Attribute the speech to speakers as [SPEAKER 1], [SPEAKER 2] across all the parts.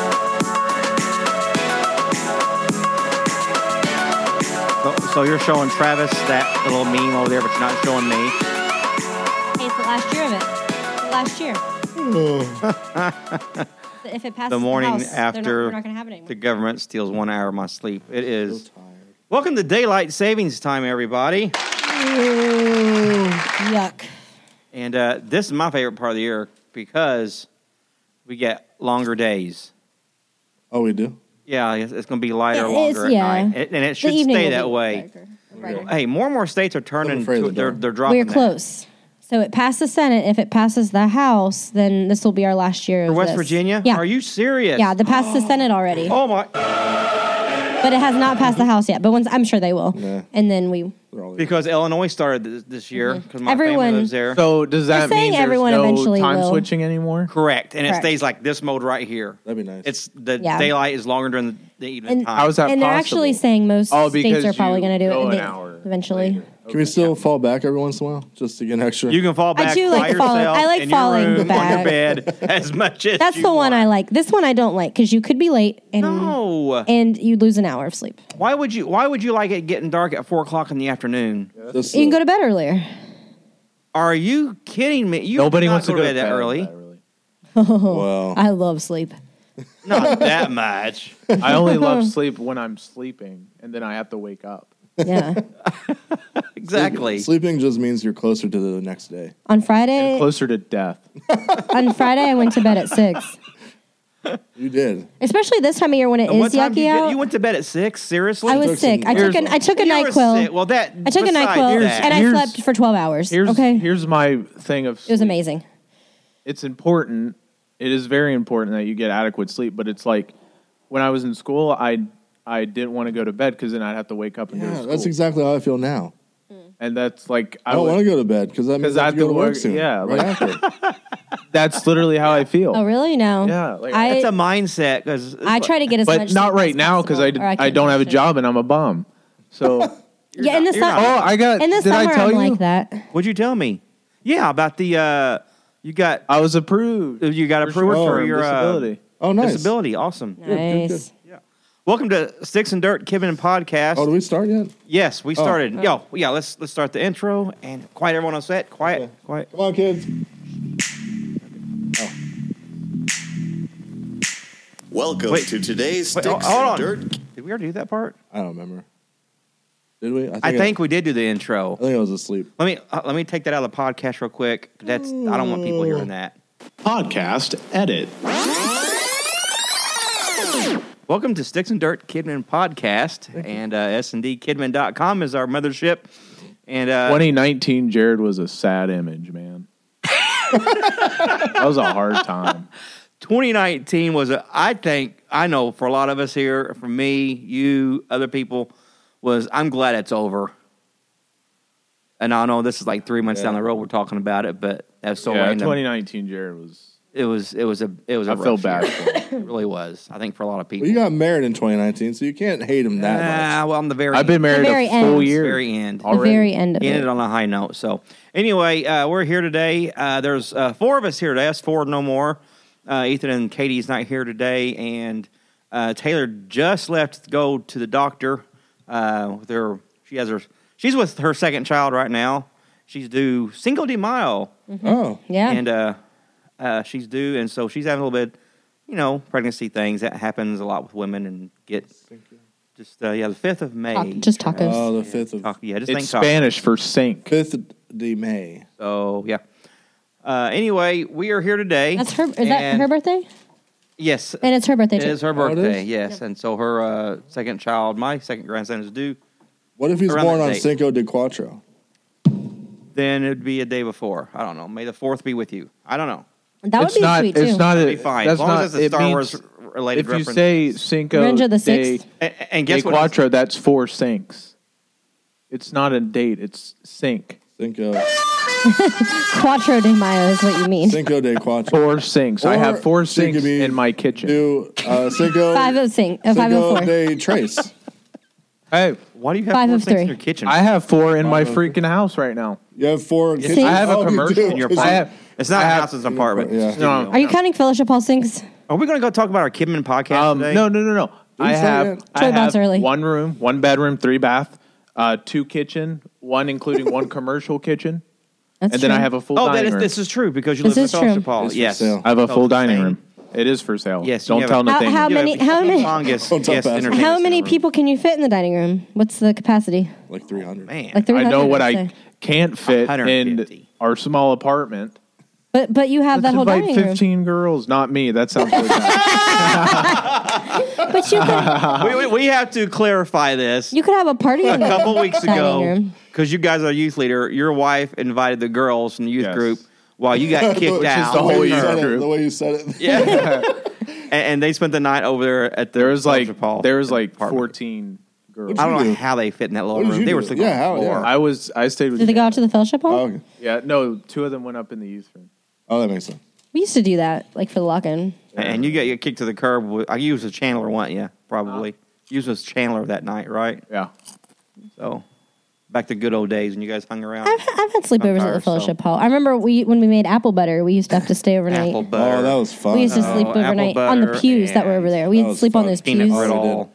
[SPEAKER 1] So, Oh, so you're showing Travis that little meme over there, but you're not showing me.
[SPEAKER 2] Hey, it's the last year of it. The last year. if it passes
[SPEAKER 1] The morning
[SPEAKER 2] house, they're not-
[SPEAKER 1] after
[SPEAKER 2] we're not gonna have it anymore.
[SPEAKER 1] the government steals one hour of my sleep. It is. Welcome to daylight savings time, everybody.
[SPEAKER 2] Yuck.
[SPEAKER 1] And uh, this is my favorite part of the year because we get longer days.
[SPEAKER 3] Oh, we do.
[SPEAKER 1] Yeah, it's, it's going to be lighter
[SPEAKER 2] It
[SPEAKER 1] longer
[SPEAKER 2] is,
[SPEAKER 1] at
[SPEAKER 2] yeah.
[SPEAKER 1] night, It- and it should
[SPEAKER 2] the evening
[SPEAKER 1] stay
[SPEAKER 2] will
[SPEAKER 1] that
[SPEAKER 2] be
[SPEAKER 1] way.
[SPEAKER 2] darker, brighter.
[SPEAKER 1] Hey, more and more states are turning.
[SPEAKER 3] afraid of
[SPEAKER 1] To,
[SPEAKER 3] the
[SPEAKER 1] they're
[SPEAKER 3] dark.
[SPEAKER 1] they're dropping.
[SPEAKER 2] We're
[SPEAKER 1] that.
[SPEAKER 2] close. So it passed the Senate. If it passes the House, then this will be our last year
[SPEAKER 1] For
[SPEAKER 2] of
[SPEAKER 1] West
[SPEAKER 2] this.
[SPEAKER 1] Virginia?
[SPEAKER 2] Yeah.
[SPEAKER 1] Are you serious?
[SPEAKER 2] Yeah, the passed the Senate already,
[SPEAKER 1] oh my!
[SPEAKER 2] but it has not passed the House yet. But once I'm sure they will,
[SPEAKER 3] Yeah.
[SPEAKER 2] and then we.
[SPEAKER 3] They're all
[SPEAKER 1] Because Illinois started this, this year because my
[SPEAKER 2] Mm-hmm. Everyone-
[SPEAKER 1] family lives there.
[SPEAKER 4] So does
[SPEAKER 2] They're
[SPEAKER 4] that
[SPEAKER 2] saying
[SPEAKER 4] mean there's
[SPEAKER 2] everyone
[SPEAKER 4] no
[SPEAKER 2] eventually
[SPEAKER 4] time
[SPEAKER 2] will.
[SPEAKER 4] switching anymore?
[SPEAKER 1] Correct, and
[SPEAKER 2] Correct.
[SPEAKER 1] it stays like this mode right here.
[SPEAKER 3] That'd be nice.
[SPEAKER 1] It's the
[SPEAKER 2] Yeah.
[SPEAKER 1] daylight is longer during the, the evening
[SPEAKER 2] And-
[SPEAKER 1] time.
[SPEAKER 4] How is that
[SPEAKER 2] and
[SPEAKER 4] possible?
[SPEAKER 2] they're actually saying most
[SPEAKER 4] Oh,
[SPEAKER 2] states
[SPEAKER 4] because
[SPEAKER 2] are probably
[SPEAKER 4] you
[SPEAKER 2] going to do it
[SPEAKER 4] go
[SPEAKER 2] in
[SPEAKER 4] an
[SPEAKER 2] the-
[SPEAKER 4] hour
[SPEAKER 2] eventually.
[SPEAKER 4] later.
[SPEAKER 3] Can we still fall back every once in a while just to get an extra?
[SPEAKER 1] You can fall
[SPEAKER 2] I
[SPEAKER 1] back
[SPEAKER 2] do like
[SPEAKER 1] by
[SPEAKER 2] falling-
[SPEAKER 1] yourself
[SPEAKER 2] I like
[SPEAKER 1] in your
[SPEAKER 2] falling
[SPEAKER 1] room, on
[SPEAKER 2] back.
[SPEAKER 1] your bed as much as
[SPEAKER 2] That's
[SPEAKER 1] you
[SPEAKER 2] the one
[SPEAKER 1] want.
[SPEAKER 2] I like. This one I don't like because you could be late and
[SPEAKER 1] No,
[SPEAKER 2] and you lose an hour of sleep.
[SPEAKER 1] why would you? Why would you like it getting dark at four o'clock in the afternoon?
[SPEAKER 3] This,
[SPEAKER 2] You can go to bed earlier.
[SPEAKER 1] Are you kidding me? You
[SPEAKER 4] Nobody
[SPEAKER 1] cannot
[SPEAKER 4] wants to go
[SPEAKER 1] bed that early.
[SPEAKER 3] Wow.
[SPEAKER 2] I love sleep.
[SPEAKER 1] Not that much.
[SPEAKER 4] I only love sleep when I'm sleeping, and then I have to wake up.
[SPEAKER 2] Yeah.
[SPEAKER 1] Exactly.
[SPEAKER 3] Sleeping just means you're closer to the next day.
[SPEAKER 2] on
[SPEAKER 4] And
[SPEAKER 2] Friday,
[SPEAKER 4] closer to death.
[SPEAKER 2] on Friday, I went to bed at six.
[SPEAKER 3] You did.
[SPEAKER 2] Especially this time of year when it
[SPEAKER 1] And
[SPEAKER 2] is
[SPEAKER 1] what time
[SPEAKER 2] yucky
[SPEAKER 1] did you, get-
[SPEAKER 2] out.
[SPEAKER 1] you went to bed at six? Seriously?
[SPEAKER 2] I
[SPEAKER 3] took
[SPEAKER 2] was sick.
[SPEAKER 3] some-
[SPEAKER 2] I took an I took a
[SPEAKER 1] You were sick.
[SPEAKER 2] Nyquil.
[SPEAKER 1] Well, that
[SPEAKER 2] I took a
[SPEAKER 1] besides
[SPEAKER 2] Nyquil
[SPEAKER 1] that-
[SPEAKER 2] and I
[SPEAKER 4] Here's-
[SPEAKER 2] slept for twelve hours.
[SPEAKER 4] Here's
[SPEAKER 2] okay,
[SPEAKER 4] here's my thing of
[SPEAKER 2] it was
[SPEAKER 4] sleep.
[SPEAKER 2] amazing.
[SPEAKER 4] It's important. It is very important that you get adequate sleep, but it's like when I was in school, I I didn't want to go to bed because then I'd have to wake up and go to
[SPEAKER 3] Yeah,
[SPEAKER 4] school.
[SPEAKER 3] that's exactly how I feel now.
[SPEAKER 4] and that's like
[SPEAKER 3] I don't want to go to bed because that means
[SPEAKER 4] 'Cause
[SPEAKER 3] I have to go to work, soon.
[SPEAKER 4] yeah,
[SPEAKER 3] right
[SPEAKER 4] like-
[SPEAKER 3] after.
[SPEAKER 4] That's literally how I feel.
[SPEAKER 2] Oh really? No.
[SPEAKER 4] Yeah, like-
[SPEAKER 2] I
[SPEAKER 1] It's a mindset because
[SPEAKER 2] I try to get as much.
[SPEAKER 4] but not
[SPEAKER 2] sleep
[SPEAKER 4] right
[SPEAKER 2] as
[SPEAKER 4] now because I,
[SPEAKER 2] possible, or
[SPEAKER 4] I
[SPEAKER 2] can't
[SPEAKER 4] don't
[SPEAKER 2] do
[SPEAKER 4] have a
[SPEAKER 2] shit.
[SPEAKER 4] job and I'm a bum. So.
[SPEAKER 2] Yeah, in the
[SPEAKER 1] you're not-
[SPEAKER 2] summer.
[SPEAKER 4] Oh, I got.
[SPEAKER 2] in the
[SPEAKER 4] did
[SPEAKER 2] summer,
[SPEAKER 4] I tell
[SPEAKER 2] am
[SPEAKER 4] you?
[SPEAKER 2] like that.
[SPEAKER 1] What'd you tell me? Yeah, about the uh, you got
[SPEAKER 4] I was approved.
[SPEAKER 1] you got approved
[SPEAKER 3] Oh,
[SPEAKER 1] for
[SPEAKER 4] for
[SPEAKER 1] your uh,
[SPEAKER 4] disability.
[SPEAKER 3] Oh, nice.
[SPEAKER 1] disability. Awesome.
[SPEAKER 2] Nice.
[SPEAKER 1] Welcome to Sticks and Dirt Kevin and Podcast.
[SPEAKER 3] Oh, did we Oh. start yet?
[SPEAKER 1] yes, we started. Yo, yeah, let's let's start the intro and quiet everyone on set. Quiet,
[SPEAKER 3] Okay.
[SPEAKER 1] quiet.
[SPEAKER 3] Come on, kids.
[SPEAKER 5] Welcome
[SPEAKER 1] Wait.
[SPEAKER 5] to today's
[SPEAKER 1] Wait,
[SPEAKER 5] Sticks
[SPEAKER 1] hold on.
[SPEAKER 5] and Dirt.
[SPEAKER 1] Did we already do that part?
[SPEAKER 3] I don't remember. Did we? I think
[SPEAKER 1] I think
[SPEAKER 3] I,
[SPEAKER 1] we did do the intro.
[SPEAKER 3] I think I was asleep.
[SPEAKER 1] Let me uh, let me take that out of the podcast real quick. That's I don't want people hearing that.
[SPEAKER 6] podcast edit.
[SPEAKER 1] Welcome to Sticks and Dirt Kidman Podcast and uh, sndkidman.com is our mothership. And uh,
[SPEAKER 4] 2019, Jared was a sad image, man. that was a hard time.
[SPEAKER 1] 2019 was a, I think I know for a lot of us here, for me, you, other people, was I'm glad it's over. And I know this is like three months down the road we're talking about it, but that's so
[SPEAKER 4] yeah,
[SPEAKER 1] random.
[SPEAKER 4] 2019, Jared was.
[SPEAKER 1] it was it was a it was a
[SPEAKER 4] I feel
[SPEAKER 1] rough
[SPEAKER 4] bad.
[SPEAKER 1] year.
[SPEAKER 4] For him.
[SPEAKER 1] It really was. I think for a lot of people.
[SPEAKER 3] Well, you got married in 2019, so you can't hate him that
[SPEAKER 1] Ah, well, I'm the very
[SPEAKER 4] I've been married
[SPEAKER 2] very
[SPEAKER 4] a full
[SPEAKER 2] end.
[SPEAKER 4] year.
[SPEAKER 1] very end.
[SPEAKER 2] The
[SPEAKER 4] Already.
[SPEAKER 2] very end of
[SPEAKER 1] ended
[SPEAKER 2] it.
[SPEAKER 1] on a high note. So anyway, uh, we're here today. Uh, there's uh, four of us here today. That's four no more. Uh, Ethan and Katie's not here today, and uh, Taylor just left to go to the doctor. Uh, with her, she has her. She's with her second child right now. She's due Cinco de Mayo,
[SPEAKER 3] much. Oh,
[SPEAKER 2] Yeah.
[SPEAKER 1] and uh, uh, she's due, and so she's having a little bit, you know, pregnancy things that happens a lot with women, and get just uh, yeah, the fifth of May.
[SPEAKER 2] Ta- just tacos.
[SPEAKER 3] oh, the fifth of
[SPEAKER 1] Talk- yeah, just
[SPEAKER 4] It's
[SPEAKER 1] think talk.
[SPEAKER 4] Spanish for sink.
[SPEAKER 3] fifth de May.
[SPEAKER 1] So yeah. Uh, anyway, we are here today.
[SPEAKER 2] That's her.
[SPEAKER 4] Oh,
[SPEAKER 2] Is that
[SPEAKER 1] and-
[SPEAKER 2] her birthday?
[SPEAKER 1] Yes, it
[SPEAKER 2] And it's her birthday. too.
[SPEAKER 1] is her
[SPEAKER 3] Oh, it
[SPEAKER 1] birthday.
[SPEAKER 3] is?
[SPEAKER 1] Yes, and so her uh, second child, my second grandson, is due.
[SPEAKER 3] What if he's
[SPEAKER 1] Around
[SPEAKER 3] born
[SPEAKER 1] that
[SPEAKER 3] on
[SPEAKER 1] date.
[SPEAKER 3] Cinco de Cuatro?
[SPEAKER 1] then it'd be a day before. I don't know. May the fourth be with you. I don't know.
[SPEAKER 2] That would
[SPEAKER 4] it's
[SPEAKER 2] be
[SPEAKER 4] not,
[SPEAKER 2] sweet
[SPEAKER 4] It's
[SPEAKER 2] too.
[SPEAKER 4] not. A,
[SPEAKER 1] It'd be fine.
[SPEAKER 4] That's
[SPEAKER 1] as long
[SPEAKER 4] not.
[SPEAKER 1] as it's a
[SPEAKER 4] it
[SPEAKER 1] Star
[SPEAKER 4] means-
[SPEAKER 1] Wars related
[SPEAKER 4] If
[SPEAKER 1] reference.
[SPEAKER 4] you say Cinco
[SPEAKER 2] Revenge of the
[SPEAKER 4] de,
[SPEAKER 2] Sixth.
[SPEAKER 1] A- a- and
[SPEAKER 4] de
[SPEAKER 1] guess what?
[SPEAKER 4] Cuatro, that's four sinks. It's not a date. It's sink.
[SPEAKER 3] Cinco,
[SPEAKER 2] Quattro de Mayo is what you mean.
[SPEAKER 3] Cinco de Cuatro.
[SPEAKER 4] Four sinks. I
[SPEAKER 3] Or
[SPEAKER 4] have four
[SPEAKER 3] you could
[SPEAKER 4] sinks
[SPEAKER 3] be-
[SPEAKER 4] in my kitchen.
[SPEAKER 3] Do uh, Cinco,
[SPEAKER 2] Five of sing, uh, five of
[SPEAKER 3] Cinco
[SPEAKER 2] four.
[SPEAKER 3] de Trace.
[SPEAKER 4] Hey,
[SPEAKER 1] Why do you have
[SPEAKER 2] Five
[SPEAKER 1] four
[SPEAKER 2] of
[SPEAKER 1] things
[SPEAKER 2] three.
[SPEAKER 1] in your kitchen?
[SPEAKER 4] I have four in my
[SPEAKER 3] Five of them.
[SPEAKER 4] freaking house right now.
[SPEAKER 3] You have four.
[SPEAKER 2] See?
[SPEAKER 3] kitchens?
[SPEAKER 2] I
[SPEAKER 4] have a
[SPEAKER 3] you
[SPEAKER 4] commercial
[SPEAKER 3] do.
[SPEAKER 4] in
[SPEAKER 1] your
[SPEAKER 3] Is it-
[SPEAKER 1] I
[SPEAKER 4] have-
[SPEAKER 1] it's not a
[SPEAKER 4] I have-
[SPEAKER 1] house; it's an apartment.
[SPEAKER 3] Yeah.
[SPEAKER 4] No.
[SPEAKER 2] Are you counting Fellowship Hall sinks?
[SPEAKER 1] Are we going to go talk about our Kidman podcast
[SPEAKER 4] Um,
[SPEAKER 1] today?
[SPEAKER 4] no, no, no, no. I
[SPEAKER 3] say
[SPEAKER 4] have,
[SPEAKER 3] that?
[SPEAKER 4] I
[SPEAKER 2] Troy Bob's
[SPEAKER 4] have
[SPEAKER 2] early.
[SPEAKER 4] one room, one bedroom, three bath, uh, two kitchen, one including one commercial kitchen,
[SPEAKER 2] That's
[SPEAKER 4] and then
[SPEAKER 2] true.
[SPEAKER 4] I have a full
[SPEAKER 1] Oh, that
[SPEAKER 4] dining
[SPEAKER 1] is,
[SPEAKER 4] room.
[SPEAKER 1] this is true because you
[SPEAKER 2] This
[SPEAKER 1] live in
[SPEAKER 2] is true.
[SPEAKER 1] Fellowship Hall.
[SPEAKER 3] It's for
[SPEAKER 1] Yes,
[SPEAKER 3] sale.
[SPEAKER 4] I have a
[SPEAKER 1] So
[SPEAKER 4] full
[SPEAKER 1] it's
[SPEAKER 4] dining
[SPEAKER 1] insane.
[SPEAKER 4] room. It is for sale.
[SPEAKER 1] Yes, you
[SPEAKER 4] don't
[SPEAKER 1] have
[SPEAKER 4] tell
[SPEAKER 1] a-
[SPEAKER 2] How-
[SPEAKER 4] nothing.
[SPEAKER 2] how
[SPEAKER 1] You have
[SPEAKER 2] many-
[SPEAKER 1] a
[SPEAKER 2] how many-
[SPEAKER 1] humongous
[SPEAKER 3] Don't talk
[SPEAKER 1] guest
[SPEAKER 3] fast.
[SPEAKER 1] entertainment
[SPEAKER 2] How
[SPEAKER 1] center
[SPEAKER 2] many
[SPEAKER 1] room.
[SPEAKER 2] people can you fit in the dining room? What's the capacity?
[SPEAKER 3] Like 300.
[SPEAKER 1] Man,
[SPEAKER 2] Like
[SPEAKER 4] I
[SPEAKER 2] 300.
[SPEAKER 4] know what
[SPEAKER 2] I'd
[SPEAKER 4] I
[SPEAKER 2] say.
[SPEAKER 4] can't fit in
[SPEAKER 1] 150.
[SPEAKER 4] our small apartment.
[SPEAKER 2] But but you have
[SPEAKER 4] Let's
[SPEAKER 2] that whole
[SPEAKER 4] invite
[SPEAKER 2] dining room.
[SPEAKER 4] 15 girls, not me. That sounds really bad.
[SPEAKER 2] But you could
[SPEAKER 1] we, we, we have to clarify this.
[SPEAKER 2] you could have a party
[SPEAKER 1] a
[SPEAKER 2] in the
[SPEAKER 1] couple weeks
[SPEAKER 2] dining
[SPEAKER 1] ago,
[SPEAKER 2] room.
[SPEAKER 1] because you guys are youth leader, your wife invited the girls from the youth
[SPEAKER 4] Yes.
[SPEAKER 1] group while you got kicked
[SPEAKER 3] Which is
[SPEAKER 1] out.
[SPEAKER 4] the whole
[SPEAKER 3] way you
[SPEAKER 4] year.
[SPEAKER 3] said it,
[SPEAKER 4] group.
[SPEAKER 3] the way you said it.
[SPEAKER 1] Yeah. and, and they spent the night over there at the
[SPEAKER 4] There was like
[SPEAKER 1] Fellowship Hall
[SPEAKER 4] there was like
[SPEAKER 1] apartment.
[SPEAKER 4] 14 girls.
[SPEAKER 1] I don't know
[SPEAKER 3] do?
[SPEAKER 1] how they fit in that
[SPEAKER 3] What did
[SPEAKER 1] little room.
[SPEAKER 3] you
[SPEAKER 1] They were
[SPEAKER 3] do?
[SPEAKER 1] sleeping
[SPEAKER 3] Yeah,
[SPEAKER 1] on the
[SPEAKER 3] how- yeah.
[SPEAKER 1] floor.
[SPEAKER 4] I was I stayed with
[SPEAKER 2] Did they go out to the fellowship hall?
[SPEAKER 3] Oh, okay.
[SPEAKER 4] Yeah, no, two of them went up in the youth room.
[SPEAKER 3] oh, that makes sense.
[SPEAKER 2] We used to do that, like for the lock-in.
[SPEAKER 1] And you got you kicked to the curb. with- I used a Chandler one, yeah, probably.
[SPEAKER 2] Oh.
[SPEAKER 1] Used was Chandler that night, right?
[SPEAKER 4] Yeah.
[SPEAKER 1] So back to good old days when you guys hung around.
[SPEAKER 2] I've, I've had sleepovers at
[SPEAKER 1] Vampire,
[SPEAKER 2] the
[SPEAKER 1] so-
[SPEAKER 2] fellowship hall. I remember we when we made apple butter, we used to have to stay overnight.
[SPEAKER 1] Apple butter.
[SPEAKER 3] Oh, that was fun.
[SPEAKER 2] we used to
[SPEAKER 3] Oh,
[SPEAKER 2] sleep
[SPEAKER 1] apple
[SPEAKER 2] overnight on the
[SPEAKER 1] butter
[SPEAKER 2] pews that were
[SPEAKER 1] and-
[SPEAKER 2] over there. We'd
[SPEAKER 3] That was
[SPEAKER 2] sleep on
[SPEAKER 3] fun.
[SPEAKER 2] those
[SPEAKER 1] peanut
[SPEAKER 2] pews
[SPEAKER 1] brittle.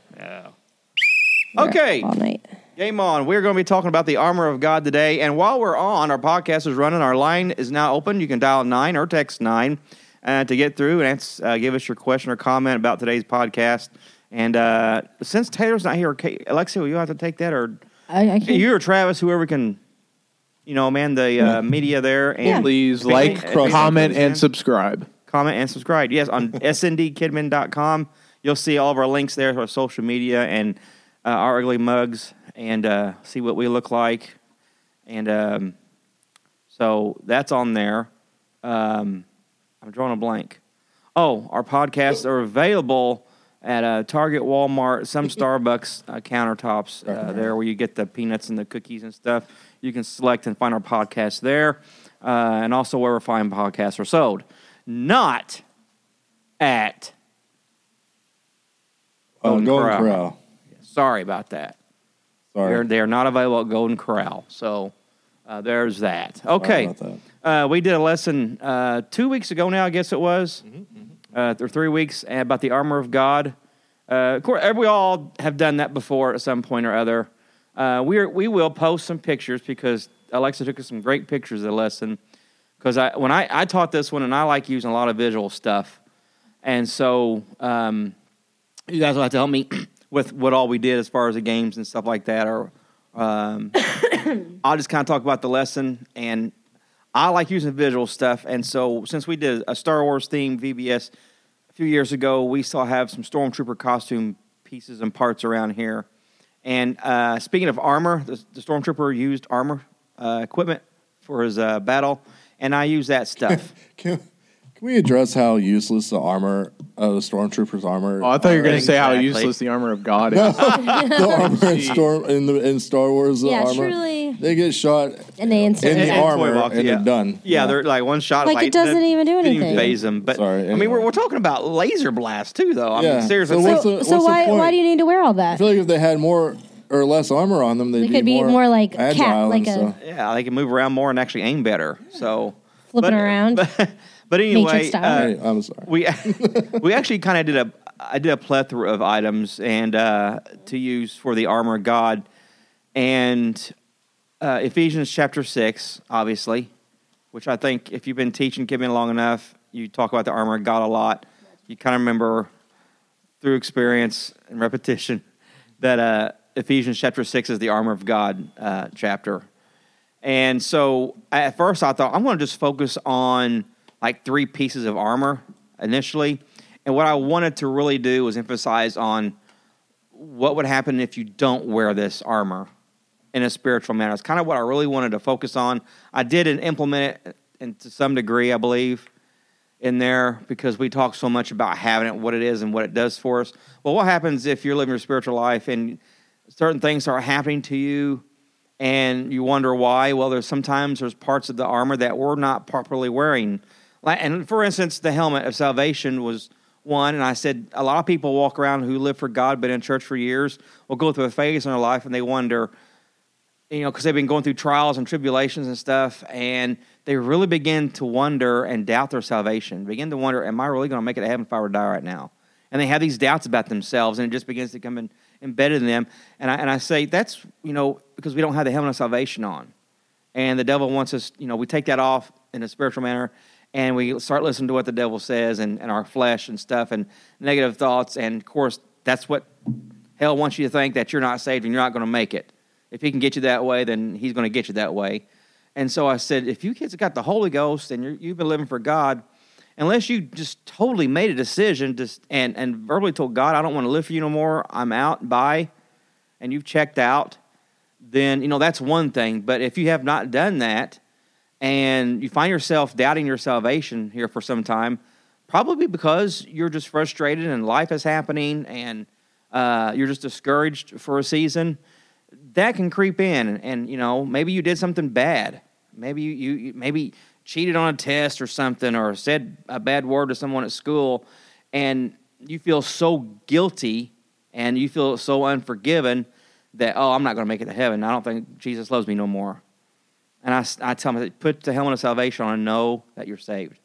[SPEAKER 1] Okay.
[SPEAKER 2] all night.
[SPEAKER 1] Game on. We're going to be talking about the armor of God today. And while we're on, our podcast is running. Our line is now open. You can dial 9 or text 9 uh, to get through and ans- uh, give us your question or comment about today's podcast. And uh, since Taylor's not here, Ka- Alexia, will you have to take that? Or
[SPEAKER 2] I, I can't.
[SPEAKER 1] you or Travis, whoever can, you know, man, the uh, media there. And
[SPEAKER 2] Yeah.
[SPEAKER 4] Please
[SPEAKER 1] If anything- if
[SPEAKER 4] like,
[SPEAKER 1] anything
[SPEAKER 4] comment,
[SPEAKER 1] comes in,
[SPEAKER 4] and subscribe.
[SPEAKER 1] comment and subscribe. Yes, on sndkidman.com. You'll see all of our links there to our social media and uh, our ugly mugs and uh, see what we look like. And um, so that's on there. Um, I'm drawing a blank. Oh, our podcasts are available at uh, Target, Walmart, some Starbucks uh, countertops uh, there where you get the peanuts and the cookies and stuff. You can select and find our podcast there uh, and also wherever fine podcasts are sold. Not at,
[SPEAKER 3] Oh,
[SPEAKER 1] Golden
[SPEAKER 3] Golden
[SPEAKER 1] Corral.
[SPEAKER 3] Corral.
[SPEAKER 1] sorry about that. They're,
[SPEAKER 3] Sorry.
[SPEAKER 1] they are not available at Golden Corral. So uh, there's that. Okay.
[SPEAKER 3] about that.
[SPEAKER 1] Uh, we did a lesson uh, two weeks ago now, I guess it was, Uh, or three weeks, uh, about the armor of God. Uh, of course, every- we all have done that before at some point or other. Uh, we, are, we will post some pictures because Alexa took us some great pictures of the lesson. Because I, when I, I taught this one, and I like using a lot of visual stuff. And so um, you guys will have to help me with what all we did as far as the games and stuff like that. Or um, I'll just kind of talk about the lesson, and I like using visual stuff. And so since we did a Star Wars themed VBS a few years ago, we still have some stormtrooper costume pieces and parts around here. And uh, speaking of armor, the, the stormtrooper used armor uh, equipment for his uh, battle, and I use that stuff.
[SPEAKER 3] Can, can we address how useless the armor, uh, the stormtrooper's armor?
[SPEAKER 4] Oh, I thought you were going to say how
[SPEAKER 1] Exactly.
[SPEAKER 4] useless the armor of God is.
[SPEAKER 3] the armor in storm in the in Star Wars. The
[SPEAKER 2] Yeah,
[SPEAKER 3] armor,
[SPEAKER 2] truly.
[SPEAKER 3] They get shot.
[SPEAKER 2] and they
[SPEAKER 3] In
[SPEAKER 2] instantly.
[SPEAKER 3] the
[SPEAKER 1] And- and
[SPEAKER 3] armor,
[SPEAKER 1] toy box,
[SPEAKER 3] and
[SPEAKER 1] yeah.
[SPEAKER 3] they're done.
[SPEAKER 1] Yeah,
[SPEAKER 3] Yeah.
[SPEAKER 1] they're like one shot.
[SPEAKER 2] Like, it doesn't even do anything.
[SPEAKER 1] Phase them, but
[SPEAKER 3] Sorry,
[SPEAKER 1] I mean,
[SPEAKER 3] anyway.
[SPEAKER 1] we're, we're talking about laser blast too, though. I
[SPEAKER 3] Yeah,
[SPEAKER 1] mean, seriously,
[SPEAKER 3] so
[SPEAKER 1] it's
[SPEAKER 3] what's
[SPEAKER 1] like-
[SPEAKER 3] the-
[SPEAKER 2] so so
[SPEAKER 3] what's the
[SPEAKER 2] why
[SPEAKER 3] point?
[SPEAKER 2] why do you need to wear all
[SPEAKER 3] I
[SPEAKER 2] that?
[SPEAKER 3] feel like if they had more or less armor on them, they'd
[SPEAKER 2] They
[SPEAKER 3] be
[SPEAKER 2] could be
[SPEAKER 3] more,
[SPEAKER 2] more like cat,
[SPEAKER 3] agile and
[SPEAKER 2] like a-
[SPEAKER 3] stuff.
[SPEAKER 1] yeah, they can move around more and actually aim better. So
[SPEAKER 2] Flipping
[SPEAKER 1] but-
[SPEAKER 2] around.
[SPEAKER 1] but, but anyway,
[SPEAKER 2] style.
[SPEAKER 1] uh,
[SPEAKER 3] Hey, I'm sorry.
[SPEAKER 1] we we actually kind of did a I did a plethora of items and uh, to use for the armor of God and uh, Ephesians chapter six, obviously, which I think if you've been teaching Kidman long enough, you talk about the armor of God a lot. You kind of remember through experience and repetition that uh, Ephesians chapter six is the armor of God uh, chapter. And so at first I thought I'm going to just focus on like three pieces of armor initially. And what I wanted to really do was emphasize on what would happen if you don't wear this armor in a spiritual manner. It's kind of what I really wanted to focus on. I did and implement it uh, in, to some degree, I believe, in there because we talk so much about having it, what it is, and what it does for us. Well, what happens if you're living your spiritual life and certain things are happening to you and you wonder why? Well, there's sometimes there's parts of the armor that we're not properly wearing. Like, and for instance, the helmet of salvation was one, and I said a lot of people walk around who live for God, been in church for years, will go through a phase in their life and they wonder, you know, because they've been going through trials and tribulations and stuff, and they really begin to wonder and doubt their salvation. Begin to wonder, am I really going to make it to heaven if I were to die right now? And they have these doubts about themselves, and it just begins to come in, embedded in them. And I, and I say that's you know because we don't have the helmet of salvation on, and the devil wants us. You know, we take that off in a spiritual manner, and we start listening to what the devil says and, and our flesh and stuff and negative thoughts. And of course, that's what hell wants you to think that you're not saved and you're not going to make it. If he can get you that way, then he's going to get you that way. And so I said, if you kids have got the Holy Ghost and you're, you've been living for God, unless you just totally made a decision just and, and verbally told God, I don't want to live for you no more, I'm out, bye, and you've checked out, then, you know, that's one thing. But if you have not done that, and you find yourself doubting your salvation here for some time, probably because you're just frustrated and life is happening and uh, you're just discouraged for a season, that can creep in. And, and, you know, maybe you did something bad. Maybe you, you you- maybe cheated on a test or something, or said a bad word to someone at school, and you feel so guilty and you feel so unforgiven that oh, I'm not going to make it to heaven. I don't think Jesus loves me no more. And I, I tell them, put the helmet of salvation on and know that you're saved.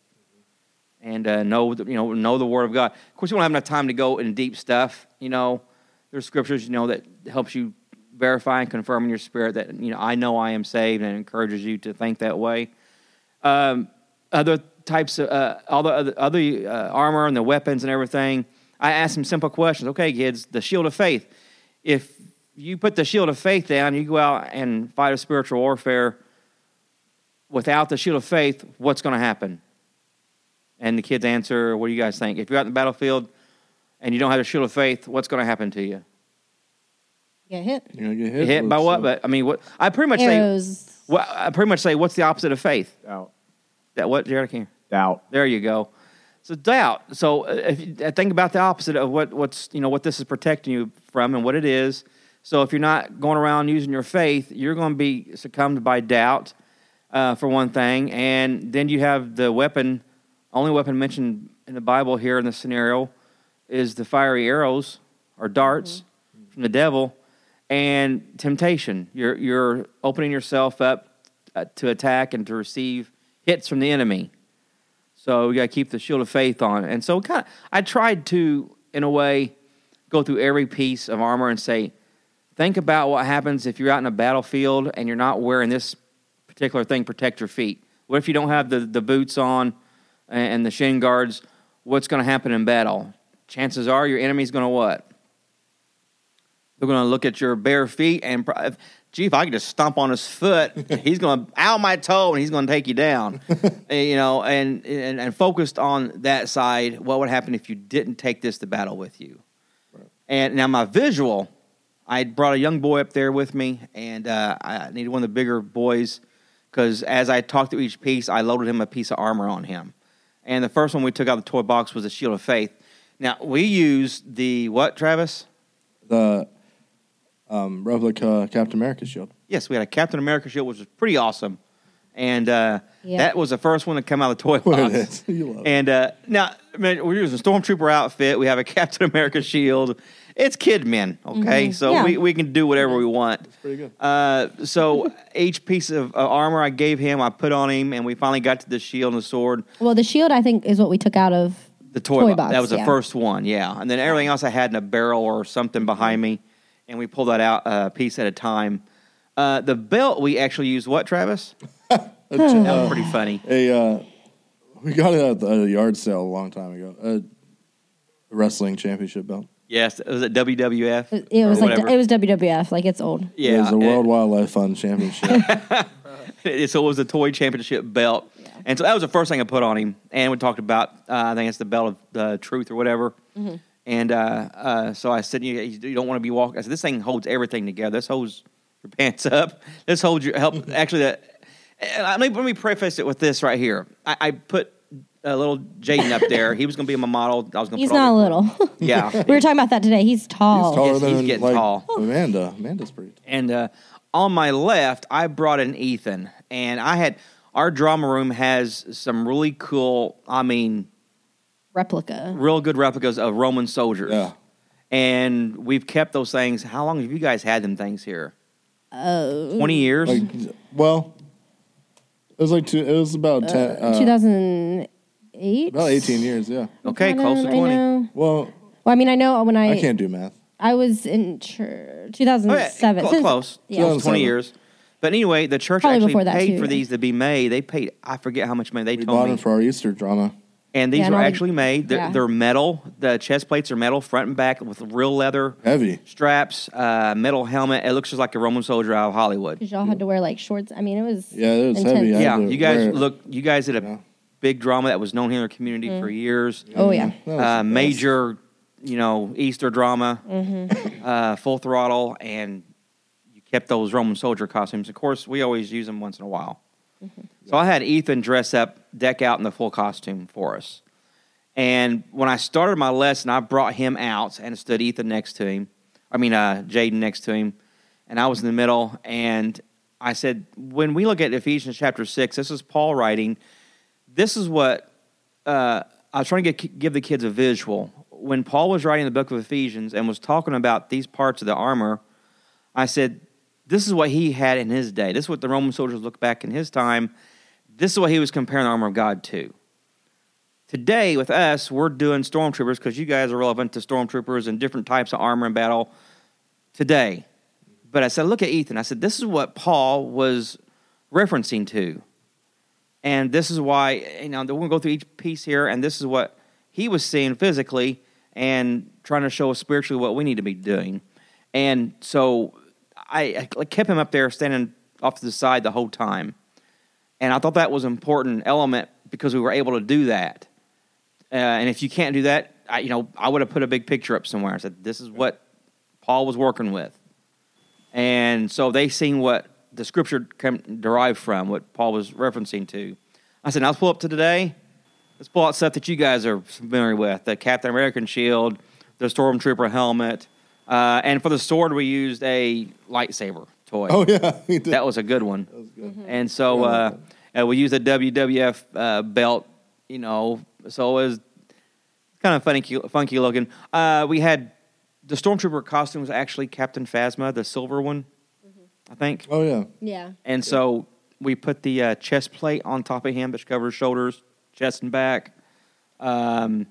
[SPEAKER 1] And uh, know, the, you know, know the word of God. Of course, you won't have enough time to go in deep stuff. You know, there's scriptures, you know, that helps you verify and confirm in your spirit that, you know, I know I am saved and encourages you to think that way. Um, other types of, uh, all the other, other uh, armor and the weapons and everything. I asked them simple questions. Okay, kids, the shield of faith. If you put the shield of faith down, you go out and fight a spiritual warfare without the shield of faith, what's going to happen? And the kids answer, What do you guys think? If you're out in the battlefield and you don't have the shield of faith, what's going to happen to you?
[SPEAKER 2] Get hit.
[SPEAKER 3] You're gonna get
[SPEAKER 1] Hit,
[SPEAKER 3] hit.
[SPEAKER 1] hit
[SPEAKER 3] with
[SPEAKER 1] by what?
[SPEAKER 3] stuff.
[SPEAKER 1] But I mean, what? I pretty much
[SPEAKER 2] Arrows.
[SPEAKER 1] say, well, I pretty much say, What's the opposite of faith?
[SPEAKER 4] Doubt.
[SPEAKER 1] That what, Jared? I can't.
[SPEAKER 4] Doubt.
[SPEAKER 1] There you go. So doubt. So uh, if you, uh, think about the opposite of what what's you know what this is protecting you from and what it is. So if you're not going around using your faith, you're going to be succumbed by doubt, uh, for one thing, and then you have the weapon. Only weapon mentioned in the Bible here in this scenario is the fiery arrows or darts from the devil and temptation. You're you're opening yourself up uh, to attack and to receive hits from the enemy. So we got to keep the shield of faith on. And so kind of, I tried to, in a way, go through every piece of armor and say, think about what happens if you're out in a battlefield and you're not wearing this particular thing, protect your feet. What if you don't have the, the boots on and, and the shin guards? What's going to happen in battle? Chances are your enemy's going to what? They're going to look at your bare feet and, pro- if- gee, if I could just stomp on his foot, he's going to, ow, my toe, and he's going to take you down. Eh, you know, and, and, and focused on that side, what would happen if you didn't take this to battle with you? And now my visual, I had brought a young boy up there with me, and uh, I needed one of the bigger boys because as I talked through each piece, I loaded him a piece of armor on him. And the first one we took out of the toy box was the shield of faith. Now we use the what, Travis?
[SPEAKER 3] the um, replica Captain America shield.
[SPEAKER 1] Yes, we had a Captain America shield, which was pretty awesome, and uh,
[SPEAKER 2] Yeah.
[SPEAKER 1] that was the first one to come out of the toy box.
[SPEAKER 3] is. You love it.
[SPEAKER 1] and uh, now man, we're using a stormtrooper outfit. We have a Captain America shield. It's kid men, okay?
[SPEAKER 2] Mhm.
[SPEAKER 1] So
[SPEAKER 2] Yeah.
[SPEAKER 1] we, we can do whatever we want.
[SPEAKER 3] Pretty good.
[SPEAKER 1] Uh, so each piece of uh, armor I gave him, I put on him, and we finally got to the shield and the sword.
[SPEAKER 2] Well, the shield I think is what we took out of
[SPEAKER 1] The toy,
[SPEAKER 2] Toy
[SPEAKER 1] box.
[SPEAKER 2] box,
[SPEAKER 1] That was the
[SPEAKER 2] yeah.
[SPEAKER 1] first one, yeah. And then everything else I had in a barrel or something behind me, and we pulled that out uh, piece at a time. Uh, the belt we actually used what, Travis?
[SPEAKER 3] A, ch-
[SPEAKER 1] That was pretty funny.
[SPEAKER 3] a, uh, we got it at the- at a yard sale a long time ago. A wrestling championship belt.
[SPEAKER 1] Yes, was it WWF?
[SPEAKER 2] it, it
[SPEAKER 1] or
[SPEAKER 2] was like
[SPEAKER 1] whatever?
[SPEAKER 2] it was WWF, like it's old.
[SPEAKER 1] yeah,
[SPEAKER 3] it was the
[SPEAKER 1] it-
[SPEAKER 3] World Wildlife Fund championship.
[SPEAKER 1] It- so it was the toy championship belt, and so that was the first thing I put on him. And we talked about, uh, I think it's the belt of the truth or whatever.
[SPEAKER 2] Mm-hmm.
[SPEAKER 1] uh, And uh, uh, so I said, you, you don't want to be walking. I said, this thing holds everything together. This holds your pants up. Let's hold your help.
[SPEAKER 2] Mm-hmm.
[SPEAKER 1] Actually, that. and I- Let me, let me preface it with this right here. I, I put a little Jaden up there. He was going to be my model. I was going.
[SPEAKER 2] He's not little.
[SPEAKER 1] Yeah.
[SPEAKER 2] we were talking about that today. He's tall. Oh.
[SPEAKER 3] He's taller
[SPEAKER 1] he's
[SPEAKER 3] than
[SPEAKER 1] getting
[SPEAKER 3] like
[SPEAKER 1] tall.
[SPEAKER 3] Amanda. Amanda's pretty. Tall.
[SPEAKER 1] And uh, on my left, I brought in Ethan, and I had our drama room has some really cool. I mean,
[SPEAKER 2] Replica.
[SPEAKER 1] real good replicas of Roman soldiers.
[SPEAKER 3] Yeah.
[SPEAKER 1] And we've kept those things. How long have you guys had them things here?
[SPEAKER 2] Oh.
[SPEAKER 1] 20 years?
[SPEAKER 3] Like, well, it was like two. It was about ten. uh,
[SPEAKER 2] 2008?
[SPEAKER 3] about eighteen years. Yeah.
[SPEAKER 1] okay,
[SPEAKER 2] Kinda,
[SPEAKER 1] close to
[SPEAKER 2] I
[SPEAKER 1] 20.
[SPEAKER 2] know.
[SPEAKER 3] Well,
[SPEAKER 2] Well, I mean, I know when I
[SPEAKER 3] I can't do math.
[SPEAKER 2] I was in church
[SPEAKER 1] Oh, yeah,
[SPEAKER 2] 2007.
[SPEAKER 1] cl-
[SPEAKER 2] Since-
[SPEAKER 1] close.
[SPEAKER 2] Yeah.
[SPEAKER 1] Close to 20
[SPEAKER 3] 2007.
[SPEAKER 1] years. But anyway, the church
[SPEAKER 2] Probably
[SPEAKER 1] actually
[SPEAKER 2] before that,
[SPEAKER 1] paid
[SPEAKER 2] too,
[SPEAKER 1] for
[SPEAKER 2] yeah.
[SPEAKER 1] these to be made. They paid, I forget how much money they
[SPEAKER 3] We
[SPEAKER 1] told
[SPEAKER 3] bought
[SPEAKER 1] me.
[SPEAKER 3] them for our Easter drama.
[SPEAKER 1] and these
[SPEAKER 2] Yeah, and
[SPEAKER 1] were
[SPEAKER 2] all the-
[SPEAKER 1] actually made. They're,
[SPEAKER 2] yeah.
[SPEAKER 1] they're metal. The chest plates are metal, front and back, with real leather
[SPEAKER 3] Heavy.
[SPEAKER 1] straps, uh, metal helmet. It looks just like a Roman soldier out of Hollywood.
[SPEAKER 2] 'Cause y'all had to wear like shorts. I mean, it was
[SPEAKER 3] Yeah, it was heavy. I
[SPEAKER 2] intense.
[SPEAKER 3] had
[SPEAKER 1] Yeah,
[SPEAKER 3] to
[SPEAKER 1] you guys
[SPEAKER 3] wear it.
[SPEAKER 1] look. You guys did a
[SPEAKER 3] Yeah.
[SPEAKER 1] big drama that was known here in the community for years.
[SPEAKER 2] Oh yeah.
[SPEAKER 3] Mm, That was the
[SPEAKER 1] uh,
[SPEAKER 3] best.
[SPEAKER 1] major, you know, Easter drama,
[SPEAKER 3] Mm-hmm.
[SPEAKER 1] uh, full throttle, and you kept those Roman soldier costumes. Of course, we always use them once in a while.
[SPEAKER 3] Mm-hmm.
[SPEAKER 1] So I had Ethan dress up, deck out in the full costume for us. And when I started my lesson, I brought him out and stood Ethan next to him. I mean, uh, Jaden next to him. And I was in the middle. And I said, when we look at Ephesians chapter 6, this is Paul writing. This is what uh, I was trying to get, give the kids a visual. When Paul was writing the book of Ephesians and was talking about these parts of the armor, I said, This is what he had in his day. This is what the Roman soldiers looked back in his time. This is what he was comparing the armor of God to. Today, with us, we're doing stormtroopers because you guys are relevant to stormtroopers and different types of armor in battle today. But I said, Look at Ethan. I said, This is what Paul was referencing to. And this is why, you know, we're going to go through each piece here, and this is what he was seeing physically and trying to show us spiritually what we need to be doing. And so I, I kept him up there standing off to the side the whole time. And I thought that was an important element because we were able to do that. Uh, and if you can't do that, I, you know, I would have put a big picture up somewhere and said, this is what Paul was working with. And so they seen what the scripture come, derived from, what Paul was referencing to. I said, now let's pull up to today. Let's pull out stuff that you guys are familiar with the Captain American shield, the Stormtrooper helmet. Uh, and for the sword, we used a lightsaber toy.
[SPEAKER 3] Oh yeah, he did.
[SPEAKER 1] That was a good one. That was good. And so uh, uh, we used a WWF uh, belt, you know, so it was kind of funny, funky looking. Uh, we had the Stormtrooper costume was actually Captain Phasma, the silver one, I think.
[SPEAKER 3] oh yeah.
[SPEAKER 2] Yeah.
[SPEAKER 1] And so we put the uh, chest plate on top of him, which covers shoulders, chest, and back. Um,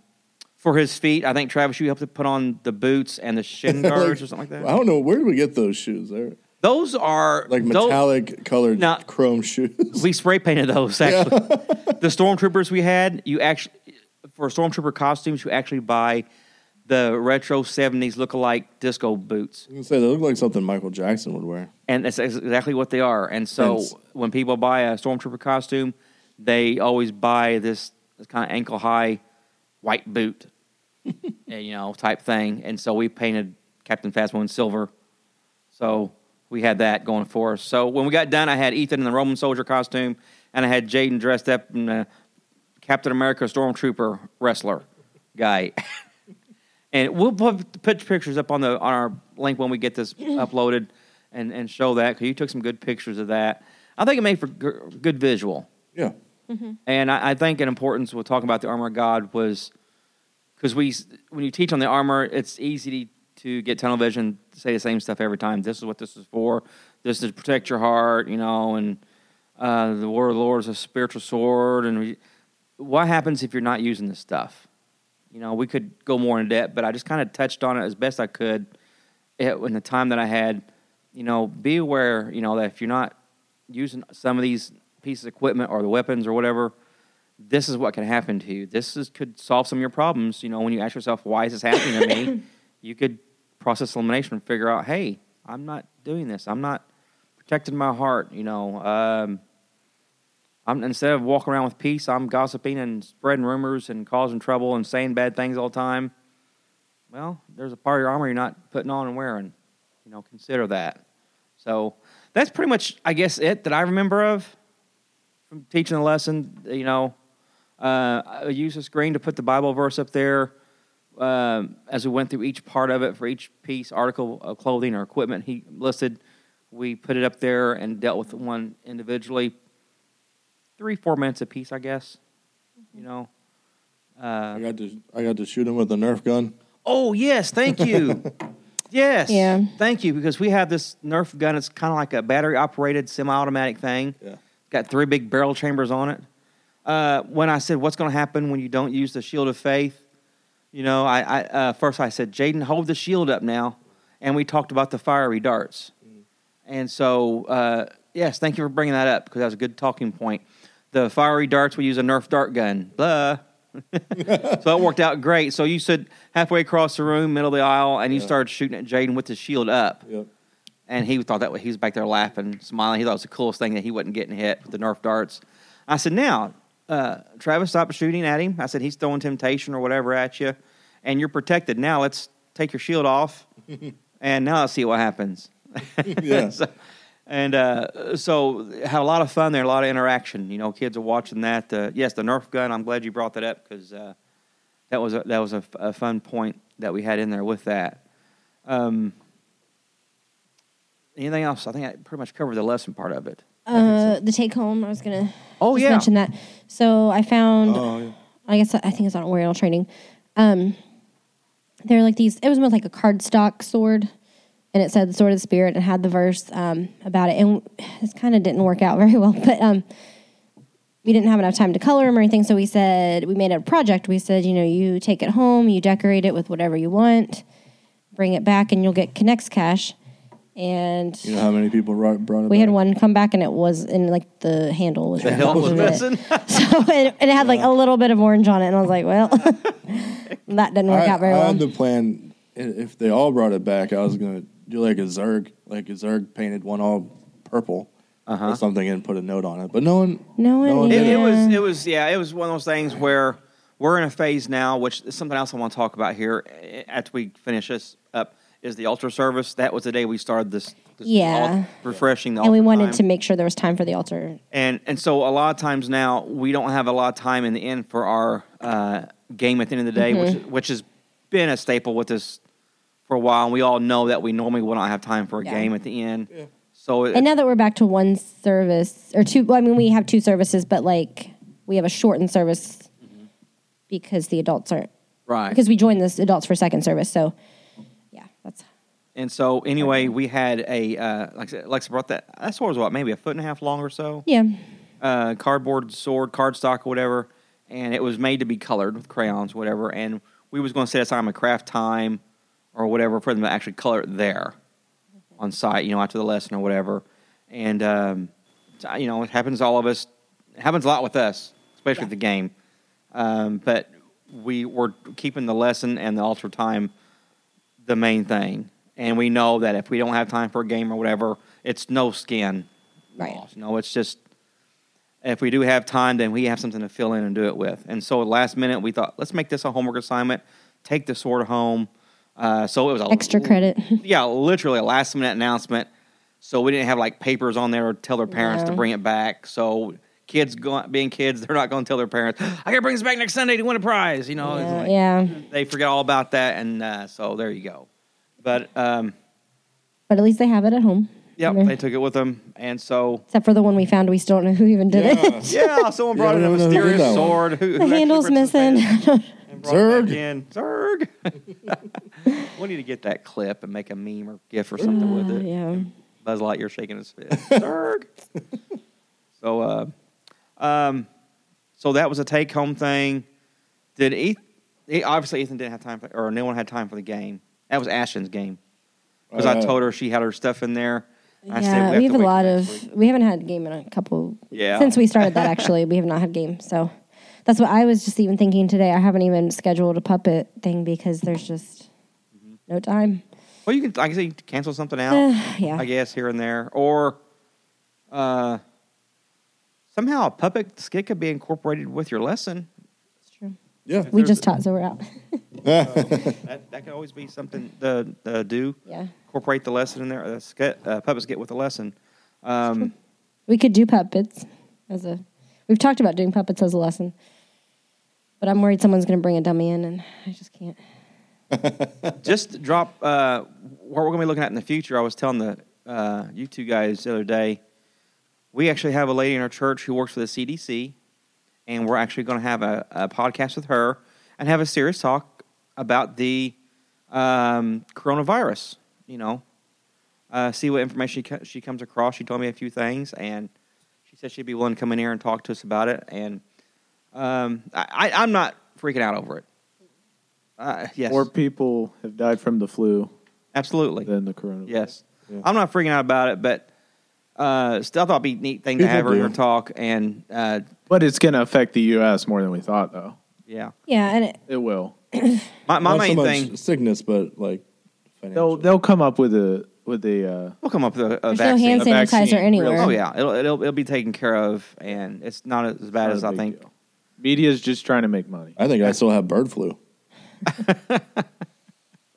[SPEAKER 1] for his feet, I think Travis, you helped to put on the boots and the shin guards or something
[SPEAKER 3] I
[SPEAKER 1] like that.
[SPEAKER 3] don't know where did we get those shoes. They're
[SPEAKER 1] Those are
[SPEAKER 3] like
[SPEAKER 1] those-
[SPEAKER 3] metallic colored
[SPEAKER 1] Now-
[SPEAKER 3] chrome shoes.
[SPEAKER 1] We spray painted those actually. the stormtroopers we had, you actually for stormtrooper costumes, you actually buy the retro '70s lookalike disco boots,
[SPEAKER 3] I was gonna say they look like something Michael Jackson would wear.
[SPEAKER 1] and that's ex- exactly what they are. And so
[SPEAKER 3] Thanks.
[SPEAKER 1] when people buy a stormtrooper costume, they always buy this, this kind of ankle high white boot, and, you know, type thing. And so we painted Captain Phasma in silver. So we had that going for us. So when we got done, I had Ethan in the Roman soldier costume, and I had Jaden dressed up in the Captain America stormtrooper wrestler guy. and we'll put, put pictures up on the on our link when we get this uploaded, and and show that because you took some good pictures of that. I think it made for g- good visual.
[SPEAKER 3] Yeah.
[SPEAKER 1] And I, I think an importance with talking about the armor of God was because we, s- when you teach on the armor, it's easy to get tunnel vision, say the same stuff every time. This is what this is for. This is to protect your heart, you know, and uh, the word of the Lord is a spiritual sword. And we, what happens if you're not using this stuff? You know, we could go more in depth, but I just kind of touched on it as best I could eh, in the time that I had. You know, be aware, you know, that if you're not using some of these pieces of equipment or the weapons or whatever, this is what can happen to you. This is, could solve some of your problems. You know, when you ask yourself, why is this happening to me? You could process elimination and figure out, hey, I'm not doing this. I'm not protecting my heart. You know, um, I'm, instead of walking around with peace, I'm gossiping and spreading rumors and causing trouble and saying bad things all the time. Well, there's a part of your armor you're not putting on and wearing. You know, consider that. So that's pretty much, I guess, it that I remember of from teaching the lesson. You know, uh, I used a screen to put the Bible verse up there um, as we went through each part of it for each piece, article of clothing or equipment he listed. We put it up there and dealt with one individually, three, four minutes a piece, I guess. You know. Uh.
[SPEAKER 3] I got to I got to shoot him with a Nerf gun.
[SPEAKER 1] Oh yes, thank you. yes.
[SPEAKER 2] Yeah.
[SPEAKER 1] Thank you because we have this Nerf gun. It's kind of like a battery operated semi-automatic thing.
[SPEAKER 3] Yeah.
[SPEAKER 1] Got three big barrel chambers on it. Uh, when I said what's going to happen when you don't use the shield of faith, you know, I, I uh, first I said, Jaden, hold the shield up now, and we talked about the fiery darts. And so, uh, yes, thank you for bringing that up because that was a good talking point. The fiery darts, we use a Nerf dart gun. Blah. so it worked out great. So you stood halfway across the room, middle of the aisle, and you started shooting at Jaden with the shield up.
[SPEAKER 3] Yep.
[SPEAKER 1] And he thought that way. He was back there laughing, smiling. He thought it was the coolest thing that he wasn't getting hit with the Nerf darts. I said, now, uh, Travis, stop shooting at him. I said, he's throwing temptation or whatever at you, and you're protected. Now let's take your shield off, and now let's see what happens.
[SPEAKER 3] Yeah.
[SPEAKER 1] So- and uh, so had a lot of fun there, a lot of interaction. You know, kids are watching that. Uh, yes, the Nerf gun. I'm glad you brought that up because uh, that was a, that was a, f- a fun point that we had in there with that. Um, anything else? I think I pretty much covered the lesson part of it.
[SPEAKER 2] Uh, the take home. I was gonna.
[SPEAKER 1] Oh,
[SPEAKER 2] just
[SPEAKER 1] yeah.
[SPEAKER 2] Mention that. So I found.
[SPEAKER 3] Oh, yeah.
[SPEAKER 2] I guess I think it's on Oriental Training. Um, they're like these. It was more like a cardstock sword, and it said the sword of the spirit and had the verse um, about it. And this kind of didn't work out very well, but um, we didn't have enough time to color them or anything. So we said we made a project. We said, you know, you take it home, you decorate it with whatever you want, bring it back, and you'll get Connects cash. And
[SPEAKER 3] You know how many people brought, brought it?
[SPEAKER 2] we had
[SPEAKER 3] back?
[SPEAKER 2] one come back and it was and like the handle was
[SPEAKER 1] The hell was
[SPEAKER 2] in it.
[SPEAKER 1] missing.
[SPEAKER 2] So it, and it had like a little bit of orange on it, and I was like, well, that didn't work
[SPEAKER 3] I,
[SPEAKER 2] out very
[SPEAKER 3] I
[SPEAKER 2] well.
[SPEAKER 3] had the plan. i- If they all brought it back, I was gonna do like a Zerg, like a Zerg painted one all purple or something, and put a note on it. But no one,
[SPEAKER 2] No one-
[SPEAKER 3] did
[SPEAKER 1] It,
[SPEAKER 3] it.
[SPEAKER 1] it
[SPEAKER 2] Yeah.
[SPEAKER 1] was it was yeah it was one of those things where we're in a phase now, which is something else I want to talk about here eh, after we finish this up is the altar service. That was the day we started this. this
[SPEAKER 2] Yeah.
[SPEAKER 1] alt- refreshing the
[SPEAKER 2] and we
[SPEAKER 1] altar
[SPEAKER 2] wanted
[SPEAKER 1] time.
[SPEAKER 2] to make sure there was time for the altar.
[SPEAKER 1] and and so a lot of times now we don't have a lot of time in the end for our uh, game at the end of the day, which
[SPEAKER 2] Mm-hmm.
[SPEAKER 1] which has been a staple with us for a while. And we all know that we normally will not have time for a
[SPEAKER 2] Yeah.
[SPEAKER 1] game at the end. So it,
[SPEAKER 2] And now that we're back to one service or two, well, I mean, we have two services, but like we have a shortened service because the adults aren't
[SPEAKER 1] right
[SPEAKER 2] because we joined this adults for second service. So yeah, that's
[SPEAKER 1] And so, anyway, we had a uh, like I said, Alexa brought that. That sword was what maybe a foot and a half long or so.
[SPEAKER 2] yeah.
[SPEAKER 1] Uh, cardboard sword, cardstock, or whatever, and it was made to be colored with crayons, whatever. And we was going to set aside a craft time or whatever for them to actually color it there on site, you know, after the lesson or whatever. And um, so, you know, it happens to all of us. It happens a lot with us, especially with the game. Um, but we were keeping the lesson and the altar time the main thing. And we know that if we don't have time for a game or whatever, it's no skin
[SPEAKER 2] Right.
[SPEAKER 1] lost. No, it's just if we do have time, then we have something to fill in and do it with. And so, at last minute, we thought, let's make this a homework assignment. Take the sword home. Uh, so it was a
[SPEAKER 2] Extra credit.
[SPEAKER 1] yeah, literally a last minute announcement. So we didn't have like papers on there or tell their parents to
[SPEAKER 2] No.
[SPEAKER 1] bring it back. So kids go, being kids, they're not going to tell their parents, I got to bring this back next Sunday to win a prize. You know, it's
[SPEAKER 2] yeah,
[SPEAKER 1] like-
[SPEAKER 2] yeah.
[SPEAKER 1] they forget all about that. And uh, so there you go. But um,
[SPEAKER 2] But at least they have it at home.
[SPEAKER 1] yeah,
[SPEAKER 2] Okay.
[SPEAKER 1] they took it with them. And so,
[SPEAKER 2] Except for the one we found, we still don't know who even did
[SPEAKER 3] Yeah.
[SPEAKER 2] it.
[SPEAKER 1] yeah, someone brought
[SPEAKER 3] Yeah,
[SPEAKER 1] in a
[SPEAKER 3] we don't know who did
[SPEAKER 1] mysterious
[SPEAKER 3] that one.
[SPEAKER 1] sword. Who,
[SPEAKER 2] the handle's missing.
[SPEAKER 3] Zerg.
[SPEAKER 1] Again. Zerg. we need to get that clip and make a meme or gif or something with
[SPEAKER 2] Uh,
[SPEAKER 1] it.
[SPEAKER 2] yeah.
[SPEAKER 1] Buzz Lightyear shaking his fist. Zerg. so, uh, um, so that was a take home thing. Did Ethan? Obviously, Ethan didn't have time for, or no one had time for the game. That was Ashton's game because I
[SPEAKER 3] Uh,
[SPEAKER 1] told her she had her stuff in there. I said,
[SPEAKER 2] yeah,
[SPEAKER 1] have
[SPEAKER 2] we have
[SPEAKER 1] to
[SPEAKER 2] a
[SPEAKER 1] wait
[SPEAKER 2] lot
[SPEAKER 1] till
[SPEAKER 2] of.
[SPEAKER 1] next week."
[SPEAKER 2] We haven't had game in a couple.
[SPEAKER 1] Yeah.
[SPEAKER 2] Since we started that, actually, we have not had game. So that's what I was just even thinking today. I haven't even scheduled a puppet thing because there's just no time.
[SPEAKER 1] Well, you can like I said, you can cancel something out.
[SPEAKER 2] Uh, yeah.
[SPEAKER 1] I guess here and there, or uh, somehow a puppet skit could be incorporated with your lesson.
[SPEAKER 2] It's true.
[SPEAKER 3] Yeah.
[SPEAKER 2] We just taught, so we're out.
[SPEAKER 1] That, that could always be something to, to do.
[SPEAKER 2] Yeah.
[SPEAKER 1] Incorporate the lesson in there. Uh, ske- uh, puppets get with the lesson. Um,
[SPEAKER 2] We could do puppets as a. We've talked about doing puppets as a lesson, but I'm worried someone's going to bring a dummy in, and I just can't.
[SPEAKER 1] just drop uh, what we're going to be looking at in the future. I was telling the uh, you two guys the other day, we actually have a lady in our church who works for the CDC, and we're actually going to have a, a podcast with her and have a serious talk about the um, coronavirus. You know, uh, see what information she, co- she comes across. She told me a few things, and she said she'd be willing to come in here and talk to us about it. And um, I, I, I'm not freaking out over it. Uh, yes,
[SPEAKER 4] More people have died from the flu
[SPEAKER 1] absolutely.
[SPEAKER 4] than the coronavirus.
[SPEAKER 1] Yes.
[SPEAKER 3] Yeah.
[SPEAKER 1] I'm not freaking out about it, but uh, still, I thought it'd be a neat thing to
[SPEAKER 3] People
[SPEAKER 1] have her
[SPEAKER 3] do.
[SPEAKER 1] here and talk. And uh,
[SPEAKER 4] But it's going to affect the U.S. more than we thought, though.
[SPEAKER 1] yeah,
[SPEAKER 2] Yeah, and it,
[SPEAKER 4] It will.
[SPEAKER 1] my, my
[SPEAKER 3] Not
[SPEAKER 1] main
[SPEAKER 3] so much
[SPEAKER 1] thing,
[SPEAKER 3] sickness, but like
[SPEAKER 4] They'll
[SPEAKER 3] financial.
[SPEAKER 4] they'll come up with a with a uh,
[SPEAKER 1] we'll come up with a, a
[SPEAKER 2] there's no
[SPEAKER 1] vaccine.
[SPEAKER 2] hand
[SPEAKER 4] A vaccine,
[SPEAKER 2] sanitizer
[SPEAKER 4] really.
[SPEAKER 2] anywhere.
[SPEAKER 1] oh yeah, it'll, it'll it'll be taken care of, and it's not as bad
[SPEAKER 4] not
[SPEAKER 1] as
[SPEAKER 4] a
[SPEAKER 1] I
[SPEAKER 4] big
[SPEAKER 1] think.
[SPEAKER 4] deal. media's just trying to make money.
[SPEAKER 3] I think I still have bird flu.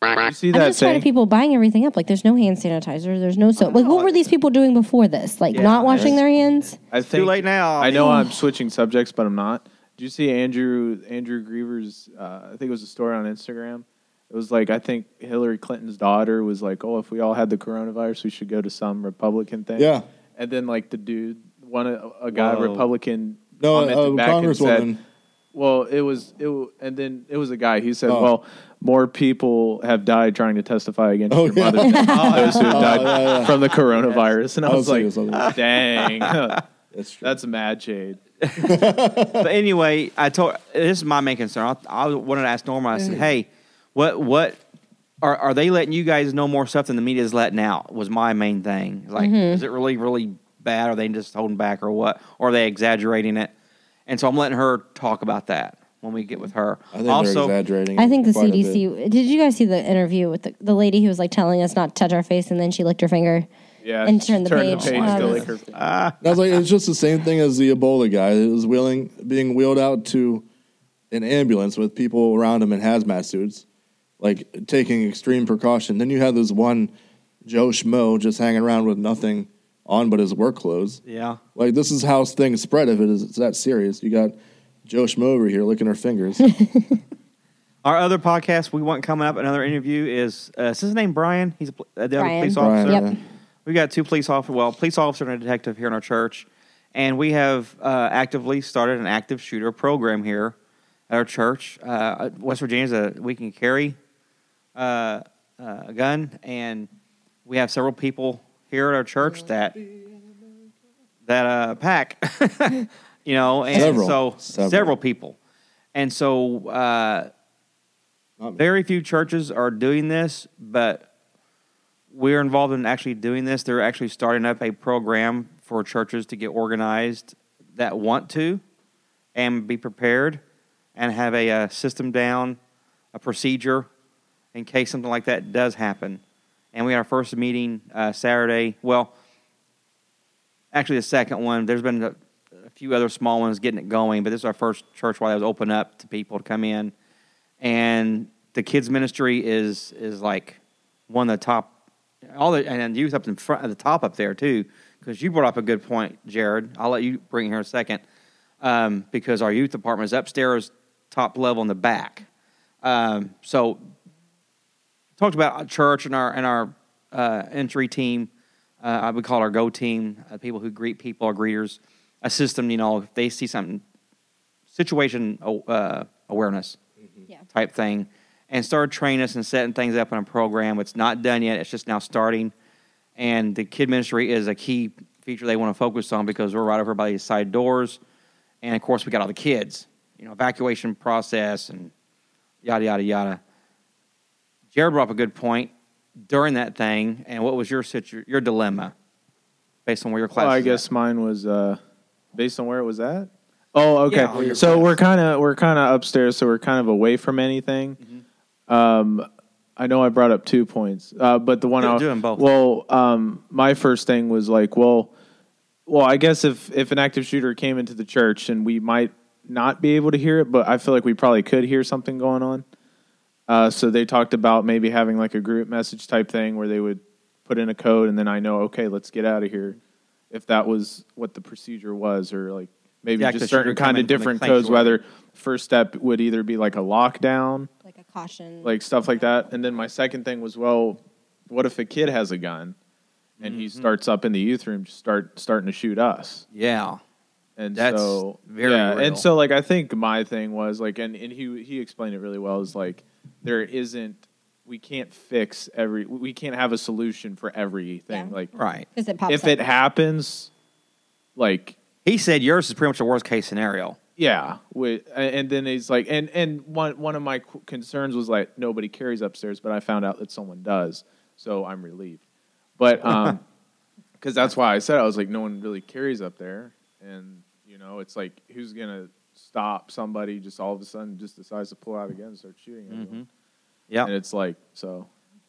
[SPEAKER 4] You see
[SPEAKER 2] I'm
[SPEAKER 4] that
[SPEAKER 2] just tired
[SPEAKER 4] thing?
[SPEAKER 2] of people buying everything up. Like, there's no hand sanitizer. There's no soap. Like, what were these people doing before this? Like,
[SPEAKER 1] Yeah,
[SPEAKER 2] not washing their hands.
[SPEAKER 4] I
[SPEAKER 1] Too
[SPEAKER 4] think
[SPEAKER 1] late now.
[SPEAKER 4] I know I'm switching subjects, but I'm not. Did you see Andrew Andrew Griever's? Uh, I think it was a story on Instagram. It was like I think Hillary Clinton's daughter was like, "Oh, if we all had the coronavirus, we should go to some Republican thing."
[SPEAKER 3] Yeah.
[SPEAKER 4] And then like the dude, one a, a guy
[SPEAKER 1] Whoa.
[SPEAKER 4] Republican,
[SPEAKER 3] No, a
[SPEAKER 4] commented back and said,
[SPEAKER 3] congresswoman.
[SPEAKER 4] well, it was it, wa- and then it was a guy. He said,
[SPEAKER 3] Oh.
[SPEAKER 4] "Well, more people have died trying to testify against
[SPEAKER 3] Oh,
[SPEAKER 4] your
[SPEAKER 3] yeah. Oh,
[SPEAKER 4] mother than those who have died from the coronavirus." And I
[SPEAKER 3] I
[SPEAKER 4] was
[SPEAKER 3] was thinking
[SPEAKER 4] like,
[SPEAKER 3] something else.
[SPEAKER 4] "Dang,
[SPEAKER 3] That's true.
[SPEAKER 4] that's mad shade."
[SPEAKER 1] but anyway, I told this is my main concern. I, I wanted to ask Norma. I said, "Hey, what what are are they letting you guys know more stuff than the media is letting out?" Was my main thing. Like,
[SPEAKER 2] Mm-hmm.
[SPEAKER 1] is it really really bad? Are they just holding back or what? Or are they exaggerating it? And so I'm letting her talk about that when we get with her.
[SPEAKER 3] I think they're
[SPEAKER 1] also,
[SPEAKER 3] exaggerating.
[SPEAKER 2] I think the
[SPEAKER 3] quite a bit.
[SPEAKER 2] CDC. Did you guys see the interview with the, the lady who was like telling us not to touch our face, and then she licked her finger?
[SPEAKER 4] Yeah,
[SPEAKER 2] And turn the page.
[SPEAKER 4] to
[SPEAKER 2] Um,
[SPEAKER 4] lick her finger.
[SPEAKER 3] That's like it's just the same thing as the Ebola guy. It was wheeling, being wheeled out to an ambulance with people around him in hazmat suits, like taking extreme precaution. Then you had this one Joe Schmo just hanging around with nothing on but his work clothes.
[SPEAKER 1] yeah,
[SPEAKER 3] Like this is how things spread. If it is it's that serious, you got Joe Schmo over here licking her fingers.
[SPEAKER 1] our other podcast we want coming up. Another interview is uh, is his name Brian? He's a, pl- uh, the other
[SPEAKER 2] Brian.
[SPEAKER 1] police officer.
[SPEAKER 3] Brian,
[SPEAKER 2] Yep.
[SPEAKER 3] yeah.
[SPEAKER 1] We got two police officer, well, police officer and a detective here in our church, and we have uh, actively started an active shooter program here at our church. Uh, West Virginia's a we can carry uh, uh, a gun, and we have several people here at our church that that uh, pack, you know, and
[SPEAKER 3] Several.
[SPEAKER 1] so
[SPEAKER 3] Several.
[SPEAKER 1] several people, and so. Uh,
[SPEAKER 3] Not me.
[SPEAKER 1] very few churches are doing this, but we're involved in actually doing this. They're actually starting up a program for churches to get organized that want to and be prepared and have a, uh system down, a procedure in case something like that does happen. And we had our first meeting uh, Saturday. Well, actually, the second one. There's been a, a few other small ones getting it going, but this is our first church where that was open up to people to come in and the kids ministry is is like one of the top all the and then youth up in front at the top up there too because you brought up a good point jared i'll let you bring it here in a second um, because our youth department is upstairs top level in the back um, so talked about our church and our and our uh, entry team. Uh, I would call it our go team, uh, people who greet people, our greeters, assist them. You know, if they see something, situation uh, awareness
[SPEAKER 2] Yeah.
[SPEAKER 1] type thing, and started training us and setting things up in a program. It's not done yet; it's just now starting. And the kid ministry is a key feature they want to focus on because we're right over by these side doors, and of course we got all the kids. You know, evacuation process and yada yada yada. Jared brought up a good point during that thing, and what was your situ- your dilemma based on where your class?
[SPEAKER 4] Well, I
[SPEAKER 1] is at?
[SPEAKER 4] guess mine was uh, based on where it was at. Oh, okay.
[SPEAKER 1] Yeah, where your
[SPEAKER 4] so
[SPEAKER 1] class-
[SPEAKER 4] we're kind of we're kind of upstairs, so we're kind of away from anything. Um, I know I brought up two points, uh, but the one
[SPEAKER 1] Do-
[SPEAKER 4] I
[SPEAKER 1] do 'em both.
[SPEAKER 4] Well, um, my first thing was like, well, well, I guess if if an active shooter came into the church and we might not be able to hear it, but I feel like we probably could hear something going on. Uh, so they talked about maybe having like a group message type thing where they would put in a code and then I know, okay, let's get out of here. If that was what the procedure was, or like maybe
[SPEAKER 1] Yeah, 'cause
[SPEAKER 4] just
[SPEAKER 1] you're
[SPEAKER 4] certain
[SPEAKER 1] coming
[SPEAKER 4] kind
[SPEAKER 1] from
[SPEAKER 4] of
[SPEAKER 1] the
[SPEAKER 4] different
[SPEAKER 1] sanctuary.
[SPEAKER 4] codes, whether first step would either be like a lockdown,
[SPEAKER 2] like a caution.
[SPEAKER 4] like stuff like that. And then my second thing was, well, what if a kid has a gun and
[SPEAKER 1] Mm-hmm.
[SPEAKER 4] he starts up in the youth room, just start starting to shoot us?
[SPEAKER 1] Yeah.
[SPEAKER 4] And
[SPEAKER 1] That's
[SPEAKER 4] so
[SPEAKER 1] very
[SPEAKER 4] yeah,
[SPEAKER 1] real.
[SPEAKER 4] and so like I think my thing was like, and, and he he explained it really well. Is like there isn't we can't fix every we can't have a solution for everything.
[SPEAKER 2] Yeah.
[SPEAKER 4] Like
[SPEAKER 1] Right.
[SPEAKER 2] because it pops
[SPEAKER 4] if
[SPEAKER 2] up.
[SPEAKER 4] it happens, like
[SPEAKER 1] He said yours is pretty much the worst case scenario.
[SPEAKER 4] yeah, with, and then he's like, and and one one of my qu- concerns was like nobody carries upstairs, but I found out that someone does, so I'm relieved. But um, because that's why I said I was like, no one really carries up there, and you know, it's like who's gonna stop somebody just all of a sudden just decides to pull out again and start shooting, everyone.
[SPEAKER 1] Mm-hmm. Yeah.
[SPEAKER 4] and it's like so.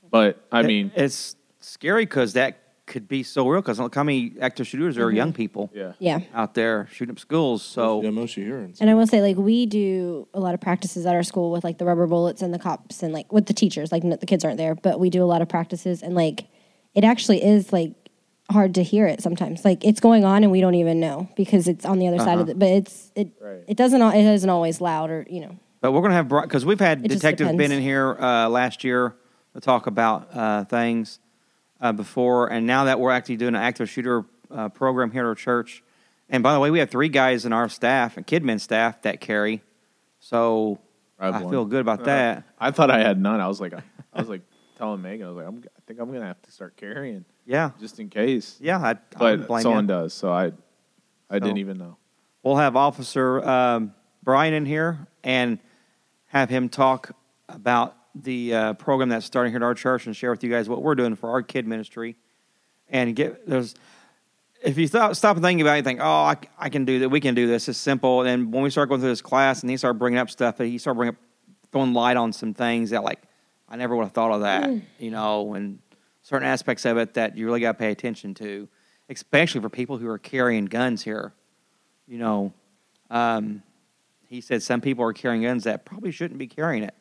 [SPEAKER 4] But I mean,
[SPEAKER 1] it's scary because that could be so real. Because look how many active shooters are young people
[SPEAKER 4] Mm-hmm.
[SPEAKER 2] yeah.
[SPEAKER 4] yeah,
[SPEAKER 1] out there shooting up schools.
[SPEAKER 3] yeah,
[SPEAKER 1] So
[SPEAKER 3] most you hear is-
[SPEAKER 2] And I will say, like, we do a lot of practices at our school with like the rubber bullets and the cops and like with the teachers. Like, no, the kids aren't there, but we do a lot of practices. And like, it actually is like hard to hear it sometimes. Like, it's going on and we don't even know because it's on the other side of
[SPEAKER 1] Uh-huh.
[SPEAKER 2] the. But it's it
[SPEAKER 4] Right.
[SPEAKER 2] it doesn't al- it isn't always loud or you know
[SPEAKER 1] but we're gonna have because we've had
[SPEAKER 2] It just
[SPEAKER 1] Detective Ben
[SPEAKER 2] depends.
[SPEAKER 1] in here uh, last year to talk about uh, things uh, before, and now that we're actually doing an active shooter uh, program here at our church. And by the way, we have three guys in our staff and Kidman staff that carry. So
[SPEAKER 4] I have
[SPEAKER 1] I
[SPEAKER 4] one. Uh,
[SPEAKER 1] feel good about that.
[SPEAKER 4] I thought I had none. I was like, I was like telling Megan, I was like, I'm, I think I'm gonna have to start carrying
[SPEAKER 1] Yeah,
[SPEAKER 4] just in case.
[SPEAKER 1] yeah. I, I wouldn't
[SPEAKER 4] but
[SPEAKER 1] blame
[SPEAKER 4] someone
[SPEAKER 1] you.
[SPEAKER 4] does. So I, I
[SPEAKER 1] So-
[SPEAKER 4] didn't even know.
[SPEAKER 1] We'll have Officer um, Brian in here and have him talk about the uh, program that's starting here at our church and share with you guys what we're doing for our kid ministry. And get there's if you stop stop and think about it, you think, oh, I, c- I can do that. We can do this. It's simple. And then when we start going through this class and he started bringing up stuff, he started bringing up throwing light on some things that like I never would have thought of that, you know, and certain aspects of it that you really got to pay attention to, especially for people who are carrying guns here you know, um, he said some people are carrying guns that probably shouldn't be carrying it.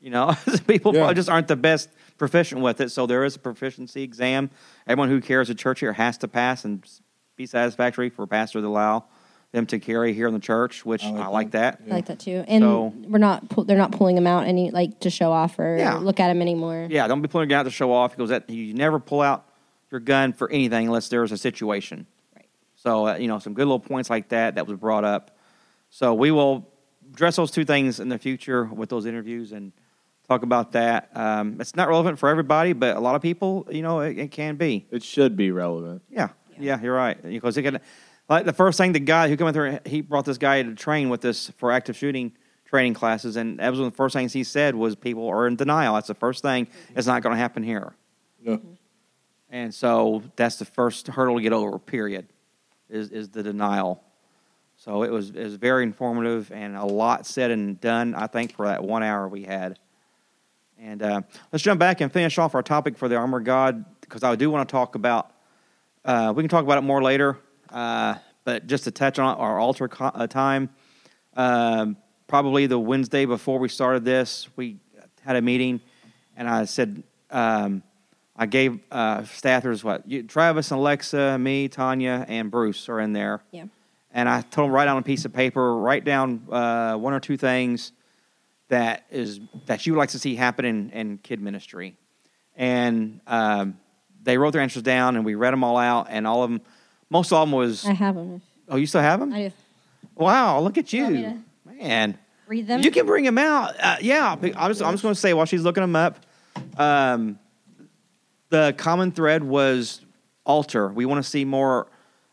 [SPEAKER 1] You know, Some people
[SPEAKER 3] Yeah.
[SPEAKER 1] probably just aren't the best proficient with it. So there is a proficiency exam. Everyone who carries a church here has to pass and be satisfactory for pastor to allow them to carry here in the church, which I like, that.
[SPEAKER 2] I like that too. And
[SPEAKER 1] So-
[SPEAKER 2] we're not pull, they're not pulling them out any like to show off or
[SPEAKER 1] Yeah.
[SPEAKER 2] look at them anymore.
[SPEAKER 1] Yeah, don't be pulling it out to show off. He goes, that you never pull out your gun for anything unless there's a situation.
[SPEAKER 2] Right.
[SPEAKER 1] So uh, you know, some good little points like that that was brought up. So we will address those two things in the future with those interviews and talk about that. Um, it's not relevant for everybody, but a lot of people, you know, it, it can be.
[SPEAKER 4] It should be relevant.
[SPEAKER 1] Yeah, yeah, you're right. Because it can, like the first thing the guy who came in there, he brought this guy to train with us for active shooting training classes, and that was one of the first things he said was people are in denial. That's the first thing. It's not going to happen here.
[SPEAKER 3] Yeah.
[SPEAKER 1] And so that's the first hurdle to get over. Period, is is the denial. So it was it was very informative and a lot said and done. I think for that one hour we had. And uh, let's jump back and finish off our topic for the armor of God because I do want to talk about. Uh, we can talk about it more later, uh, but just to touch on our altar co- uh, time, um, probably the Wednesday before we started this, we had a meeting, and I said um, I gave uh, staffers what you, Travis and Alexa, me, Tanya, and Bruce are in there.
[SPEAKER 2] Yeah.
[SPEAKER 1] And I told them write down a piece of paper, write down uh, one or two things that is that you would like to see happen in, in kid ministry. And um, they wrote their answers down, and we read them all out, and all of them, most of them was.
[SPEAKER 2] I have them.
[SPEAKER 1] Oh, you still have them?
[SPEAKER 2] Mm. I just
[SPEAKER 1] Wow, look at
[SPEAKER 2] want me
[SPEAKER 1] you, man.
[SPEAKER 2] read them.
[SPEAKER 1] You can bring them out. Uh, yeah, I'm just, I'm just going to say while she's looking them up, um, the common thread was altar. We want to see more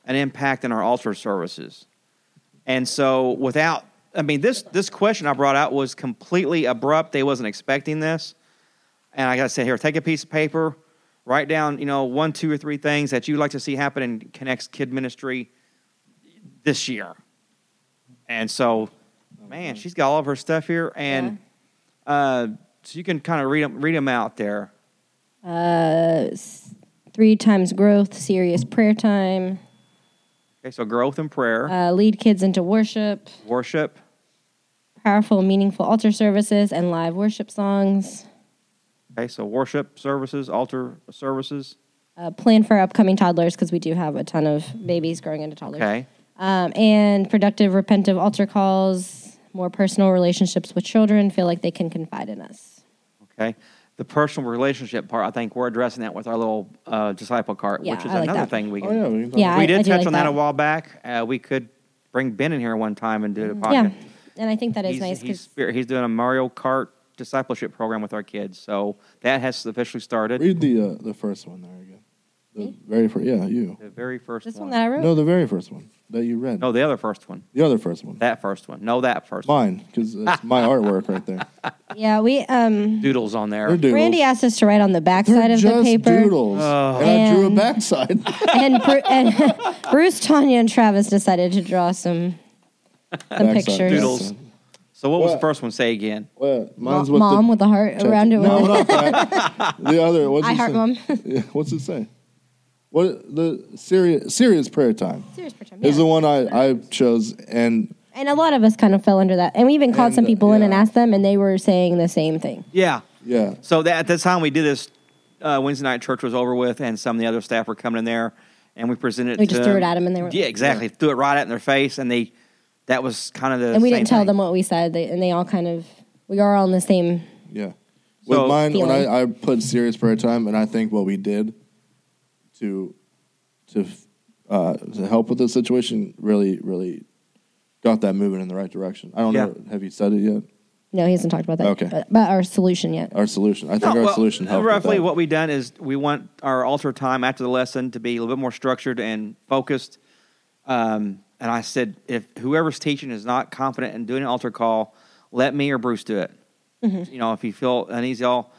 [SPEAKER 1] an impact in our altar services. And so without, I mean, this, this question I brought out was completely abrupt. They wasn't expecting this. And I got to say here, take a piece of paper, write down, you know, one, two or three things that you'd like to see happen in Connects Kid Ministry this year. And so,
[SPEAKER 2] Mm-hmm.
[SPEAKER 1] man, she's got all of her stuff here. And uh, so you can kind of read them, read 'em out there.
[SPEAKER 2] three times growth, serious prayer time,
[SPEAKER 1] Okay, so growth and prayer,
[SPEAKER 2] uh, lead kids into worship,
[SPEAKER 1] worship,
[SPEAKER 2] powerful, meaningful altar services, and live worship songs.
[SPEAKER 1] Okay, so worship services, altar services.
[SPEAKER 2] Uh, plan for upcoming toddlers because we do have a ton of babies growing into toddlers.
[SPEAKER 1] Okay.
[SPEAKER 2] Um, and productive, repentive altar calls, more personal relationships with children, feel like they can confide in us.
[SPEAKER 1] Okay. The personal relationship part, I think we're addressing that with our little uh, disciple cart,
[SPEAKER 2] Yeah,
[SPEAKER 1] which is
[SPEAKER 2] I like
[SPEAKER 1] another
[SPEAKER 2] that.
[SPEAKER 1] thing we
[SPEAKER 3] Oh
[SPEAKER 1] can.
[SPEAKER 3] yeah, we can talk
[SPEAKER 2] Yeah,
[SPEAKER 3] about-
[SPEAKER 2] I-
[SPEAKER 1] we did
[SPEAKER 2] I do
[SPEAKER 1] touch
[SPEAKER 2] like
[SPEAKER 1] on that.
[SPEAKER 2] that.
[SPEAKER 1] a while back. Uh, we could bring Ben in here one time and do a podcast.
[SPEAKER 2] Mm-hmm. Yeah. And I think that is
[SPEAKER 1] he's,
[SPEAKER 2] nice
[SPEAKER 1] He's,
[SPEAKER 2] because
[SPEAKER 1] spirit- he's doing a Mario Kart discipleship program with our kids, so that has officially started.
[SPEAKER 3] Read the uh, the first one there again. The
[SPEAKER 2] Me?
[SPEAKER 3] very first, yeah, you.
[SPEAKER 1] the very first
[SPEAKER 2] this
[SPEAKER 1] one.
[SPEAKER 2] one that I wrote.
[SPEAKER 3] No, the very first one that you read.
[SPEAKER 1] no, the other first one.
[SPEAKER 3] the other first one.
[SPEAKER 1] That first one. No, that first one.
[SPEAKER 3] Mine, because it's my artwork right there.
[SPEAKER 2] Yeah, we um
[SPEAKER 1] Doodles on there.
[SPEAKER 3] They're doodles.
[SPEAKER 2] Randy asked us to write on the back
[SPEAKER 3] They're
[SPEAKER 2] side of the
[SPEAKER 3] just
[SPEAKER 2] paper.
[SPEAKER 3] doodles,
[SPEAKER 1] Oh.
[SPEAKER 3] and I drew a
[SPEAKER 2] And-
[SPEAKER 3] backside.
[SPEAKER 2] And, Bru- and Bruce, Tanya, and Travis decided to draw some some
[SPEAKER 3] Backside.
[SPEAKER 2] pictures.
[SPEAKER 1] Doodles. So what was the
[SPEAKER 3] What?
[SPEAKER 1] first one? Say again.
[SPEAKER 3] Well,
[SPEAKER 2] Mo-
[SPEAKER 3] mine's with
[SPEAKER 2] mom
[SPEAKER 3] the
[SPEAKER 2] with a heart around it.
[SPEAKER 3] No, not
[SPEAKER 2] with
[SPEAKER 3] that. The other. What's
[SPEAKER 2] I
[SPEAKER 3] it
[SPEAKER 2] heart
[SPEAKER 3] say?
[SPEAKER 2] mom.
[SPEAKER 3] Yeah, what's it say? What the serious serious prayer time
[SPEAKER 2] Serious per time,
[SPEAKER 3] is
[SPEAKER 2] yeah.
[SPEAKER 3] the one I I chose, and
[SPEAKER 2] And a lot of us kind of fell under that. And we even called
[SPEAKER 3] And,
[SPEAKER 2] some
[SPEAKER 3] uh,
[SPEAKER 2] people in
[SPEAKER 3] yeah.
[SPEAKER 2] and asked them, and they were saying the same thing.
[SPEAKER 1] Yeah.
[SPEAKER 3] yeah,
[SPEAKER 1] So that, at the time we did this, uh, Wednesday night church was over with, and some of the other staff were coming in there, and we presented. it
[SPEAKER 2] We
[SPEAKER 1] to
[SPEAKER 2] just threw it at 'em and they were-
[SPEAKER 1] yeah, exactly. Threw it right at their face, and they. That was kind of the.
[SPEAKER 2] and we
[SPEAKER 1] same
[SPEAKER 2] didn't tell
[SPEAKER 1] thing.
[SPEAKER 2] them what we said, they, and they all kind of we are all on the same.
[SPEAKER 3] yeah. With
[SPEAKER 1] So-
[SPEAKER 3] mine, when
[SPEAKER 2] Feeling.
[SPEAKER 3] I, I put serious prayer time, and I think what we did to to uh, to help with the situation really really got that moving in the right direction. I don't
[SPEAKER 1] Yeah.
[SPEAKER 3] know. Have you said it yet?
[SPEAKER 2] No, he hasn't talked about that.
[SPEAKER 3] Okay.
[SPEAKER 2] but, about our solution yet.
[SPEAKER 3] Our solution. I think our
[SPEAKER 1] well,
[SPEAKER 3] solution helped. with
[SPEAKER 1] Roughly,
[SPEAKER 3] that.
[SPEAKER 1] what we done is we want our altar time after the lesson to be a little bit more structured and focused. Um, and I said, if whoever's teaching is not confident in doing an altar call, let me or Bruce do it.
[SPEAKER 2] Mm-hmm.
[SPEAKER 1] You know, if you feel uneasy, I'll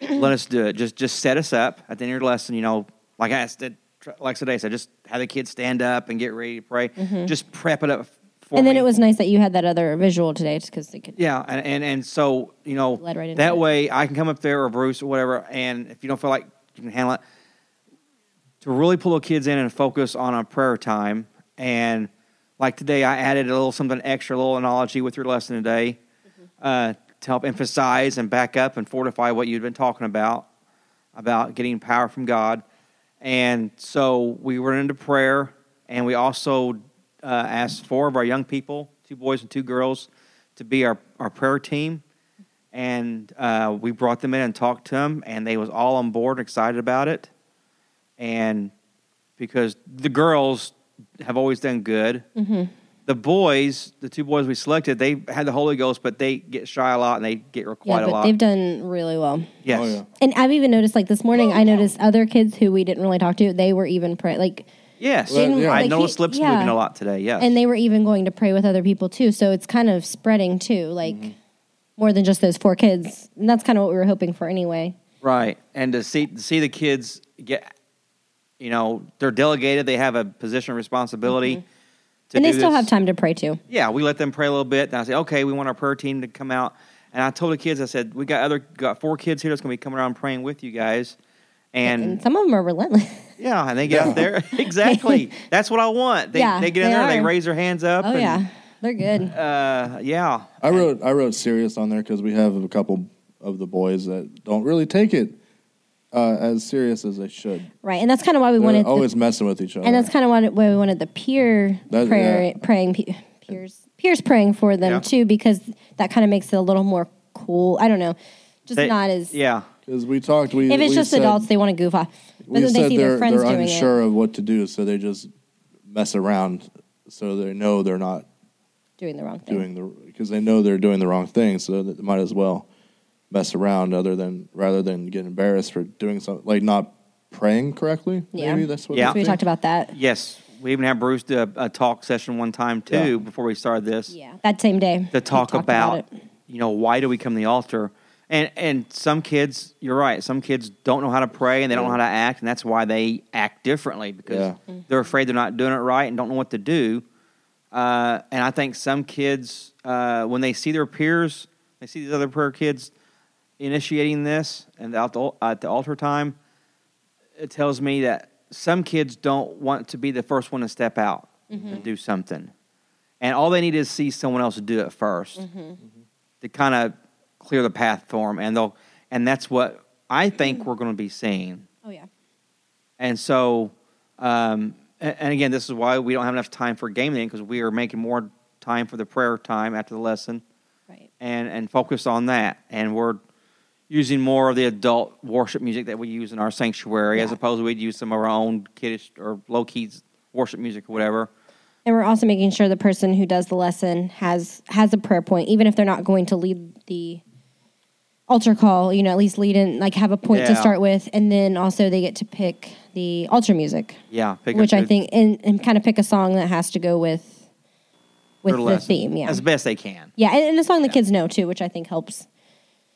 [SPEAKER 1] let us do it. Just just set us up at the end of your lesson. You know, like I said, like today, so just have the kids stand up and get ready to pray. Just prep it up. For
[SPEAKER 2] Mm-hmm. And then
[SPEAKER 1] me.
[SPEAKER 2] it was nice that you had that other visual today, just because they could.
[SPEAKER 1] Yeah, and and, and so you know
[SPEAKER 2] Led right into
[SPEAKER 1] that
[SPEAKER 2] it.
[SPEAKER 1] way I can come up there or Bruce or whatever, and if you don't feel like you can handle it, to really pull the kids in and focus on a prayer time. And like today, I added a little something extra, a little analogy with your lesson today,
[SPEAKER 2] Mm-hmm.
[SPEAKER 1] uh, to help emphasize and back up and fortify what you'd been talking about about getting power from God. And so we went into prayer, and we also uh, asked four of our young people, two boys and two girls, to be our, our prayer team. And uh, we brought them in and talked to them, and they was all on board, excited about it. And because the girls have always done good,
[SPEAKER 2] Mm-hmm.
[SPEAKER 1] the boys, the two boys we selected, they had the Holy Ghost, but they get shy a lot and they get
[SPEAKER 2] Yeah,
[SPEAKER 1] quite a
[SPEAKER 2] but
[SPEAKER 1] lot.
[SPEAKER 2] they've done really well.
[SPEAKER 1] yes.
[SPEAKER 3] Oh, yeah.
[SPEAKER 2] And I've even noticed, like this morning, I noticed other kids who we didn't really talk to, they were even pray, like,
[SPEAKER 1] Yes,
[SPEAKER 3] Didn't- yeah.
[SPEAKER 1] I
[SPEAKER 2] like,
[SPEAKER 1] noticed
[SPEAKER 2] he-
[SPEAKER 1] lips
[SPEAKER 2] yeah.
[SPEAKER 1] moving a lot today. Yes,
[SPEAKER 2] and they were even going to pray with other people too. So it's kind of spreading too, like
[SPEAKER 1] Mm-hmm.
[SPEAKER 2] more than just those four kids. And that's kind of what we were hoping for anyway.
[SPEAKER 1] right. And to see to see the kids get, you know, they're delegated. They have a position of responsibility. To
[SPEAKER 2] Mm-hmm. and they
[SPEAKER 1] do
[SPEAKER 2] still
[SPEAKER 1] this.
[SPEAKER 2] have time to pray too.
[SPEAKER 1] Yeah, we let them pray a little bit. And I said, okay, we want our prayer team to come out. And I told the kids, I said, we got other got four kids here that's going to be coming around praying with you guys.
[SPEAKER 2] And,
[SPEAKER 1] And
[SPEAKER 2] some of them are relentless.
[SPEAKER 1] yeah, and they get out there. exactly. That's what I want. They,
[SPEAKER 2] Yeah,
[SPEAKER 1] they get in
[SPEAKER 2] they
[SPEAKER 1] there, they
[SPEAKER 2] are.
[SPEAKER 1] raise their hands up.
[SPEAKER 2] oh
[SPEAKER 1] and,
[SPEAKER 2] yeah, they're good.
[SPEAKER 1] Uh, yeah.
[SPEAKER 3] I wrote I wrote serious on there because we have a couple of the boys that don't really take it uh, as serious as they should.
[SPEAKER 2] right, and that's kind of why we
[SPEAKER 3] They're
[SPEAKER 2] wanted. the-
[SPEAKER 3] always messing with each other.
[SPEAKER 2] and that's kind of why why we wanted the peer
[SPEAKER 3] That-
[SPEAKER 2] prayer
[SPEAKER 3] yeah.
[SPEAKER 2] praying pe- peers peers praying for them
[SPEAKER 1] Yeah.
[SPEAKER 2] too because that kind of makes it a little more cool. I don't know, just
[SPEAKER 1] They-
[SPEAKER 2] not as
[SPEAKER 1] Yeah.
[SPEAKER 3] because we talked. We
[SPEAKER 2] if it's
[SPEAKER 3] we
[SPEAKER 2] just
[SPEAKER 3] said,
[SPEAKER 2] adults they want to goof off, but
[SPEAKER 3] we
[SPEAKER 2] then they
[SPEAKER 3] said
[SPEAKER 2] see
[SPEAKER 3] they're
[SPEAKER 2] their friends
[SPEAKER 3] they're
[SPEAKER 2] doing
[SPEAKER 3] unsure
[SPEAKER 2] it.
[SPEAKER 3] of what to do, so they just mess around, so they know they're not
[SPEAKER 2] Doing the wrong thing.
[SPEAKER 3] doing the because they know they're doing the wrong thing, so they might as well mess around other than rather than get embarrassed for doing something like not praying correctly.
[SPEAKER 2] Yeah.
[SPEAKER 3] Maybe that's what
[SPEAKER 1] Yeah.
[SPEAKER 3] they
[SPEAKER 2] We
[SPEAKER 3] think.
[SPEAKER 2] talked about that.
[SPEAKER 1] Yes. We even had Bruce do a, a talk session one time, too,
[SPEAKER 3] Yeah.
[SPEAKER 1] before we started this.
[SPEAKER 2] Yeah, that same day.
[SPEAKER 1] to
[SPEAKER 2] We
[SPEAKER 1] talk
[SPEAKER 2] talked
[SPEAKER 1] about,
[SPEAKER 2] it.
[SPEAKER 1] you know why do we come to the altar and and some kids you're right some kids don't know how to pray and they don't know how to act and that's why they act differently because
[SPEAKER 3] Yeah.
[SPEAKER 1] they're afraid they're not doing it right and don't know what to do uh, and i think some kids uh, when they see their peers they see these other prayer kids initiating this and at the, at the altar time it tells me that some kids don't want to be the first one to step out and do something. And all they need is see someone else do it 1st to kind of clear the path for them. And they'll, and that's what I think we're going to be seeing.
[SPEAKER 2] Oh yeah.
[SPEAKER 1] And so, um, a- and again, this is why we don't have enough time for game then because we are making more time for the prayer time after the lesson
[SPEAKER 2] Right.
[SPEAKER 1] and and focus on that. And we're using more of the adult worship music that we use in our sanctuary as
[SPEAKER 2] Yeah.
[SPEAKER 1] opposed to we'd use some of our own kiddish or low key worship music or whatever.
[SPEAKER 2] And we're also making sure the person who does the lesson has has a prayer point, even if they're not going to lead the altar call. You know, at least lead in like have a point to
[SPEAKER 1] Yeah.
[SPEAKER 2] start with, and then also they get to pick the altar music,
[SPEAKER 1] Yeah, pick up
[SPEAKER 2] which I
[SPEAKER 1] the-
[SPEAKER 2] think and, and kind of pick a song that has to go with with
[SPEAKER 1] their
[SPEAKER 2] the
[SPEAKER 1] lesson
[SPEAKER 2] theme. Yeah,
[SPEAKER 1] as best they can.
[SPEAKER 2] yeah, and, and a song the kids know too, which I think helps.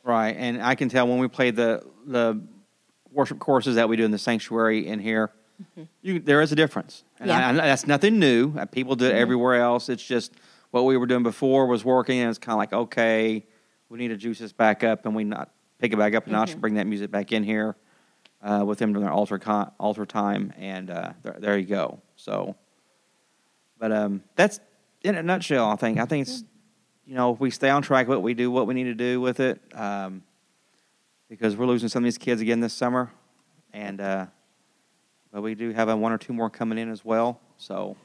[SPEAKER 1] Right, and I can tell when we play the the worship courses that we do in the sanctuary in here, you, there is a difference. And
[SPEAKER 2] Yeah.
[SPEAKER 1] I, I know that's nothing new. Uh, People do it everywhere else. It's just what we were doing before was working, and it's kind of like okay, we need to juice this back up, and we not pick it back up a notch and bring that music back in here uh, with them during their altar con- altar time, and uh, there, there you go. So, but um, that's in a nutshell. I think I think it's you know, if we stay on track with it, we do what we need to do with it, um, because we're losing some of these kids again this summer, and uh, but we do have a one or two more coming in as well. So,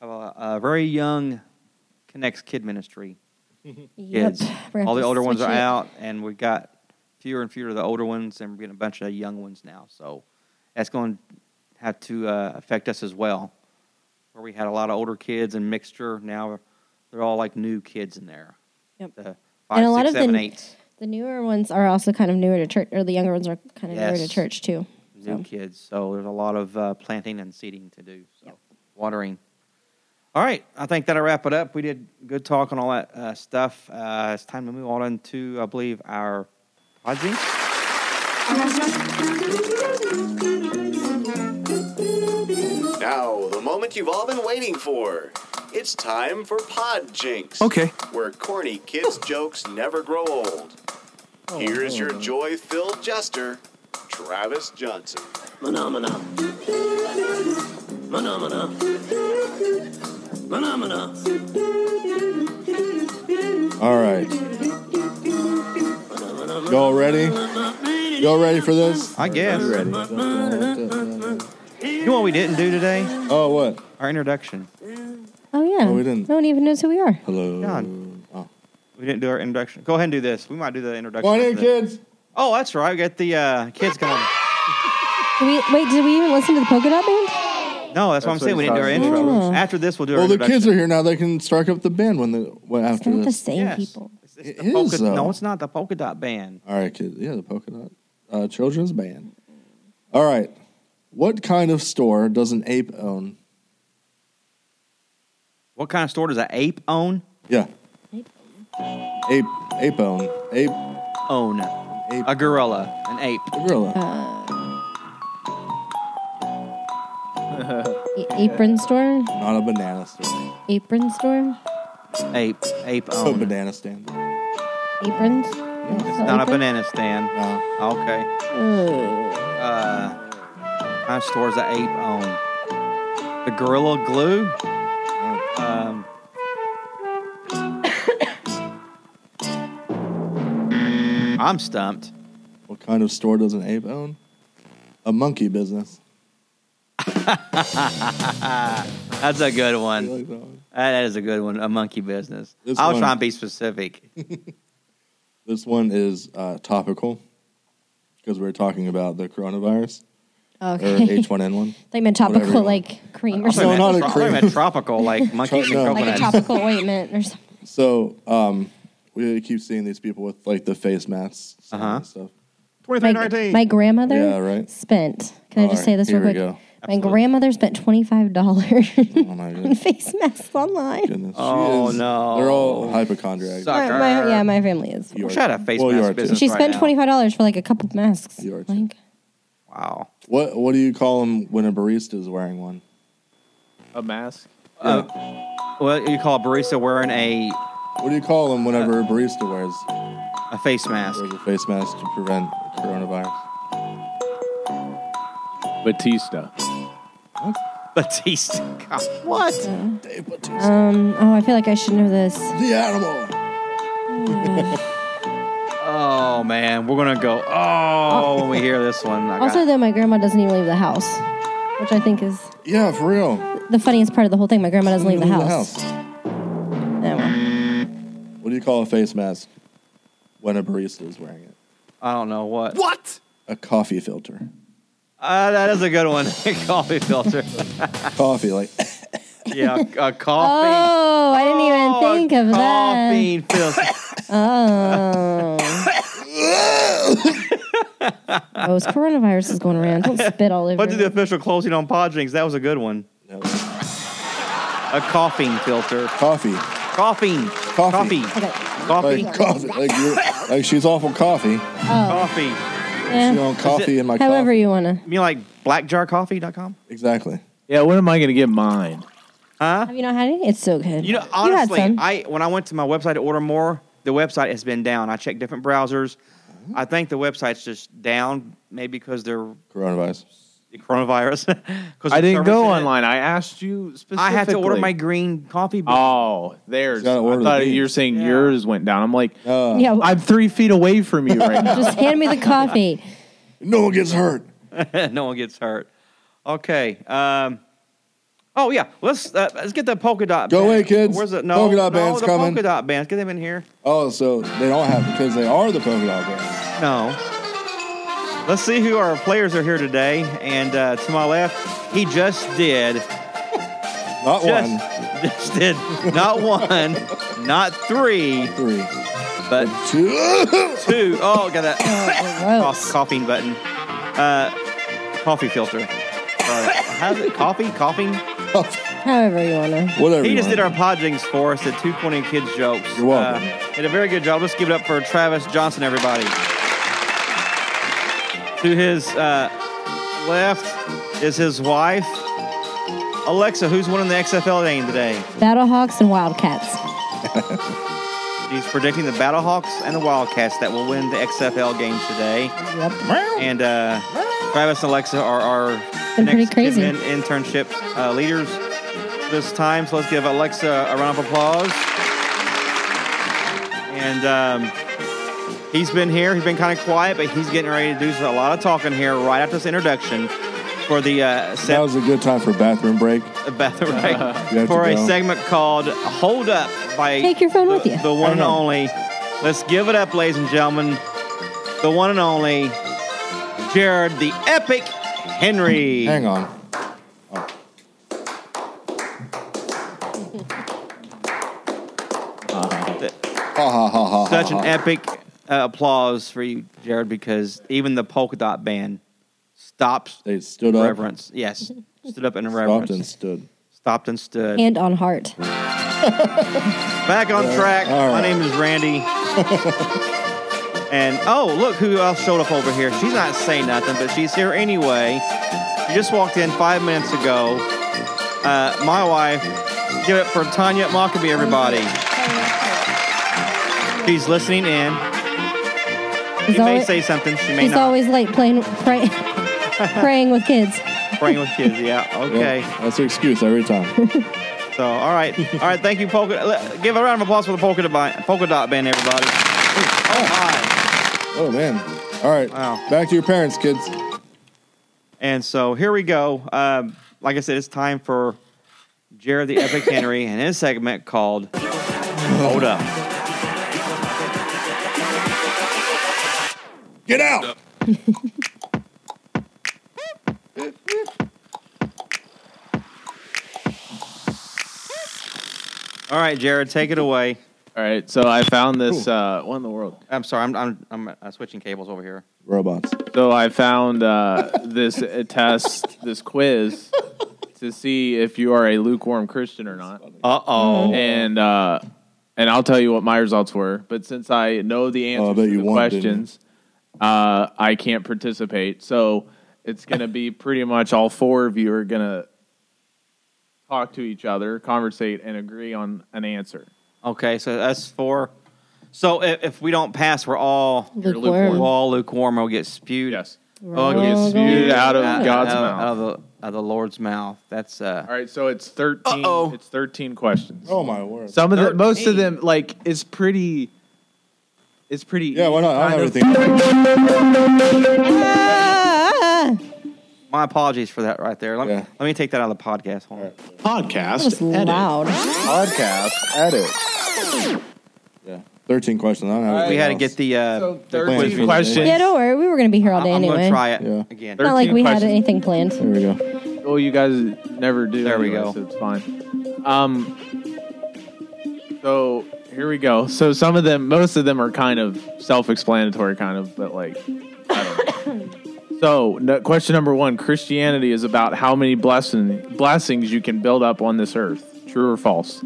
[SPEAKER 1] have a, a very young connects kid ministry kids.
[SPEAKER 2] Yep. We're gonna
[SPEAKER 1] All the
[SPEAKER 2] have to
[SPEAKER 1] older ones
[SPEAKER 2] switch
[SPEAKER 1] are
[SPEAKER 2] it.
[SPEAKER 1] out, and we got fewer and fewer of the older ones, and we're getting a bunch of young ones now. So that's going to have to uh, affect us as well. Where we had a lot of older kids and mixture, now they're all like new kids in there.
[SPEAKER 2] Yep.
[SPEAKER 1] The five,
[SPEAKER 2] And a lot
[SPEAKER 1] six,
[SPEAKER 2] of the-
[SPEAKER 1] seven, eights,
[SPEAKER 2] The newer ones are also kind of newer to church, or the younger ones are kind of newer
[SPEAKER 1] Yes.
[SPEAKER 2] to church too.
[SPEAKER 1] new
[SPEAKER 2] So.
[SPEAKER 1] kids. So there's a lot of uh, planting and seeding to do. So watering. All right, I think that'll wrap it up. We did good talk on all that uh, stuff. Uh, it's time to move on into, I believe, our Podzinc.
[SPEAKER 5] Now, the moment you've all been waiting for. It's time for Pod Jinx.
[SPEAKER 7] Okay.
[SPEAKER 5] Where corny kids' jokes never grow old. Here's your joy filled jester, Travis Johnson.
[SPEAKER 8] Phenomena. Phenomena. Phenomena.
[SPEAKER 3] All right. Y'all ready? Y'all ready for this?
[SPEAKER 1] I guess. You know what we didn't do today?
[SPEAKER 3] Oh, what?
[SPEAKER 1] Our introduction.
[SPEAKER 2] Oh yeah.
[SPEAKER 3] Oh, we didn't.
[SPEAKER 2] No one even knows who we are.
[SPEAKER 3] Hello.
[SPEAKER 1] John.
[SPEAKER 3] Oh.
[SPEAKER 1] We didn't do our introduction. Go ahead and do this. We might do the introduction.
[SPEAKER 3] Morning,
[SPEAKER 1] after that.
[SPEAKER 3] kids.
[SPEAKER 1] Oh, that's right. We got the uh, kids coming.
[SPEAKER 2] Did we, wait, did we even listen to the polka dot band?
[SPEAKER 1] No, that's, what I'm
[SPEAKER 4] That's what
[SPEAKER 1] saying. We
[SPEAKER 4] he's
[SPEAKER 1] didn't do our
[SPEAKER 4] talking
[SPEAKER 1] intro.
[SPEAKER 2] about. Yeah.
[SPEAKER 1] After this, we'll do our
[SPEAKER 3] Well, the
[SPEAKER 1] introduction.
[SPEAKER 3] kids are here now. They can strike up the band when the when
[SPEAKER 2] It's
[SPEAKER 3] after
[SPEAKER 2] not the
[SPEAKER 3] this.
[SPEAKER 2] same
[SPEAKER 1] Yes.
[SPEAKER 2] people.
[SPEAKER 1] It's, it's
[SPEAKER 3] It
[SPEAKER 1] the polka,
[SPEAKER 3] is, though.
[SPEAKER 1] no, it's not the polka dot band.
[SPEAKER 3] All right, kids. Yeah, the polka dot uh, children's band. All right. What kind of store does an ape own?
[SPEAKER 1] What kind of store does an ape own?
[SPEAKER 3] Yeah.
[SPEAKER 2] Ape
[SPEAKER 3] Ape. Ape own. Ape.
[SPEAKER 1] Own.
[SPEAKER 3] Ape.
[SPEAKER 1] A gorilla. An ape.
[SPEAKER 3] gorilla.
[SPEAKER 2] A- apron store?
[SPEAKER 3] Not a banana
[SPEAKER 2] Oh,
[SPEAKER 3] stand.
[SPEAKER 2] Apron store?
[SPEAKER 1] Ape. Ape
[SPEAKER 3] A
[SPEAKER 1] own.
[SPEAKER 3] banana stand. No.
[SPEAKER 2] Aprons?
[SPEAKER 1] It's not a
[SPEAKER 2] Apron?
[SPEAKER 1] banana stand. Okay.
[SPEAKER 2] Hmm.
[SPEAKER 1] Uh, what kind of store does an ape own? The gorilla glue? Um, um, I'm stumped.
[SPEAKER 3] What kind of store does an ape own? A monkey business.
[SPEAKER 1] That's a good
[SPEAKER 3] You
[SPEAKER 1] one.
[SPEAKER 3] like that one?
[SPEAKER 1] That is a good one. A monkey business.
[SPEAKER 3] This
[SPEAKER 1] I'll
[SPEAKER 3] one-
[SPEAKER 1] try and be specific.
[SPEAKER 3] This one is uh, topical because we're talking about the coronavirus or
[SPEAKER 2] Okay.
[SPEAKER 3] H1N1.
[SPEAKER 2] they meant
[SPEAKER 3] Whatever you
[SPEAKER 2] topical,
[SPEAKER 3] want.
[SPEAKER 2] like cream or
[SPEAKER 1] I'm talking
[SPEAKER 3] So
[SPEAKER 2] something.
[SPEAKER 3] not a
[SPEAKER 1] about- I'm talking
[SPEAKER 3] cream.
[SPEAKER 1] about tropical, like monkeys
[SPEAKER 3] no.
[SPEAKER 1] and
[SPEAKER 3] Like
[SPEAKER 2] like a
[SPEAKER 1] coconuts.
[SPEAKER 2] topical ointment or something.
[SPEAKER 3] So um, we keep seeing these people with like the face masks and
[SPEAKER 1] Uh-huh.
[SPEAKER 3] stuff.
[SPEAKER 2] My, my grandmother
[SPEAKER 3] Yeah, right.
[SPEAKER 2] spent, can I
[SPEAKER 3] All
[SPEAKER 2] just say
[SPEAKER 3] right,
[SPEAKER 2] this
[SPEAKER 3] here
[SPEAKER 2] real
[SPEAKER 3] we
[SPEAKER 2] quick?
[SPEAKER 3] go.
[SPEAKER 2] My grandmother spent $25
[SPEAKER 3] Oh my
[SPEAKER 2] on
[SPEAKER 3] goodness.
[SPEAKER 2] face masks online.
[SPEAKER 3] goodness. She
[SPEAKER 1] Oh,
[SPEAKER 3] is-
[SPEAKER 1] no.
[SPEAKER 3] They're all hypochondriacs.
[SPEAKER 1] Suck.
[SPEAKER 2] My, my, yeah, my family is.
[SPEAKER 3] You are-
[SPEAKER 1] Shut up, face
[SPEAKER 3] Well, you are
[SPEAKER 1] mask
[SPEAKER 3] too.
[SPEAKER 1] business
[SPEAKER 2] She
[SPEAKER 1] right
[SPEAKER 2] spent
[SPEAKER 1] now.
[SPEAKER 2] $25 for like a couple masks.
[SPEAKER 3] You are too.
[SPEAKER 2] Like,
[SPEAKER 1] Wow.
[SPEAKER 3] What What do you call them when a barista is wearing one?
[SPEAKER 4] A mask.
[SPEAKER 1] Well, you call a barista wearing a,
[SPEAKER 3] What do you call them whenever a barista wears
[SPEAKER 1] a face mask.
[SPEAKER 3] wears a face mask to prevent coronavirus?
[SPEAKER 4] Batista.
[SPEAKER 3] What?
[SPEAKER 1] Batista. God, what?
[SPEAKER 3] Dave Bautista,
[SPEAKER 2] Um, oh, I feel like I should know this.
[SPEAKER 3] the animal.
[SPEAKER 1] Oh man, we're gonna go. Oh, when we hear this one. I
[SPEAKER 2] Also,
[SPEAKER 1] got,
[SPEAKER 2] though, my grandma doesn't even leave the house, which I think is
[SPEAKER 3] Yeah, for real.
[SPEAKER 2] the funniest part of the whole thing. My grandma doesn't leave the house. Anyway.
[SPEAKER 3] What do you call a face mask when a barista is wearing it?
[SPEAKER 1] I don't know what. What?
[SPEAKER 3] A coffee filter.
[SPEAKER 1] Uh, that is a good one. coffee filter.
[SPEAKER 3] Coffee, like
[SPEAKER 1] yeah, a, a coffee.
[SPEAKER 2] Oh, I didn't even think of that.
[SPEAKER 1] coffee filter.
[SPEAKER 2] Oh. oh, this coronavirus is going around. Don't spit all over.
[SPEAKER 1] What did the
[SPEAKER 2] me.
[SPEAKER 1] official closing on Podrings? That was a good one.
[SPEAKER 3] no, it's
[SPEAKER 1] A coughing filter.
[SPEAKER 3] coffee,
[SPEAKER 1] Coughing.
[SPEAKER 3] Coffee.
[SPEAKER 1] Coffee.
[SPEAKER 2] Okay.
[SPEAKER 1] Coffee.
[SPEAKER 3] like coffee, like, you like she's awful coffee.
[SPEAKER 1] Coffee.
[SPEAKER 3] You
[SPEAKER 2] Yeah.
[SPEAKER 3] know, coffee in my
[SPEAKER 2] However
[SPEAKER 3] coffee.
[SPEAKER 2] you wanna.
[SPEAKER 1] You mean like blackjarcoffee.com?
[SPEAKER 3] exactly.
[SPEAKER 4] Yeah, when am I going to get mine?
[SPEAKER 1] Huh?
[SPEAKER 2] Have you not had any? It's so good.
[SPEAKER 1] You know,
[SPEAKER 2] had
[SPEAKER 1] honestly,
[SPEAKER 2] some.
[SPEAKER 1] I when I went to my website to order more, the website has been down. I checked different browsers. I think the website's just down, maybe because they're
[SPEAKER 3] Coronavirus.
[SPEAKER 1] the coronavirus. Because
[SPEAKER 4] I didn't go online. I asked you specifically.
[SPEAKER 1] I had to order my green coffee. bean.
[SPEAKER 4] Oh,
[SPEAKER 3] You
[SPEAKER 4] there's.
[SPEAKER 3] gotta order
[SPEAKER 4] I
[SPEAKER 3] the
[SPEAKER 4] thought
[SPEAKER 3] beans.
[SPEAKER 4] you were saying
[SPEAKER 1] Yeah.
[SPEAKER 4] yours went down. I'm like,
[SPEAKER 3] Uh,
[SPEAKER 2] yeah,
[SPEAKER 4] I'm three feet away from you right now.
[SPEAKER 2] just hand me the coffee.
[SPEAKER 3] No one gets hurt.
[SPEAKER 1] no one gets hurt. Okay. Um, oh yeah, let's uh, let's get the polka dot.
[SPEAKER 3] Go
[SPEAKER 1] band.
[SPEAKER 3] away, kids.
[SPEAKER 1] Where's the no
[SPEAKER 3] Polka dot
[SPEAKER 1] no,
[SPEAKER 3] band's
[SPEAKER 1] the
[SPEAKER 3] coming.
[SPEAKER 1] Polka dot bands. Get them in here.
[SPEAKER 3] Oh, so they don't have because they are the polka dot band.
[SPEAKER 1] No. Let's see who our players are here today. And uh, to my left, he just did.
[SPEAKER 3] Not
[SPEAKER 1] Just,
[SPEAKER 3] one,
[SPEAKER 1] just did not one, not three,
[SPEAKER 3] three,
[SPEAKER 1] but
[SPEAKER 3] two.
[SPEAKER 1] two. Oh, got that
[SPEAKER 2] Oh,
[SPEAKER 1] cough, coughing button. Uh, coffee filter. Sorry. How's it? Coffee? Coughing?
[SPEAKER 2] However you wanna.
[SPEAKER 3] Whatever.
[SPEAKER 1] He
[SPEAKER 3] you
[SPEAKER 1] just
[SPEAKER 3] want.
[SPEAKER 1] did our podgings for us, the 220 Kids jokes.
[SPEAKER 3] You're welcome.
[SPEAKER 1] Uh, did a very good job. Let's give it up for Travis Johnson, everybody. to his uh, left is his wife. Alexa, who's winning the XFL game today?
[SPEAKER 2] Battlehawks and Wildcats.
[SPEAKER 1] He's predicting the Battlehawks and the Wildcats that will win the XFL game today.
[SPEAKER 2] Yep.
[SPEAKER 1] And uh, Travis and Alexa are our
[SPEAKER 2] Been pretty
[SPEAKER 1] next
[SPEAKER 2] crazy.
[SPEAKER 1] Kidman internship uh, leaders this time. So let's give Alexa a round of applause. And um, he's been here. He's been kind of quiet, but he's getting ready to do a lot of talking here right after this introduction for the uh,
[SPEAKER 3] That
[SPEAKER 1] set,
[SPEAKER 3] was a good time for bathroom break.
[SPEAKER 1] Beth,
[SPEAKER 3] You
[SPEAKER 1] right,
[SPEAKER 3] have to
[SPEAKER 1] for a
[SPEAKER 3] go.
[SPEAKER 1] segment called "Hold Up" by
[SPEAKER 2] Take your phone
[SPEAKER 1] the,
[SPEAKER 2] with you.
[SPEAKER 1] the one and
[SPEAKER 3] know.
[SPEAKER 1] only. Let's give it up, ladies and gentlemen. The one and only Jared, the epic Henry.
[SPEAKER 3] Hang on.
[SPEAKER 1] Oh.
[SPEAKER 3] Ha ha ha ha.
[SPEAKER 1] Such
[SPEAKER 3] ha,
[SPEAKER 1] an
[SPEAKER 3] ha.
[SPEAKER 1] epic uh, applause for you, Jared, because even the polka dot band stops
[SPEAKER 3] They stood up,
[SPEAKER 1] reverence. Yes, stood up
[SPEAKER 3] stopped,
[SPEAKER 1] in
[SPEAKER 3] and
[SPEAKER 1] reverence.
[SPEAKER 3] stood.
[SPEAKER 1] Stopped and stood.
[SPEAKER 2] And on heart.
[SPEAKER 1] Back on track.
[SPEAKER 3] All
[SPEAKER 1] My
[SPEAKER 3] right.
[SPEAKER 1] name is Randy. and oh, look who else showed up over here. She's not saying nothing, but she's here anyway. She just walked in five minutes ago. Uh, my wife. Give it up for Tanya Mockaby, everybody. She's listening in. She
[SPEAKER 2] He's
[SPEAKER 1] may
[SPEAKER 2] always-
[SPEAKER 1] say something. She may
[SPEAKER 2] She's
[SPEAKER 1] not.
[SPEAKER 2] always late playing, pray, praying with kids.
[SPEAKER 1] Praying with kids. Yeah.
[SPEAKER 3] Yeah,
[SPEAKER 1] Okay.
[SPEAKER 3] that's her excuse every time.
[SPEAKER 1] So, all right, all right. Thank you, polka. let- Give a round of applause for the polka dot band, polka dot band everybody. Oh my!
[SPEAKER 3] oh man. All right.
[SPEAKER 1] Wow.
[SPEAKER 3] Back to your parents, kids.
[SPEAKER 1] And so here we go. Um, like I said, it's time for Jared the Epic Henry and his segment called "Hold Up."
[SPEAKER 3] Get out.
[SPEAKER 1] All right, Jared, take it away.
[SPEAKER 4] All right, so I found this. Uh, what in the world?
[SPEAKER 1] I'm sorry, I'm I'm, I'm uh, switching cables over here.
[SPEAKER 3] Robots.
[SPEAKER 4] So I found uh, this uh, test, this quiz, to see if you are a lukewarm Christian or not.
[SPEAKER 1] Uh oh.
[SPEAKER 4] and uh, and I'll tell you what my results were. But since I know the
[SPEAKER 3] Oh, I
[SPEAKER 4] answers
[SPEAKER 3] bet
[SPEAKER 4] to
[SPEAKER 3] you
[SPEAKER 4] the
[SPEAKER 3] won, didn't you?
[SPEAKER 4] questions, uh, I can't participate. So it's going to be pretty much all four of you are going to talk to each other, conversate, and agree on an answer.
[SPEAKER 1] Okay, so that's four. So if, if we don't pass, we're all
[SPEAKER 2] Lukewarm.
[SPEAKER 1] we're all lukewarm. We'll get spewed.
[SPEAKER 4] Yes. Oh, gets spewed out of
[SPEAKER 2] Ah.
[SPEAKER 4] God's
[SPEAKER 1] out,
[SPEAKER 4] mouth.
[SPEAKER 1] out of the, out of the Lord's mouth. That's uh,
[SPEAKER 4] All right, so it's 13
[SPEAKER 5] Uh-oh.
[SPEAKER 4] It's thirteen questions.
[SPEAKER 3] Oh my word!
[SPEAKER 4] Some of the most
[SPEAKER 1] 13.
[SPEAKER 4] of them like it's pretty. It's pretty.
[SPEAKER 3] yeah, why not? I
[SPEAKER 4] kind
[SPEAKER 3] don't
[SPEAKER 4] of-
[SPEAKER 3] have anything.
[SPEAKER 2] Ah,
[SPEAKER 1] my apologies for that right there. Let me
[SPEAKER 3] Yeah.
[SPEAKER 1] let me take that out of the podcast. Hold on.
[SPEAKER 2] that
[SPEAKER 6] Podcast
[SPEAKER 2] was
[SPEAKER 6] edit.
[SPEAKER 2] loud.
[SPEAKER 4] podcast edit.
[SPEAKER 3] Yeah, thirteen questions. I don't have.
[SPEAKER 4] All right.
[SPEAKER 1] We had to
[SPEAKER 3] anything
[SPEAKER 1] get the uh,
[SPEAKER 4] So
[SPEAKER 3] plans for the
[SPEAKER 1] the
[SPEAKER 4] thirteen
[SPEAKER 3] day.
[SPEAKER 4] questions.
[SPEAKER 2] Yeah, don't worry. We were going to be here all
[SPEAKER 1] I'm
[SPEAKER 2] day
[SPEAKER 1] gonna
[SPEAKER 2] anyway.
[SPEAKER 1] try it
[SPEAKER 3] Yeah.
[SPEAKER 1] again.
[SPEAKER 2] Not like we
[SPEAKER 4] 13
[SPEAKER 2] had
[SPEAKER 4] questions.
[SPEAKER 2] anything planned.
[SPEAKER 3] else. There we go.
[SPEAKER 4] Well, you guys never do.
[SPEAKER 1] There we
[SPEAKER 4] anyway,
[SPEAKER 1] go.
[SPEAKER 4] So it's fine. Um. So here we go. So some of them, most of them are kind of self-explanatory, kind of, but like, I don't know. so no, question number one: Christianity is about how many blessing, blessings you can build up on this earth. True or false?